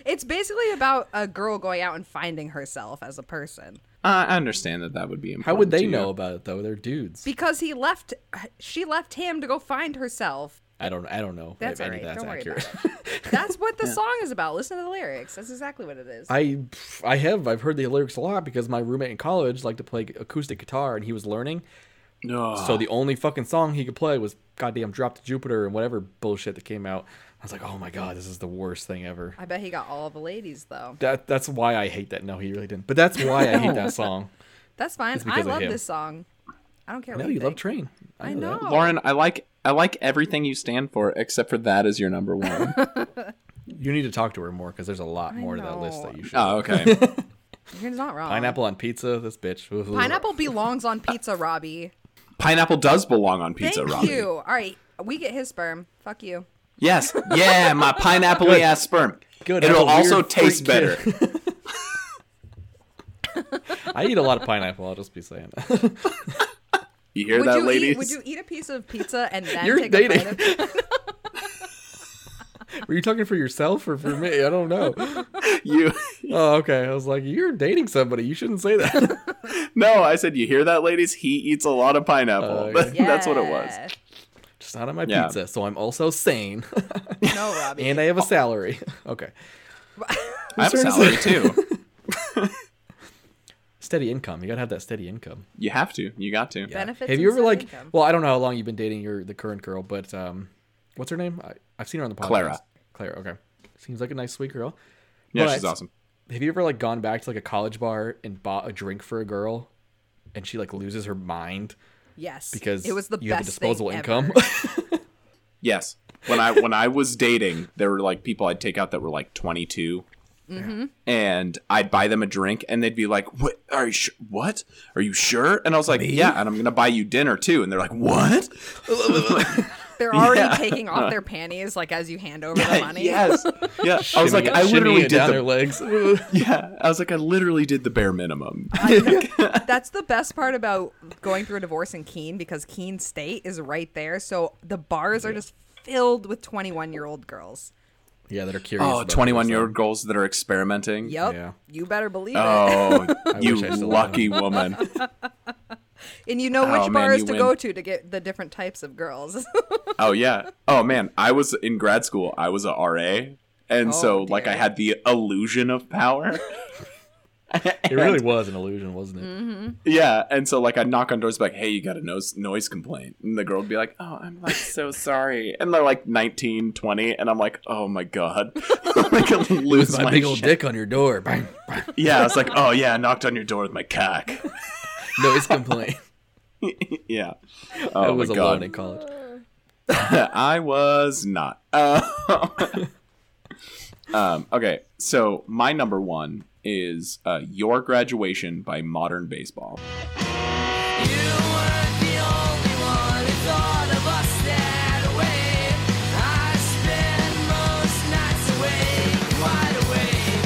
Speaker 3: It's basically about a girl going out and finding herself as a person.
Speaker 4: Uh, I understand that that would be important.
Speaker 1: How would
Speaker 4: to
Speaker 1: they
Speaker 4: you.
Speaker 1: know about it though? They're dudes.
Speaker 3: Because he left, she left him to go find herself.
Speaker 1: I don't. I don't know.
Speaker 3: That's
Speaker 1: if
Speaker 3: all
Speaker 1: any of
Speaker 3: right.
Speaker 1: That's
Speaker 3: Don't worry
Speaker 1: accurate.
Speaker 3: That's what the song is about. Listen to the lyrics. That's exactly what it is.
Speaker 1: I pff, I have I've heard the lyrics a lot because my roommate in college liked to play acoustic guitar and he was learning.
Speaker 4: No.
Speaker 1: So the only fucking song he could play was goddamn "Drop to Jupiter" and whatever bullshit that came out. I was like, oh my god, this is the worst thing ever.
Speaker 3: I bet he got all the ladies though.
Speaker 1: That that's why I hate that. No, he really didn't. But that's why I hate that song.
Speaker 3: That's fine.
Speaker 1: It's
Speaker 3: I
Speaker 1: because of
Speaker 3: love
Speaker 1: him.
Speaker 3: this song. I don't care.
Speaker 1: No,
Speaker 3: what
Speaker 1: you love
Speaker 3: think.
Speaker 1: Train.
Speaker 3: I know.
Speaker 1: that.
Speaker 4: Lauren, I like I like everything you stand for except for that is your number one.
Speaker 1: You need to talk to her more because there's a lot more to that list
Speaker 3: know.
Speaker 1: that you should.
Speaker 4: oh, okay.
Speaker 3: You're not wrong.
Speaker 1: Pineapple on pizza. This bitch.
Speaker 3: Pineapple belongs on pizza, Robbie.
Speaker 4: Pineapple does belong on pizza,
Speaker 3: Thank
Speaker 4: Robbie.
Speaker 3: you. All right, we get his sperm. Fuck you.
Speaker 4: Yes. Yeah, my pineapple ass sperm.
Speaker 1: Good, I'm
Speaker 4: It'll
Speaker 1: a weird
Speaker 4: also
Speaker 1: freak
Speaker 4: taste better.
Speaker 1: kid. I eat a lot of pineapple. I'll just be saying.
Speaker 4: You hear
Speaker 3: Would
Speaker 4: that,
Speaker 3: you eat?
Speaker 4: ladies?
Speaker 3: Would you eat a piece of pizza and then
Speaker 1: You're
Speaker 3: take a
Speaker 1: dating.
Speaker 3: bite of
Speaker 1: Were you talking for yourself or for me? I don't know.
Speaker 4: you
Speaker 1: Oh, okay. I was like, you're dating somebody. You shouldn't say that.
Speaker 4: No, I said you hear that, ladies? He eats a lot of pineapple.
Speaker 1: Oh,
Speaker 3: Yeah.
Speaker 4: That's what it was.
Speaker 1: Just not on my
Speaker 4: Yeah.
Speaker 1: pizza. So I'm also sane,
Speaker 3: No, Robbie.
Speaker 1: and I have a salary. Okay,
Speaker 4: I have a
Speaker 1: turn is
Speaker 4: salary too.
Speaker 1: steady income. You gotta have that steady income. Uh,
Speaker 4: You have to. You got to.
Speaker 3: Benefits.
Speaker 1: have you
Speaker 3: and
Speaker 1: ever like?
Speaker 3: income.
Speaker 1: Well, I don't know how long you've been dating your the current girl, but um, what's her name? I, I've seen her on the podcast.
Speaker 4: Clara.
Speaker 1: Clara. Okay. Seems like a nice, sweet girl.
Speaker 4: Yeah,
Speaker 1: But-
Speaker 4: she's awesome.
Speaker 1: Have you ever like gone back to like a college bar and bought a drink for a girl, and she like loses her mind
Speaker 3: yes,
Speaker 1: because
Speaker 3: it was the
Speaker 1: you
Speaker 3: best
Speaker 1: have a disposable
Speaker 3: thing
Speaker 1: income?
Speaker 3: ever.
Speaker 4: Yes. When I when I was dating, there were like people I'd take out that were like 22.
Speaker 3: Mm-hmm.
Speaker 4: And I'd buy them a drink, and they'd be like, "What are you? Sh- what are you sure?" And I was like, "Yeah." And I'm gonna buy you dinner too. And they're like, "What?"
Speaker 3: They're already
Speaker 4: Yeah.
Speaker 3: taking off their panties like as you hand over the money.
Speaker 4: yes. Yeah. I was like,
Speaker 1: Shimmy-
Speaker 4: I
Speaker 1: shimmy
Speaker 4: literally
Speaker 1: it
Speaker 4: did
Speaker 1: down her
Speaker 4: the.
Speaker 1: legs.
Speaker 4: Yeah. I was like, I literally did the bare minimum.
Speaker 3: That's the best part about going through a divorce in Keene because Keene State is right there. So the bars are just filled with 21 year old girls.
Speaker 1: yeah, that are curious.
Speaker 4: Oh,
Speaker 1: about
Speaker 4: 21
Speaker 1: this.
Speaker 4: year old girls that are experimenting.
Speaker 3: Yep.
Speaker 1: Yeah.
Speaker 3: You better believe it.
Speaker 4: Oh, you
Speaker 1: wish I still had
Speaker 4: lucky woman.
Speaker 3: And you know
Speaker 4: oh,
Speaker 3: which
Speaker 4: man,
Speaker 3: bars
Speaker 4: you
Speaker 3: to
Speaker 4: win.
Speaker 3: go to to get the different types of girls.
Speaker 4: Oh yeah. Oh man, I was in grad school. I was a RA, and so
Speaker 3: Oh,
Speaker 4: like I
Speaker 3: dear.
Speaker 4: had the illusion of power.
Speaker 1: It really was an illusion, wasn't it?
Speaker 4: Mm-hmm. yeah, and so like I'd knock on doors, like, "Hey, you got a noise noise complaint?" And the girl would be like, "Oh, I'm like so sorry," and they're like 19, 20, and I'm like, "Oh my god, I could lose
Speaker 1: With
Speaker 4: my
Speaker 1: my big old
Speaker 4: shit.
Speaker 1: dick on your door. Bang, bang.
Speaker 4: Yeah, I was like, "Oh yeah, I knocked on your door with my cock."
Speaker 1: Noise complaint.
Speaker 4: yeah.
Speaker 1: I
Speaker 4: Oh
Speaker 1: was
Speaker 4: my
Speaker 1: alone
Speaker 4: god,
Speaker 1: in college.
Speaker 4: I was not. Uh, um, okay, so my number one is uh, Your Graduation by Modern Baseball.
Speaker 5: You weren't the only one who thought of us that way. I spent most nights awake, wide awake.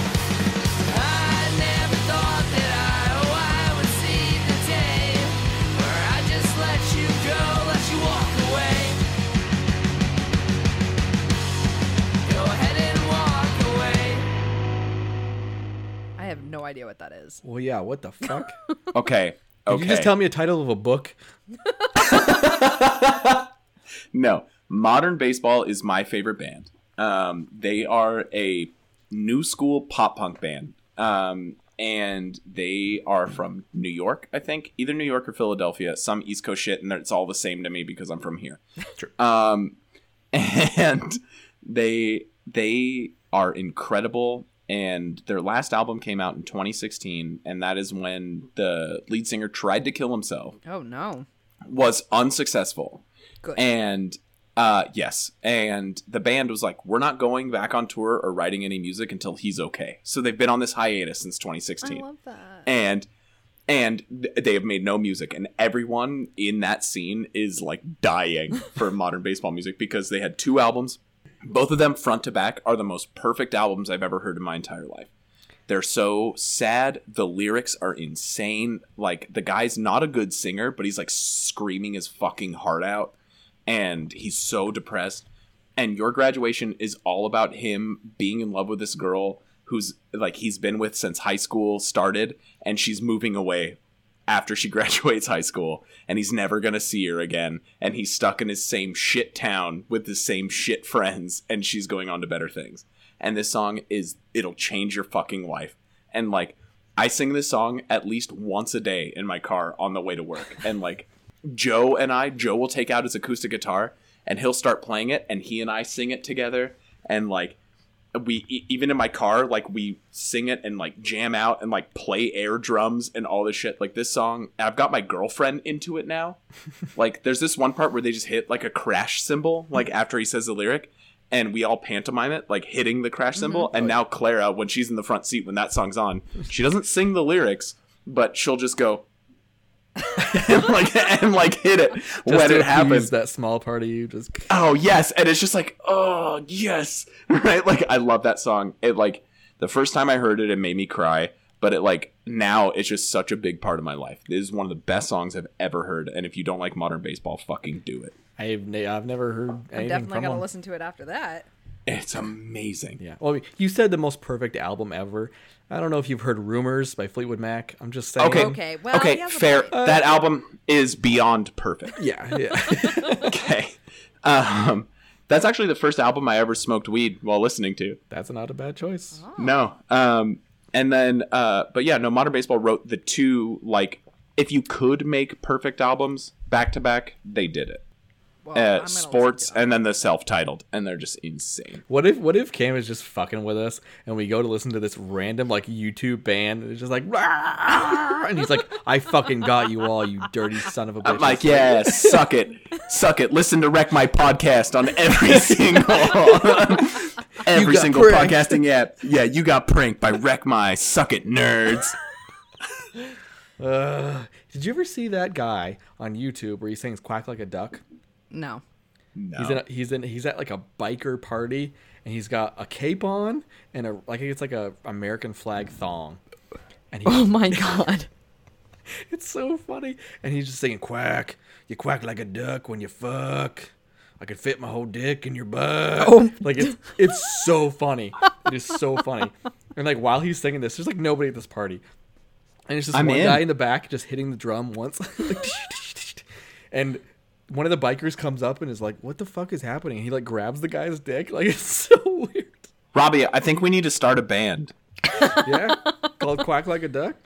Speaker 5: I never thought that I, oh, I would see the day where I just let you go, let you walk away. Go ahead and walk away.
Speaker 3: I have no idea what that is.
Speaker 1: Well, yeah. What the fuck?
Speaker 4: Okay,
Speaker 1: Did
Speaker 4: okay.
Speaker 1: you just tell me a title of a book?
Speaker 4: No, Modern Baseball is my favorite band. Um, they are a new school pop punk band. Um, and they are from New York, I think, either New York or Philadelphia, some East Coast shit, and it's all the same to me because I'm from here.
Speaker 1: Sure.
Speaker 4: Um, and they they are incredible. And their last album came out in 2016, and that is when the lead singer tried to kill himself,
Speaker 3: Oh no.
Speaker 4: was unsuccessful,
Speaker 3: Good.
Speaker 4: and uh, yes, and the band was like, "We're not going back on tour or writing any music until he's okay." So they've been on this hiatus since 2016
Speaker 3: that.
Speaker 4: and and th- they have made no music and everyone in that scene is like dying for modern baseball music because they had two albums both of them front to back are the most perfect albums i've ever heard in my entire life they're so sad the lyrics are insane like the guy's not a good singer but he's like screaming his fucking heart out and he's so depressed and your graduation is all about him being in love with this girl who's like he's been with since high school started and she's moving away after she graduates high school and he's never going to see her again and he's stuck in his same shit town with the same shit friends and she's going on to better things and this song is it'll change your fucking life and like i sing this song at least once a day in my car on the way to work and like Joe and I, Joe will take out his acoustic guitar and he'll start playing it, and he and I sing it together. And like, we e- even in my car, like we sing it and like jam out and like play air drums and all this shit. Like this song, I've got my girlfriend into it now. like, there's this one part where they just hit like a crash cymbal, like after he says the lyric. And we all pantomime it, like hitting the crash cymbal. And now Clara, when she's in the front seat when that song's on, she doesn't sing the lyrics, but she'll just go and like and like hit it
Speaker 1: Just
Speaker 4: when
Speaker 1: to
Speaker 4: it
Speaker 1: appease
Speaker 4: happens.
Speaker 1: That small part of you just
Speaker 4: Oh yes, and it's just like oh yes, right? Like I love that song. It like the first time I heard it, it made me cry. But it like now it's just such a big part of my life. This is one of the best songs I've ever heard. And if you don't like modern baseball, fucking do it.
Speaker 1: I've ne- I've never heard anything
Speaker 3: I'm definitely
Speaker 1: from
Speaker 3: gonna
Speaker 1: them.
Speaker 3: listen to it after that.
Speaker 4: It's amazing.
Speaker 1: Yeah. Well, I mean, you said the most perfect album ever. I don't know if you've heard "Rumors" by Fleetwood Mac. I'm just saying.
Speaker 4: Okay.
Speaker 3: Okay, well,
Speaker 4: okay.
Speaker 3: he has a
Speaker 4: Fair.
Speaker 3: point.
Speaker 4: that album is beyond perfect.
Speaker 1: Yeah. Yeah.
Speaker 4: Okay. Um, that's actually the first album I ever smoked weed while listening to.
Speaker 1: That's not a bad choice.
Speaker 4: Oh. No. Um, and then, uh, but yeah, no, Modern Baseball wrote the two, like, if you could make perfect albums back to back, they did it.
Speaker 3: Well, I'm gonna
Speaker 4: Uh,
Speaker 3: listen
Speaker 4: sports
Speaker 3: to it.
Speaker 4: and then the self titled, and they're just insane.
Speaker 1: What if what if Cam is just fucking with us and we go to listen to this random like YouTube band and it's just like "Rah!" and he's like I fucking got you all you dirty son of a bitch.
Speaker 4: I'm like, yeah, suck it. Suck it. Listen to Wreck My Podcast on every single every
Speaker 1: got
Speaker 4: single
Speaker 1: pranked.
Speaker 4: podcasting app. Yeah, you got pranked by Wreck My Suck It Nerds.
Speaker 1: Ugh. Did you ever see that guy on YouTube where he sings "Quack Like a Duck"?
Speaker 3: No.
Speaker 1: He's in a, he's in he's at like a biker party and he's got a cape on and a like it's like a American flag thong. And he,
Speaker 3: Oh my god.
Speaker 1: it's so funny. And he's just singing quack. You quack like a duck when you fuck. I could fit my whole dick in your butt.
Speaker 4: Oh.
Speaker 1: Like it's it's so funny. It is so funny. And like while he's singing this, there's like nobody at this party. And it's just
Speaker 4: I'm
Speaker 1: one
Speaker 4: in.
Speaker 1: guy in the back just hitting the drum once. Like, and one of the bikers comes up and is like, What the fuck is happening? And he like grabs the guy's dick. Like it's so weird.
Speaker 4: Robbie, I think we need to start a band.
Speaker 1: Yeah. Called Quack Like a Duck.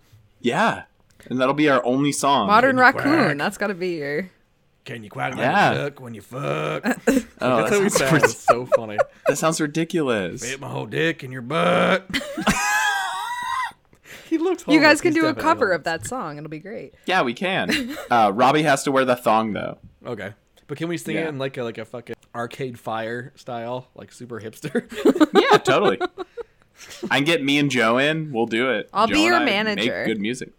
Speaker 4: Yeah. And that'll be our only song.
Speaker 3: Modern
Speaker 1: Quack.
Speaker 3: Raccoon. That's gotta be your.
Speaker 1: Can you quack
Speaker 4: Yeah.
Speaker 1: like a duck when you fuck? Like,
Speaker 4: Oh,
Speaker 1: that's how he
Speaker 4: that, sounds,
Speaker 1: sounds. It's so funny.
Speaker 4: that sounds ridiculous.
Speaker 1: Fit my whole dick in your butt. he looks.
Speaker 3: You
Speaker 1: homeless.
Speaker 3: guys can
Speaker 1: Oh, He's
Speaker 3: do a
Speaker 1: definitely
Speaker 3: cover of
Speaker 1: homeless.
Speaker 3: that song. It'll be great.
Speaker 4: Yeah, we can. Uh, Robbie has to wear the thong though.
Speaker 1: Okay, but can we sing it
Speaker 4: Yeah.
Speaker 1: in like a like a fucking arcade fire style, like super hipster?
Speaker 4: Yeah, totally. I can get me and Joe in. We'll do it.
Speaker 3: I'll
Speaker 4: Joe
Speaker 3: be your
Speaker 4: and I
Speaker 3: manager.
Speaker 4: Make good music.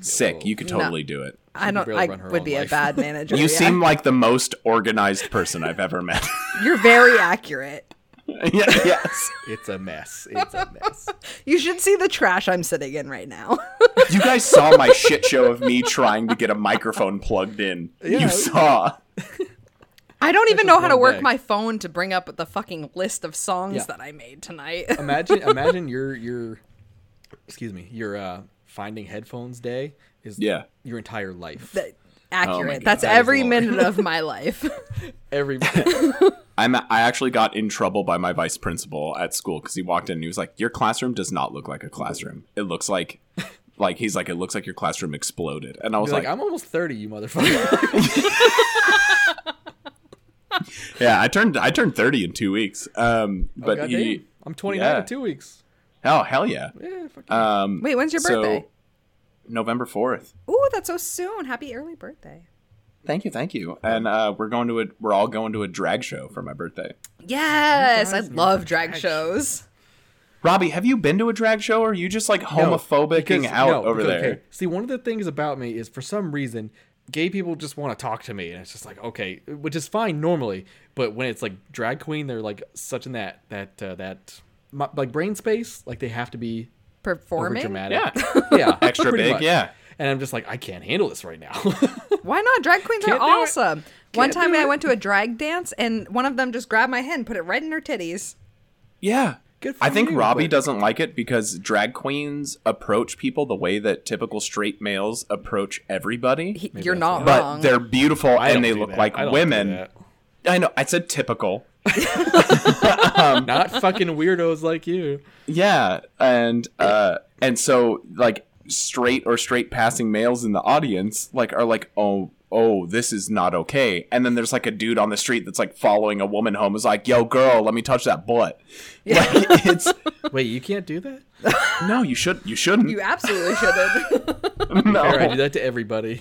Speaker 4: Sick. You could totally do it.
Speaker 3: I don't.
Speaker 1: really
Speaker 3: I
Speaker 1: run her
Speaker 3: would
Speaker 1: own
Speaker 3: be
Speaker 1: life.
Speaker 3: a bad manager.
Speaker 4: You
Speaker 3: yeah.
Speaker 4: seem like the most organized person I've ever met.
Speaker 3: You're very accurate.
Speaker 4: yeah, yes.
Speaker 1: it's a mess. It's a mess.
Speaker 3: You should see the trash I'm sitting in right now.
Speaker 4: You guys saw my shit show of me trying to get a microphone plugged in.
Speaker 1: Yeah.
Speaker 4: You saw.
Speaker 3: I don't even know how to
Speaker 1: one
Speaker 3: work
Speaker 1: day.
Speaker 3: my phone to bring up the fucking list of songs
Speaker 1: Yeah. Um,
Speaker 3: that I made tonight.
Speaker 1: Imagine, imagine your your, excuse me, your uh finding headphones day is
Speaker 4: Yeah.
Speaker 1: your entire life.
Speaker 3: That-
Speaker 1: Oh
Speaker 3: accurate.
Speaker 4: God,
Speaker 3: That's
Speaker 4: that is
Speaker 3: every
Speaker 4: long.
Speaker 3: minute of my life.
Speaker 1: Every
Speaker 4: I'm, I actually got in trouble by my vice principal at school because he walked in and he was like, "Your classroom does not look like a classroom. It looks like, like he's like, it looks like your classroom exploded." And I was
Speaker 1: You're like,
Speaker 4: like,
Speaker 1: I'm almost 30, you motherfucker. "Oh."
Speaker 4: "Yeah, I turned I turned thirty in two weeks." Um, but
Speaker 1: God
Speaker 4: he,
Speaker 1: damn. I'm 29
Speaker 4: yeah.
Speaker 1: in two weeks.
Speaker 4: oh hell yeah,
Speaker 1: Yeah, fuck yeah.
Speaker 4: um,
Speaker 3: Wait, when's your
Speaker 4: so-
Speaker 3: birthday?
Speaker 4: November fourth.
Speaker 3: Ooh, that's so soon. Happy early birthday.
Speaker 1: Oh
Speaker 4: Thank you, thank you. And uh, we're going to a we're all going to a drag show for my birthday.
Speaker 3: Yes, I love drag shows.
Speaker 4: Robbie, have you been to a drag show or are you just like
Speaker 1: No,
Speaker 4: homophobicing
Speaker 1: because-
Speaker 4: out
Speaker 1: no,
Speaker 4: over
Speaker 1: because-
Speaker 4: there?
Speaker 1: okay, see, one of the things about me is for some reason, gay people just want to talk to me, and it's just like okay, which is fine normally, but when it's like drag queen, they're like such in that that uh, that my, like brain space, like they have to be over
Speaker 3: Performing?
Speaker 1: dramatic,
Speaker 4: Yeah.
Speaker 1: yeah,
Speaker 4: Extra
Speaker 1: pretty
Speaker 4: big,
Speaker 1: much.
Speaker 4: yeah.
Speaker 1: And I'm just like, I can't handle this right now.
Speaker 3: Why not? Drag queens are
Speaker 1: Can't do it.
Speaker 3: awesome. One
Speaker 1: Can't
Speaker 3: time
Speaker 1: do
Speaker 3: I
Speaker 1: it.
Speaker 3: went to a drag dance and one of them just grabbed my hand, and put it right in her titties.
Speaker 4: Yeah.
Speaker 1: Good for
Speaker 4: I think
Speaker 1: you,
Speaker 4: Robbie
Speaker 1: but-
Speaker 4: doesn't like it because drag queens approach people the way that typical straight males approach everybody.
Speaker 3: He- You're not
Speaker 4: but
Speaker 3: wrong.
Speaker 4: they're beautiful
Speaker 1: I don't
Speaker 4: and they
Speaker 1: do
Speaker 4: look
Speaker 1: that.
Speaker 4: like
Speaker 1: I don't do
Speaker 4: women.
Speaker 1: that.
Speaker 4: I know. I said typical.
Speaker 1: Not fucking weirdos like you.
Speaker 4: Yeah, and uh, and so like straight or straight passing males in the audience like are like, oh, oh, this is not okay. And then there's like a dude on the street that's like following a woman home is like, yo, girl, let me touch that butt. Like it's
Speaker 1: Wait, you can't do that?
Speaker 4: no, you should, you shouldn't.
Speaker 3: you absolutely shouldn't.
Speaker 1: Fair, I
Speaker 4: no,
Speaker 1: do that to everybody.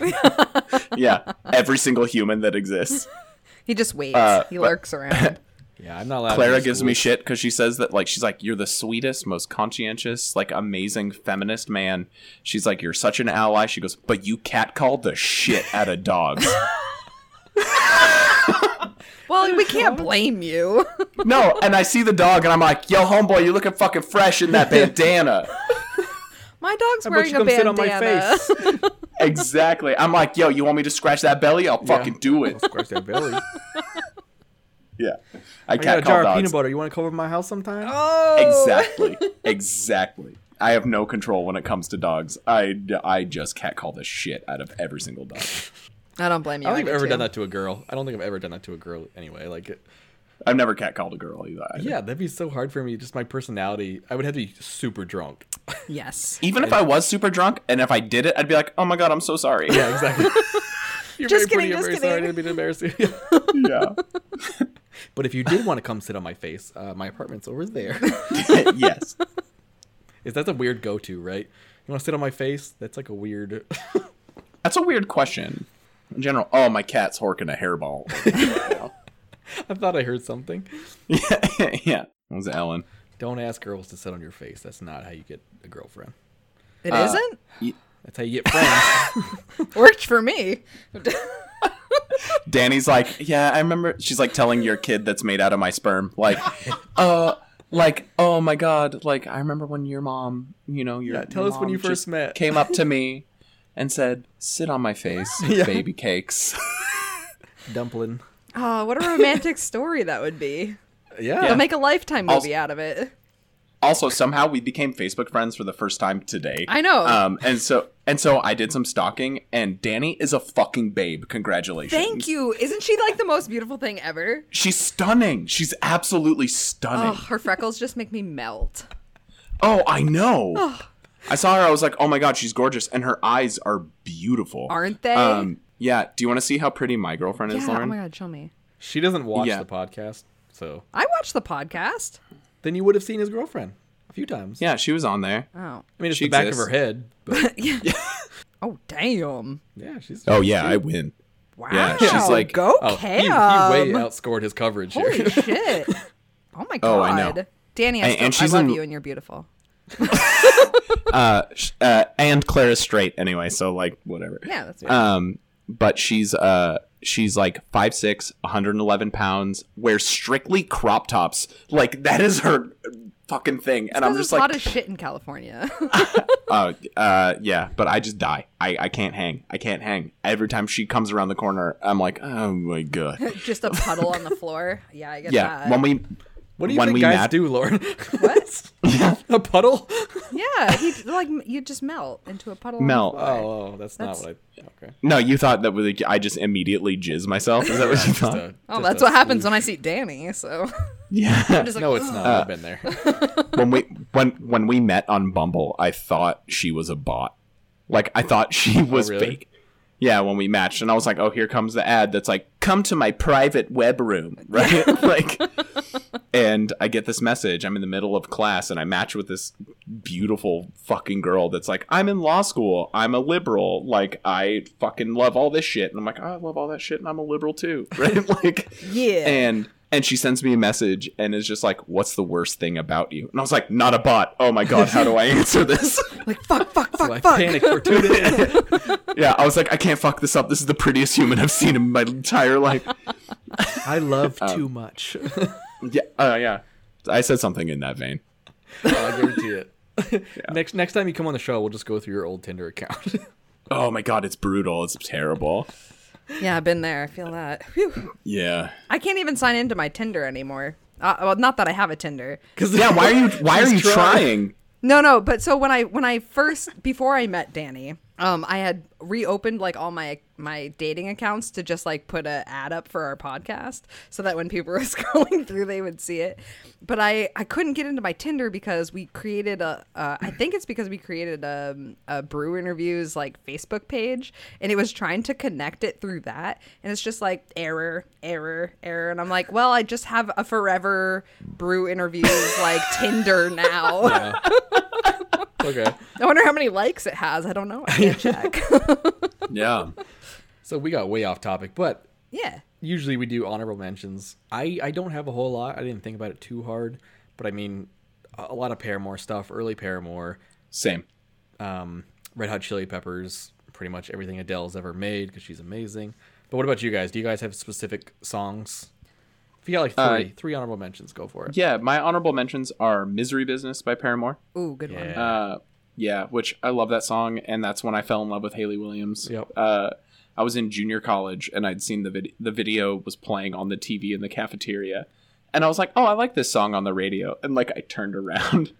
Speaker 4: yeah, every single human that exists.
Speaker 3: he just waits.
Speaker 4: Uh,
Speaker 3: he lurks around.
Speaker 1: Yeah, I'm not allowed.
Speaker 4: Clara
Speaker 1: to
Speaker 4: gives me shit because she says that like she's like you're the sweetest, most conscientious, like amazing feminist man. She's like you're such an ally. She goes, but you catcalled the shit out of dogs.
Speaker 3: Well, we can't blame you.
Speaker 4: no, and I see the dog and I'm like, yo, homeboy, you're looking fucking fresh in that bandana.
Speaker 3: My dog's
Speaker 1: But
Speaker 3: wearing
Speaker 1: you
Speaker 3: a
Speaker 1: come sit on my
Speaker 3: bandana.
Speaker 1: face.
Speaker 4: exactly. I'm like, yo, you want me to scratch that belly? I'll fucking do it.
Speaker 1: Of course, they're belly.
Speaker 4: Yeah, I
Speaker 1: I got a
Speaker 4: catcall
Speaker 1: jar of
Speaker 4: dogs.
Speaker 1: peanut Oh. butter. You want to come over to my house sometime?
Speaker 4: Exactly. exactly. I have no control when it comes to dogs. I, I just catcall the shit out of every single dog.
Speaker 3: I don't blame you.
Speaker 1: I don't think
Speaker 3: do
Speaker 1: I've ever
Speaker 3: too.
Speaker 1: done that to a girl. I don't think I've ever done that to a girl anyway. Like, it-
Speaker 4: I've never catcalled a girl either.
Speaker 1: yeah, that'd be so hard for me. Just my personality. I would have to be super drunk.
Speaker 3: Yes.
Speaker 4: Even if I was super drunk and if I did it, I'd be like, oh my god, I'm so sorry.
Speaker 1: Yeah, exactly. You're
Speaker 3: Just
Speaker 1: very
Speaker 3: kidding,
Speaker 1: pretty. I'm
Speaker 3: just
Speaker 1: very sorry. I
Speaker 3: kidding.
Speaker 1: didn't mean to embarrass you.
Speaker 4: yeah.
Speaker 1: but if you did want to come sit on my face, uh, my apartment's over there.
Speaker 4: yes.
Speaker 1: Is that the weird go-to, right? You want to sit on my face? That's like a weird.
Speaker 4: That's a weird question. In general, oh, my cat's horking a hairball.
Speaker 1: I thought I heard something.
Speaker 4: yeah. That was Ellen.
Speaker 1: Don't ask girls to sit on your face. That's not how you get a girlfriend.
Speaker 3: It
Speaker 4: Uh,
Speaker 3: not
Speaker 1: That's how you get friends.
Speaker 3: Worked for me.
Speaker 4: Danny's like, yeah, I remember. She's like telling your kid that's made out of my sperm, like, uh, like, oh my god, like I remember when your mom, you know, your
Speaker 1: Yeah, tell
Speaker 4: your
Speaker 1: us when you
Speaker 4: mom
Speaker 1: first
Speaker 4: just
Speaker 1: met."
Speaker 4: came up to me and said, "Sit on my face, baby cakes."
Speaker 1: Dumpling.
Speaker 3: Oh, what a romantic story that would be.
Speaker 1: Yeah.
Speaker 3: They'll make a lifetime movie
Speaker 4: Also-
Speaker 3: out of it.
Speaker 4: also somehow we became facebook friends for the first time today
Speaker 3: I know.
Speaker 4: um and so and so i did some stalking and danny is a fucking babe congratulations
Speaker 3: Thank you. Isn't she like the most beautiful thing ever?
Speaker 4: she's stunning she's absolutely
Speaker 3: Oh,
Speaker 4: stunning
Speaker 3: her freckles just make me melt.
Speaker 4: oh, i know i saw her i was like oh my god she's gorgeous and her eyes are beautiful
Speaker 3: Aren't they?
Speaker 4: um yeah do you want to see how pretty my girlfriend is
Speaker 3: Yeah. Oh
Speaker 4: lauren
Speaker 3: my god, show me.
Speaker 1: She doesn't watch
Speaker 4: Yeah.
Speaker 1: the podcast, so
Speaker 3: I watched the podcast.
Speaker 1: then you would have seen his girlfriend a few times.
Speaker 4: yeah she was on there
Speaker 3: Oh.
Speaker 1: I mean, it's
Speaker 4: She
Speaker 1: the back
Speaker 4: exists.
Speaker 1: of her head. But
Speaker 3: Oh damn.
Speaker 1: yeah, she's.
Speaker 4: oh yeah i win
Speaker 3: Wow.
Speaker 4: Yeah, she's like-
Speaker 3: go
Speaker 1: Oh, he, he way
Speaker 3: Cam.
Speaker 1: outscored his coverage here.
Speaker 3: Holy shit. Oh my god.
Speaker 4: Oh, I know.
Speaker 3: Danny, I,
Speaker 4: And-
Speaker 3: still,
Speaker 4: and she's
Speaker 3: I love
Speaker 4: in-
Speaker 3: you and you're beautiful.
Speaker 4: Sh- uh, and clara's straight anyway so like whatever
Speaker 3: Yeah, that's right.
Speaker 4: um but she's uh she's like 5'6 111 pounds wears strictly crop tops like that is her fucking thing and i'm
Speaker 3: There's
Speaker 4: just
Speaker 3: a
Speaker 4: like
Speaker 3: lot of shit in California.
Speaker 4: uh, uh yeah but i just die i i can't hang i can't hang every time she comes around the corner i'm like oh my god
Speaker 3: just a puddle on the floor. Yeah, I get
Speaker 4: yeah
Speaker 3: that.
Speaker 4: when we
Speaker 1: What do you
Speaker 4: When
Speaker 1: think
Speaker 4: we
Speaker 1: guys
Speaker 4: met-
Speaker 1: do, Lauren?
Speaker 3: What?
Speaker 1: a puddle?
Speaker 3: yeah, he like you just melt into a puddle. on the
Speaker 4: Melt.
Speaker 3: floor.
Speaker 1: Oh, oh that's,
Speaker 3: That's-
Speaker 1: not what I. Okay.
Speaker 4: No, you thought that was, I just immediately jizz myself. Is that what you
Speaker 1: Just
Speaker 4: thought?
Speaker 1: a-
Speaker 3: Oh,
Speaker 1: just
Speaker 3: that's
Speaker 1: a
Speaker 3: what happens
Speaker 1: sleuth.
Speaker 3: when I see Danny. So
Speaker 4: Yeah.
Speaker 3: just like,
Speaker 1: No, it's not.
Speaker 4: Uh,
Speaker 1: I've been there.
Speaker 4: when we when when we met on Bumble, I thought she was a bot. Like I thought she was
Speaker 1: really?
Speaker 4: fake. Yeah, when we matched, and I was like, "Oh, here comes the ad that's like, come to my private web room, right?" like, and I get this message. I'm in the middle of class, and I match with this beautiful fucking girl that's like, "I'm in law school. I'm a liberal. Like, I fucking love all this shit." And I'm like, oh, "I love all that shit, and I'm a liberal too, right?" like,
Speaker 3: Yeah.
Speaker 4: and and she sends me a message and is just like, "What's the worst thing about you?" And I was like, "Not a bot. Oh my god, how do I answer this?"
Speaker 3: like fuck, fuck,
Speaker 1: I
Speaker 3: fuck, fuck.
Speaker 1: panic for two days.
Speaker 4: yeah, I was like, "I can't fuck this up. This is the prettiest human I've seen in my entire life."
Speaker 1: I love too much.
Speaker 4: Yeah, uh, yeah. I said something in that vein.
Speaker 1: I guarantee it. Next next time you come on the show, we'll just go through your old Tinder account.
Speaker 4: Oh my god, it's brutal. It's terrible.
Speaker 3: Yeah, I've been there. I feel that. Phew.
Speaker 4: Yeah.
Speaker 3: I can't even sign into my Tinder anymore. Uh, well, not that I have a Tinder.
Speaker 4: Yeah. Why are you? Why are
Speaker 1: He's
Speaker 4: you
Speaker 1: trying.
Speaker 4: trying?
Speaker 3: No, no, but so when I when I first before I met Danny, um, I had reopened like all my my dating accounts to just like put a ad up for our podcast so that when people were scrolling through they would see it. But I I couldn't get into my Tinder because we created a uh, I think it's because we created a, a brew interviews like Facebook page and it was trying to connect it through that and it's just like error error error and I'm like well I just have a forever brew interviews like Tinder now.
Speaker 1: okay.
Speaker 3: I wonder how many likes it has. I don't know. I can't check.
Speaker 4: Yeah.
Speaker 1: So we got way off topic, but
Speaker 3: yeah.
Speaker 1: usually we do honorable mentions. I, I don't have a whole lot. I didn't think about it too hard, but I mean, a a lot of Paramore stuff, early Paramore,
Speaker 4: Same.
Speaker 1: um, Red Hot Chili Peppers, pretty much everything Adele's ever made because she's amazing. But what about you guys? Do you guys have specific songs? If you got like three,
Speaker 4: Uh,
Speaker 1: three honorable mentions, go for it.
Speaker 4: Yeah. My honorable mentions are "Misery Business" by Paramore.
Speaker 3: Ooh, good one.
Speaker 1: Yeah.
Speaker 4: Uh, yeah, which I love that song, and that's when I fell in love with Haley Williams.
Speaker 1: Yep.
Speaker 4: Uh, I was in junior college, and I'd seen the vid- the video was playing on the TV in the cafeteria, and I was like, "Oh, I like this song on the radio," and like I turned around,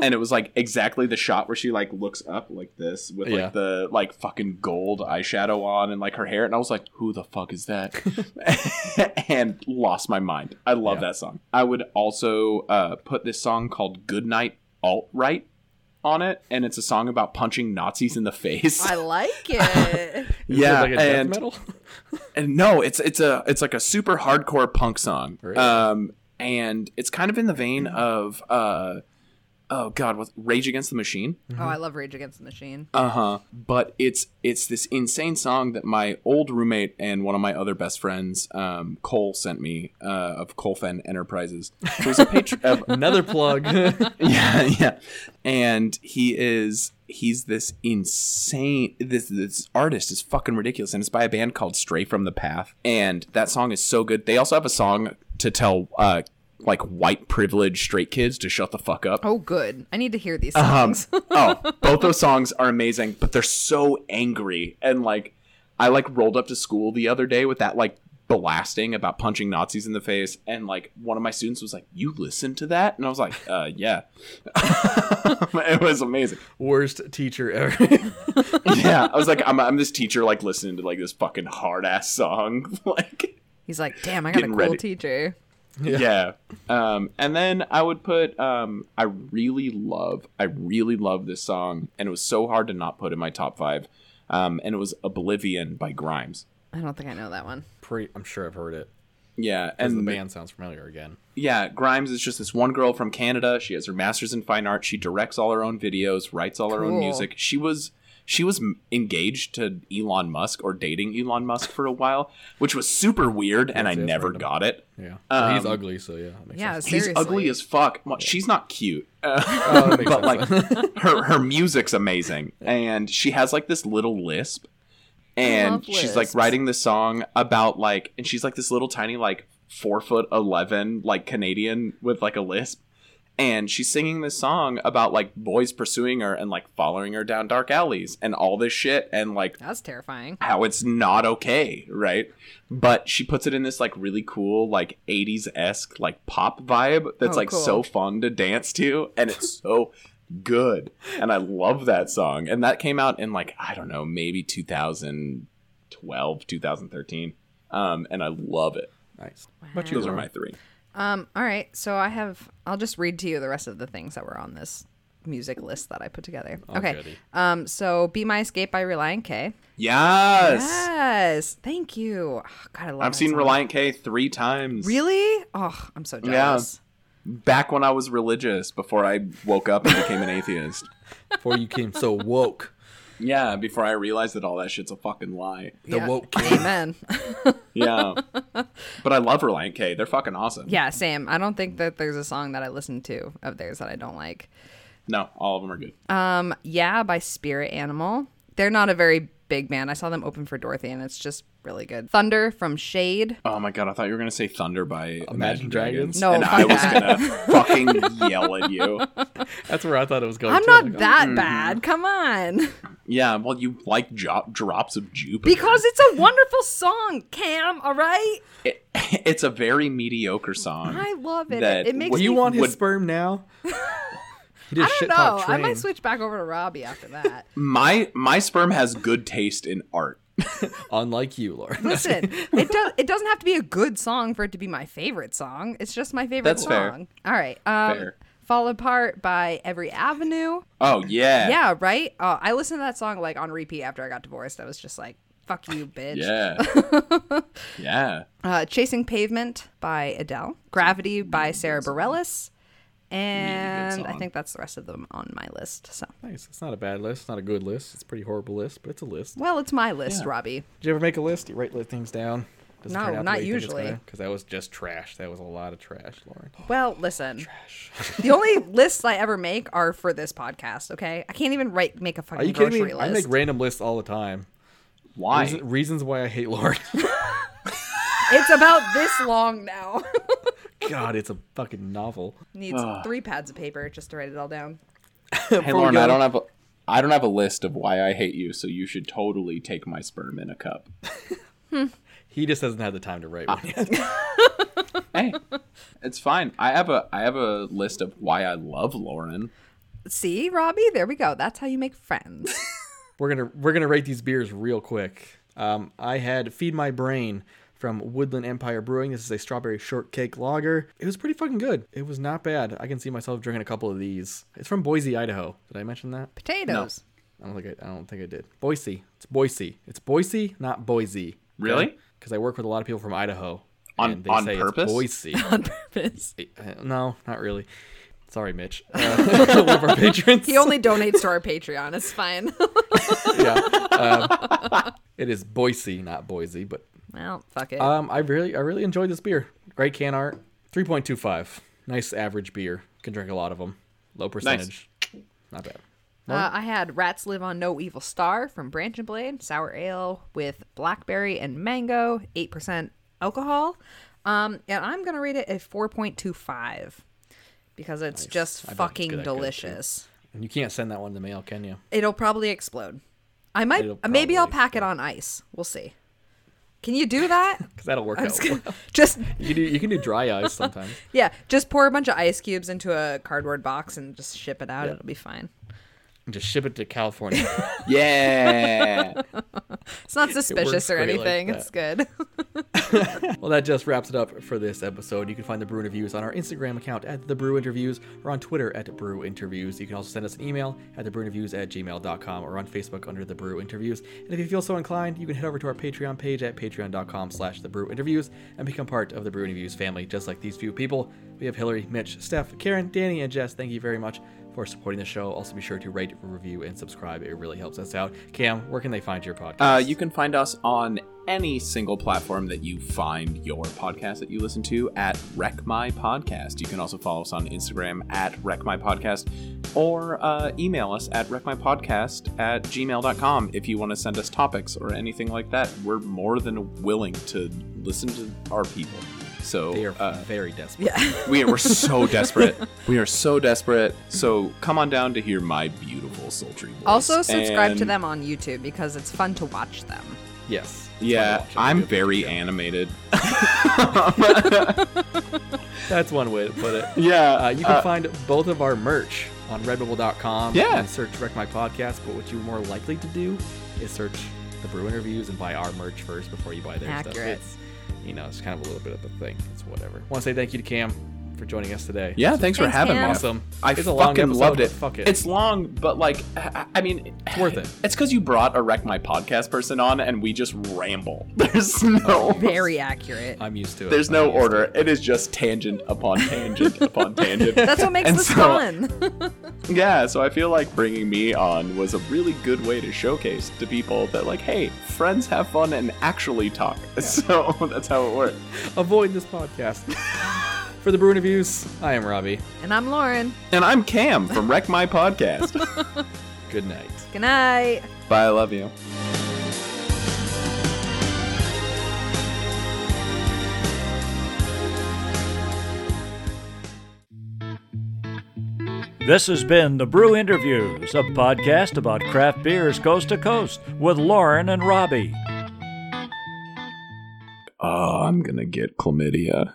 Speaker 4: and it was like exactly the shot where she like looks up like this with like
Speaker 1: Yeah.
Speaker 4: the like fucking gold eyeshadow on and like her hair, and I was like, "Who the fuck is that?" and lost my mind. I love
Speaker 1: Yeah.
Speaker 4: that song. I would also uh, put this song called "Goodnight Alt Right." on it and it's a song about punching Nazis in the face.
Speaker 3: Oh, I like it.
Speaker 1: Is it
Speaker 4: yeah,
Speaker 1: like a death
Speaker 4: and-
Speaker 1: metal?
Speaker 4: And no, it's it's a it's like a super hardcore punk song.
Speaker 1: Really?
Speaker 4: Um and it's kind of in the vein of uh oh god, what Rage Against the Machine.
Speaker 1: Mm-hmm.
Speaker 3: oh, I love Rage Against the Machine.
Speaker 4: Uh-huh. But it's it's this insane song that my old roommate and one of my other best friends, um, Cole sent me uh, of Colfen Enterprises. Who's a patron of,
Speaker 1: Another plug.
Speaker 4: yeah yeah and he is he's this insane this this artist is fucking ridiculous and it's by a band called stray from the path and that song is so good they also have a song to tell uh like white privileged straight kids to shut the fuck up
Speaker 3: Oh, good. I need to hear these
Speaker 4: um,
Speaker 3: songs.
Speaker 4: oh, both those songs are amazing, but they're so angry and like I like rolled up to school the other day with that like blasting about punching Nazis in the face, and like one of my students was like, "You listen to that?" And I was like, "Uh, yeah." it was amazing.
Speaker 1: Worst teacher ever.
Speaker 4: Yeah, I was like, "I'm I'm this teacher like listening to like this fucking hard ass song like."
Speaker 3: He's like, damn, I got a
Speaker 4: Getting
Speaker 3: cool
Speaker 4: ready.
Speaker 3: teacher.
Speaker 4: yeah. Um, and then I would put um, I really love I really love this song, and it was so hard to not put in my top five. Um, and it was Oblivion by Grimes.
Speaker 3: I don't think I know that one.
Speaker 1: Pretty, I'm sure I've heard it.
Speaker 4: Yeah,
Speaker 1: And the
Speaker 4: and
Speaker 1: band sounds familiar again.
Speaker 4: yeah, Grimes is just this one girl from Canada. She has her master's in fine art. She directs all her own videos, writes all her own
Speaker 3: Cool.
Speaker 4: music. She was she was m- engaged to Elon Musk or dating Elon Musk for a while, which was super weird, and I
Speaker 1: That's it,
Speaker 4: never
Speaker 1: random.
Speaker 4: got it.
Speaker 1: Yeah. Well, he's
Speaker 4: Um,
Speaker 1: ugly, so yeah. That makes
Speaker 3: Yeah,
Speaker 1: sense.
Speaker 3: seriously.
Speaker 4: He's ugly as fuck. Well, She's not cute. Uh,
Speaker 1: Oh, that makes
Speaker 4: but
Speaker 1: sense.
Speaker 4: like her her music's amazing and she has like this little lisp and
Speaker 3: love
Speaker 4: she's like
Speaker 3: lisps.
Speaker 4: writing this song about like and she's like this little tiny like four foot eleven like canadian with like a lisp and she's singing this song about like boys pursuing her and like following her down dark alleys and all this shit and like
Speaker 3: That's terrifying.
Speaker 4: how it's not okay, right? But she puts it in this like really cool like 80s esque like pop vibe that's
Speaker 3: Oh,
Speaker 4: like
Speaker 3: cool.
Speaker 4: so fun to dance to and it's so good. And I love that song. And that came out in like I don't know, maybe 2012, 2013. Um and I love it.
Speaker 1: Nice.
Speaker 4: Those are my three.
Speaker 3: Um, all right, so I have. I'll just read to you the rest of the things that were on this music list that I put together. okay.
Speaker 1: Oh, goody.
Speaker 3: Um, so "Be My Escape" by Reliant K.
Speaker 4: Yes.
Speaker 3: Yes, thank you. Oh, God, I love.
Speaker 4: I've
Speaker 3: that
Speaker 4: seen
Speaker 3: song.
Speaker 4: Reliant K 3 times.
Speaker 3: Really? Oh, I'm so jealous.
Speaker 4: Back when I was religious before I woke up and became an atheist.
Speaker 1: Before you came so woke.
Speaker 4: Yeah, before I realized that all that shit's a fucking lie.
Speaker 1: The
Speaker 3: Yeah.
Speaker 1: woke kid.
Speaker 3: Amen.
Speaker 4: Yeah. but I love Reliant K. They're fucking awesome.
Speaker 3: yeah, same. I don't think that there's a song that I listen to of theirs that I don't like.
Speaker 4: No, all of them are good.
Speaker 3: Um, yeah, by Spirit Animal. They're not a very big band. I saw them open for Dorothy, and it's just really good. Thunder from Shade.
Speaker 4: oh my god, I thought you were gonna say Thunder by Imagine,
Speaker 1: Dragons?
Speaker 4: Dragons.
Speaker 3: No,
Speaker 4: and
Speaker 3: fuck
Speaker 4: I was
Speaker 3: that.
Speaker 4: gonna fucking yell at you.
Speaker 1: That's where I thought it was
Speaker 4: Oh,
Speaker 1: going.
Speaker 3: I'm
Speaker 1: too.
Speaker 3: not
Speaker 1: Like,
Speaker 3: that
Speaker 4: Mm-hmm.
Speaker 3: bad. Come on.
Speaker 4: Yeah, well, you like jo- drops of Jupiter
Speaker 3: Because it's a wonderful song, Cam, all right?
Speaker 4: It- it's a very mediocre song.
Speaker 3: I love it.
Speaker 4: That-
Speaker 3: it makes
Speaker 4: what
Speaker 1: Do you
Speaker 3: me
Speaker 1: want his
Speaker 4: Would-
Speaker 1: sperm now? He did
Speaker 3: I don't know. I might switch back over to Robbie after that.
Speaker 4: my my sperm has good taste in art.
Speaker 1: Unlike you, Laura.
Speaker 3: Listen, it does it doesn't have to be a good song for it to be my favorite song. It's just my favorite
Speaker 4: That's fair.
Speaker 3: song. All right. Um
Speaker 4: Fair.
Speaker 3: Fall Apart by Every Avenue.
Speaker 4: Oh yeah,
Speaker 3: Yeah, right? Uh, I listened to that song like on repeat after I got divorced. I was just like, fuck you, bitch.
Speaker 4: yeah, yeah.
Speaker 3: Uh, Chasing Pavement by Adele. Gravity by Sarah Bareilles. And I
Speaker 4: song.
Speaker 3: think that's the rest of them on my list. So,
Speaker 1: Nice. It's not a bad list. It's not a good list. It's a pretty horrible list, but it's a list.
Speaker 3: well, it's my list, Robbie.
Speaker 1: Did you ever make a list? You write li- things down. Doesn't
Speaker 3: No,
Speaker 1: turn out
Speaker 3: not usually.
Speaker 1: Because that was just trash. That was a lot of trash, Lauren.
Speaker 3: Well, listen. the only lists I ever make are for this podcast. Okay, I can't even write make a fucking
Speaker 1: Are you
Speaker 3: grocery
Speaker 1: kidding me? I
Speaker 3: list.
Speaker 1: make random lists all the time.
Speaker 4: Why?
Speaker 1: Reason- reasons why I hate Lauren.
Speaker 3: it's about this long now.
Speaker 1: God, it's a fucking novel.
Speaker 3: Needs three pads of paper just to write it all down.
Speaker 4: Hey
Speaker 1: Before we
Speaker 4: Lauren,
Speaker 1: go-
Speaker 4: I don't have a I don't have a list of why I hate you, so you should totally take my sperm in a cup.
Speaker 1: He just hasn't had the time to write
Speaker 3: Ah.
Speaker 1: one yet.
Speaker 4: hey, it's fine. I have a I have a list of why I love Lauren.
Speaker 3: See, Robbie, there we go. That's how you make friends.
Speaker 1: We're gonna we're gonna rate these beers real quick. Um, I had Feed My Brain from Woodland Empire Brewing. This is a strawberry shortcake lager. It was pretty fucking good. It was not bad. I can see myself drinking a couple of these. It's from Boise, Idaho. Did I mention that?
Speaker 3: Potatoes.
Speaker 1: I don't think I, I don't think I did. Boise. It's Boise. It's Boise, not Boise.
Speaker 4: Really?
Speaker 1: Because I work with a lot of people from Idaho.
Speaker 4: On-
Speaker 1: and they
Speaker 4: on
Speaker 1: say it's
Speaker 4: purpose?
Speaker 1: Boise.
Speaker 3: On purpose.
Speaker 1: Uh, no, not really. Sorry, Mitch. Uh, one of our patrons.
Speaker 3: He only donates to our Patreon. It's fine.
Speaker 1: yeah. Um, it is Boise, not Boise, but
Speaker 3: well, fuck it.
Speaker 1: um, I really, I really enjoyed this beer. Great can art. Three point two five. Nice average beer. Can drink a lot of them. Low percentage. Not bad.
Speaker 3: Uh, I had Rats Live on No Evil Star from Branch and Blade, sour ale with blackberry and mango, 8% alcohol. Um, and I'm going to rate it a 4.25 because it's just
Speaker 1: I bet it's
Speaker 3: fucking
Speaker 1: good, I could, too.
Speaker 3: delicious.
Speaker 1: And you can't send that one in the mail, can you?
Speaker 3: It'll probably explode. I might,
Speaker 1: It'll
Speaker 3: uh, maybe I'll
Speaker 1: probably
Speaker 3: pack it on ice. We'll see. Can you do that?
Speaker 1: Because that'll work
Speaker 3: I
Speaker 1: out.
Speaker 3: was
Speaker 1: well.
Speaker 3: gonna- just,
Speaker 1: You can do, you can do dry ice sometimes.
Speaker 3: yeah, just pour a bunch of ice cubes into a cardboard box and just ship it out.
Speaker 1: Yeah.
Speaker 3: It'll be fine.
Speaker 1: And just ship it to California.
Speaker 4: Yeah.
Speaker 3: It's not suspicious or
Speaker 1: great like
Speaker 3: anything.
Speaker 1: that.
Speaker 3: it's good.
Speaker 1: Well, that just wraps it up for this episode. You can find the Brew Interviews on our Instagram account at The Brew Interviews or on Twitter at Brew Interviews. You can also send us an email at TheBrewInterviews at gmail.com or on Facebook under The Brew Interviews. And if you feel so inclined, you can head over to our Patreon page at patreon.com slash The Brew Interviews and become part of the Brew Interviews family, just like these few people. We have Hillary, Mitch, Steph, Karen, Danny, and Jess. Thank you very much for supporting the show. Also, be sure to rate, review, and subscribe. It really helps us out. Cam, where can they find your podcast?
Speaker 4: Uh, you can find us on any single platform that you find your podcast that you listen to at Wreck My Podcast. You can also follow us on Instagram at Wreck My Podcast or uh, email us at wreckmypodcast at gmail.com if you want to send us topics or anything like that. We're more than willing to listen to our people. So
Speaker 1: They are
Speaker 4: uh,
Speaker 1: very desperate.
Speaker 3: Yeah.
Speaker 4: we were so desperate. We are so desperate. So come on down to hear my beautiful sultry voice.
Speaker 3: Also, subscribe to
Speaker 4: And-
Speaker 3: them on YouTube because it's fun to watch them.
Speaker 1: Yes. That's one
Speaker 4: Yeah,
Speaker 1: option.
Speaker 4: I'm very animated.
Speaker 1: That's one way to put it.
Speaker 4: Yeah,
Speaker 1: Uh, you can find both of our merch on redbubble.com.
Speaker 4: Yeah.
Speaker 1: And search Wreck My Podcast. But what you're more likely to do is search the brew interviews and buy our merch first before you buy their stuff.
Speaker 3: Accurate.
Speaker 1: It's, you know, it's kind of a little bit of a thing. It's whatever. want to say thank you to Cam for joining us today.
Speaker 4: Yeah, thanks, for
Speaker 3: Thanks,
Speaker 4: having
Speaker 3: Cam.
Speaker 4: me.
Speaker 1: Awesome.
Speaker 4: I
Speaker 1: It's a
Speaker 4: fucking
Speaker 1: long episode,
Speaker 4: loved
Speaker 1: but
Speaker 4: it.
Speaker 1: fuck it.
Speaker 4: It's long, but like, I, I mean, it's
Speaker 1: worth it.
Speaker 4: It's because you brought a wreck my podcast person on, and we just ramble. There's no,
Speaker 3: Very accurate.
Speaker 1: I'm used to it.
Speaker 4: there's no
Speaker 1: I'm used to
Speaker 4: order.
Speaker 1: it.
Speaker 4: It is just tangent upon tangent upon tangent.
Speaker 3: That's what makes
Speaker 4: And
Speaker 3: this
Speaker 4: so-
Speaker 3: fun.
Speaker 4: Yeah, so I feel like bringing me on was a really good way to showcase to people that like, hey, friends have fun and actually talk. So that's how it worked.
Speaker 1: Avoid this podcast. for the brew interviews, I am Robbie.
Speaker 3: and I'm Lauren.
Speaker 4: And I'm Cam from Wreck My Podcast.
Speaker 1: Good night.
Speaker 3: Good night.
Speaker 4: Bye, I love you.
Speaker 2: This has been The Brew Interviews, a podcast about craft beers coast to coast with Lauren and Robbie.
Speaker 4: Oh, I'm gonna get chlamydia.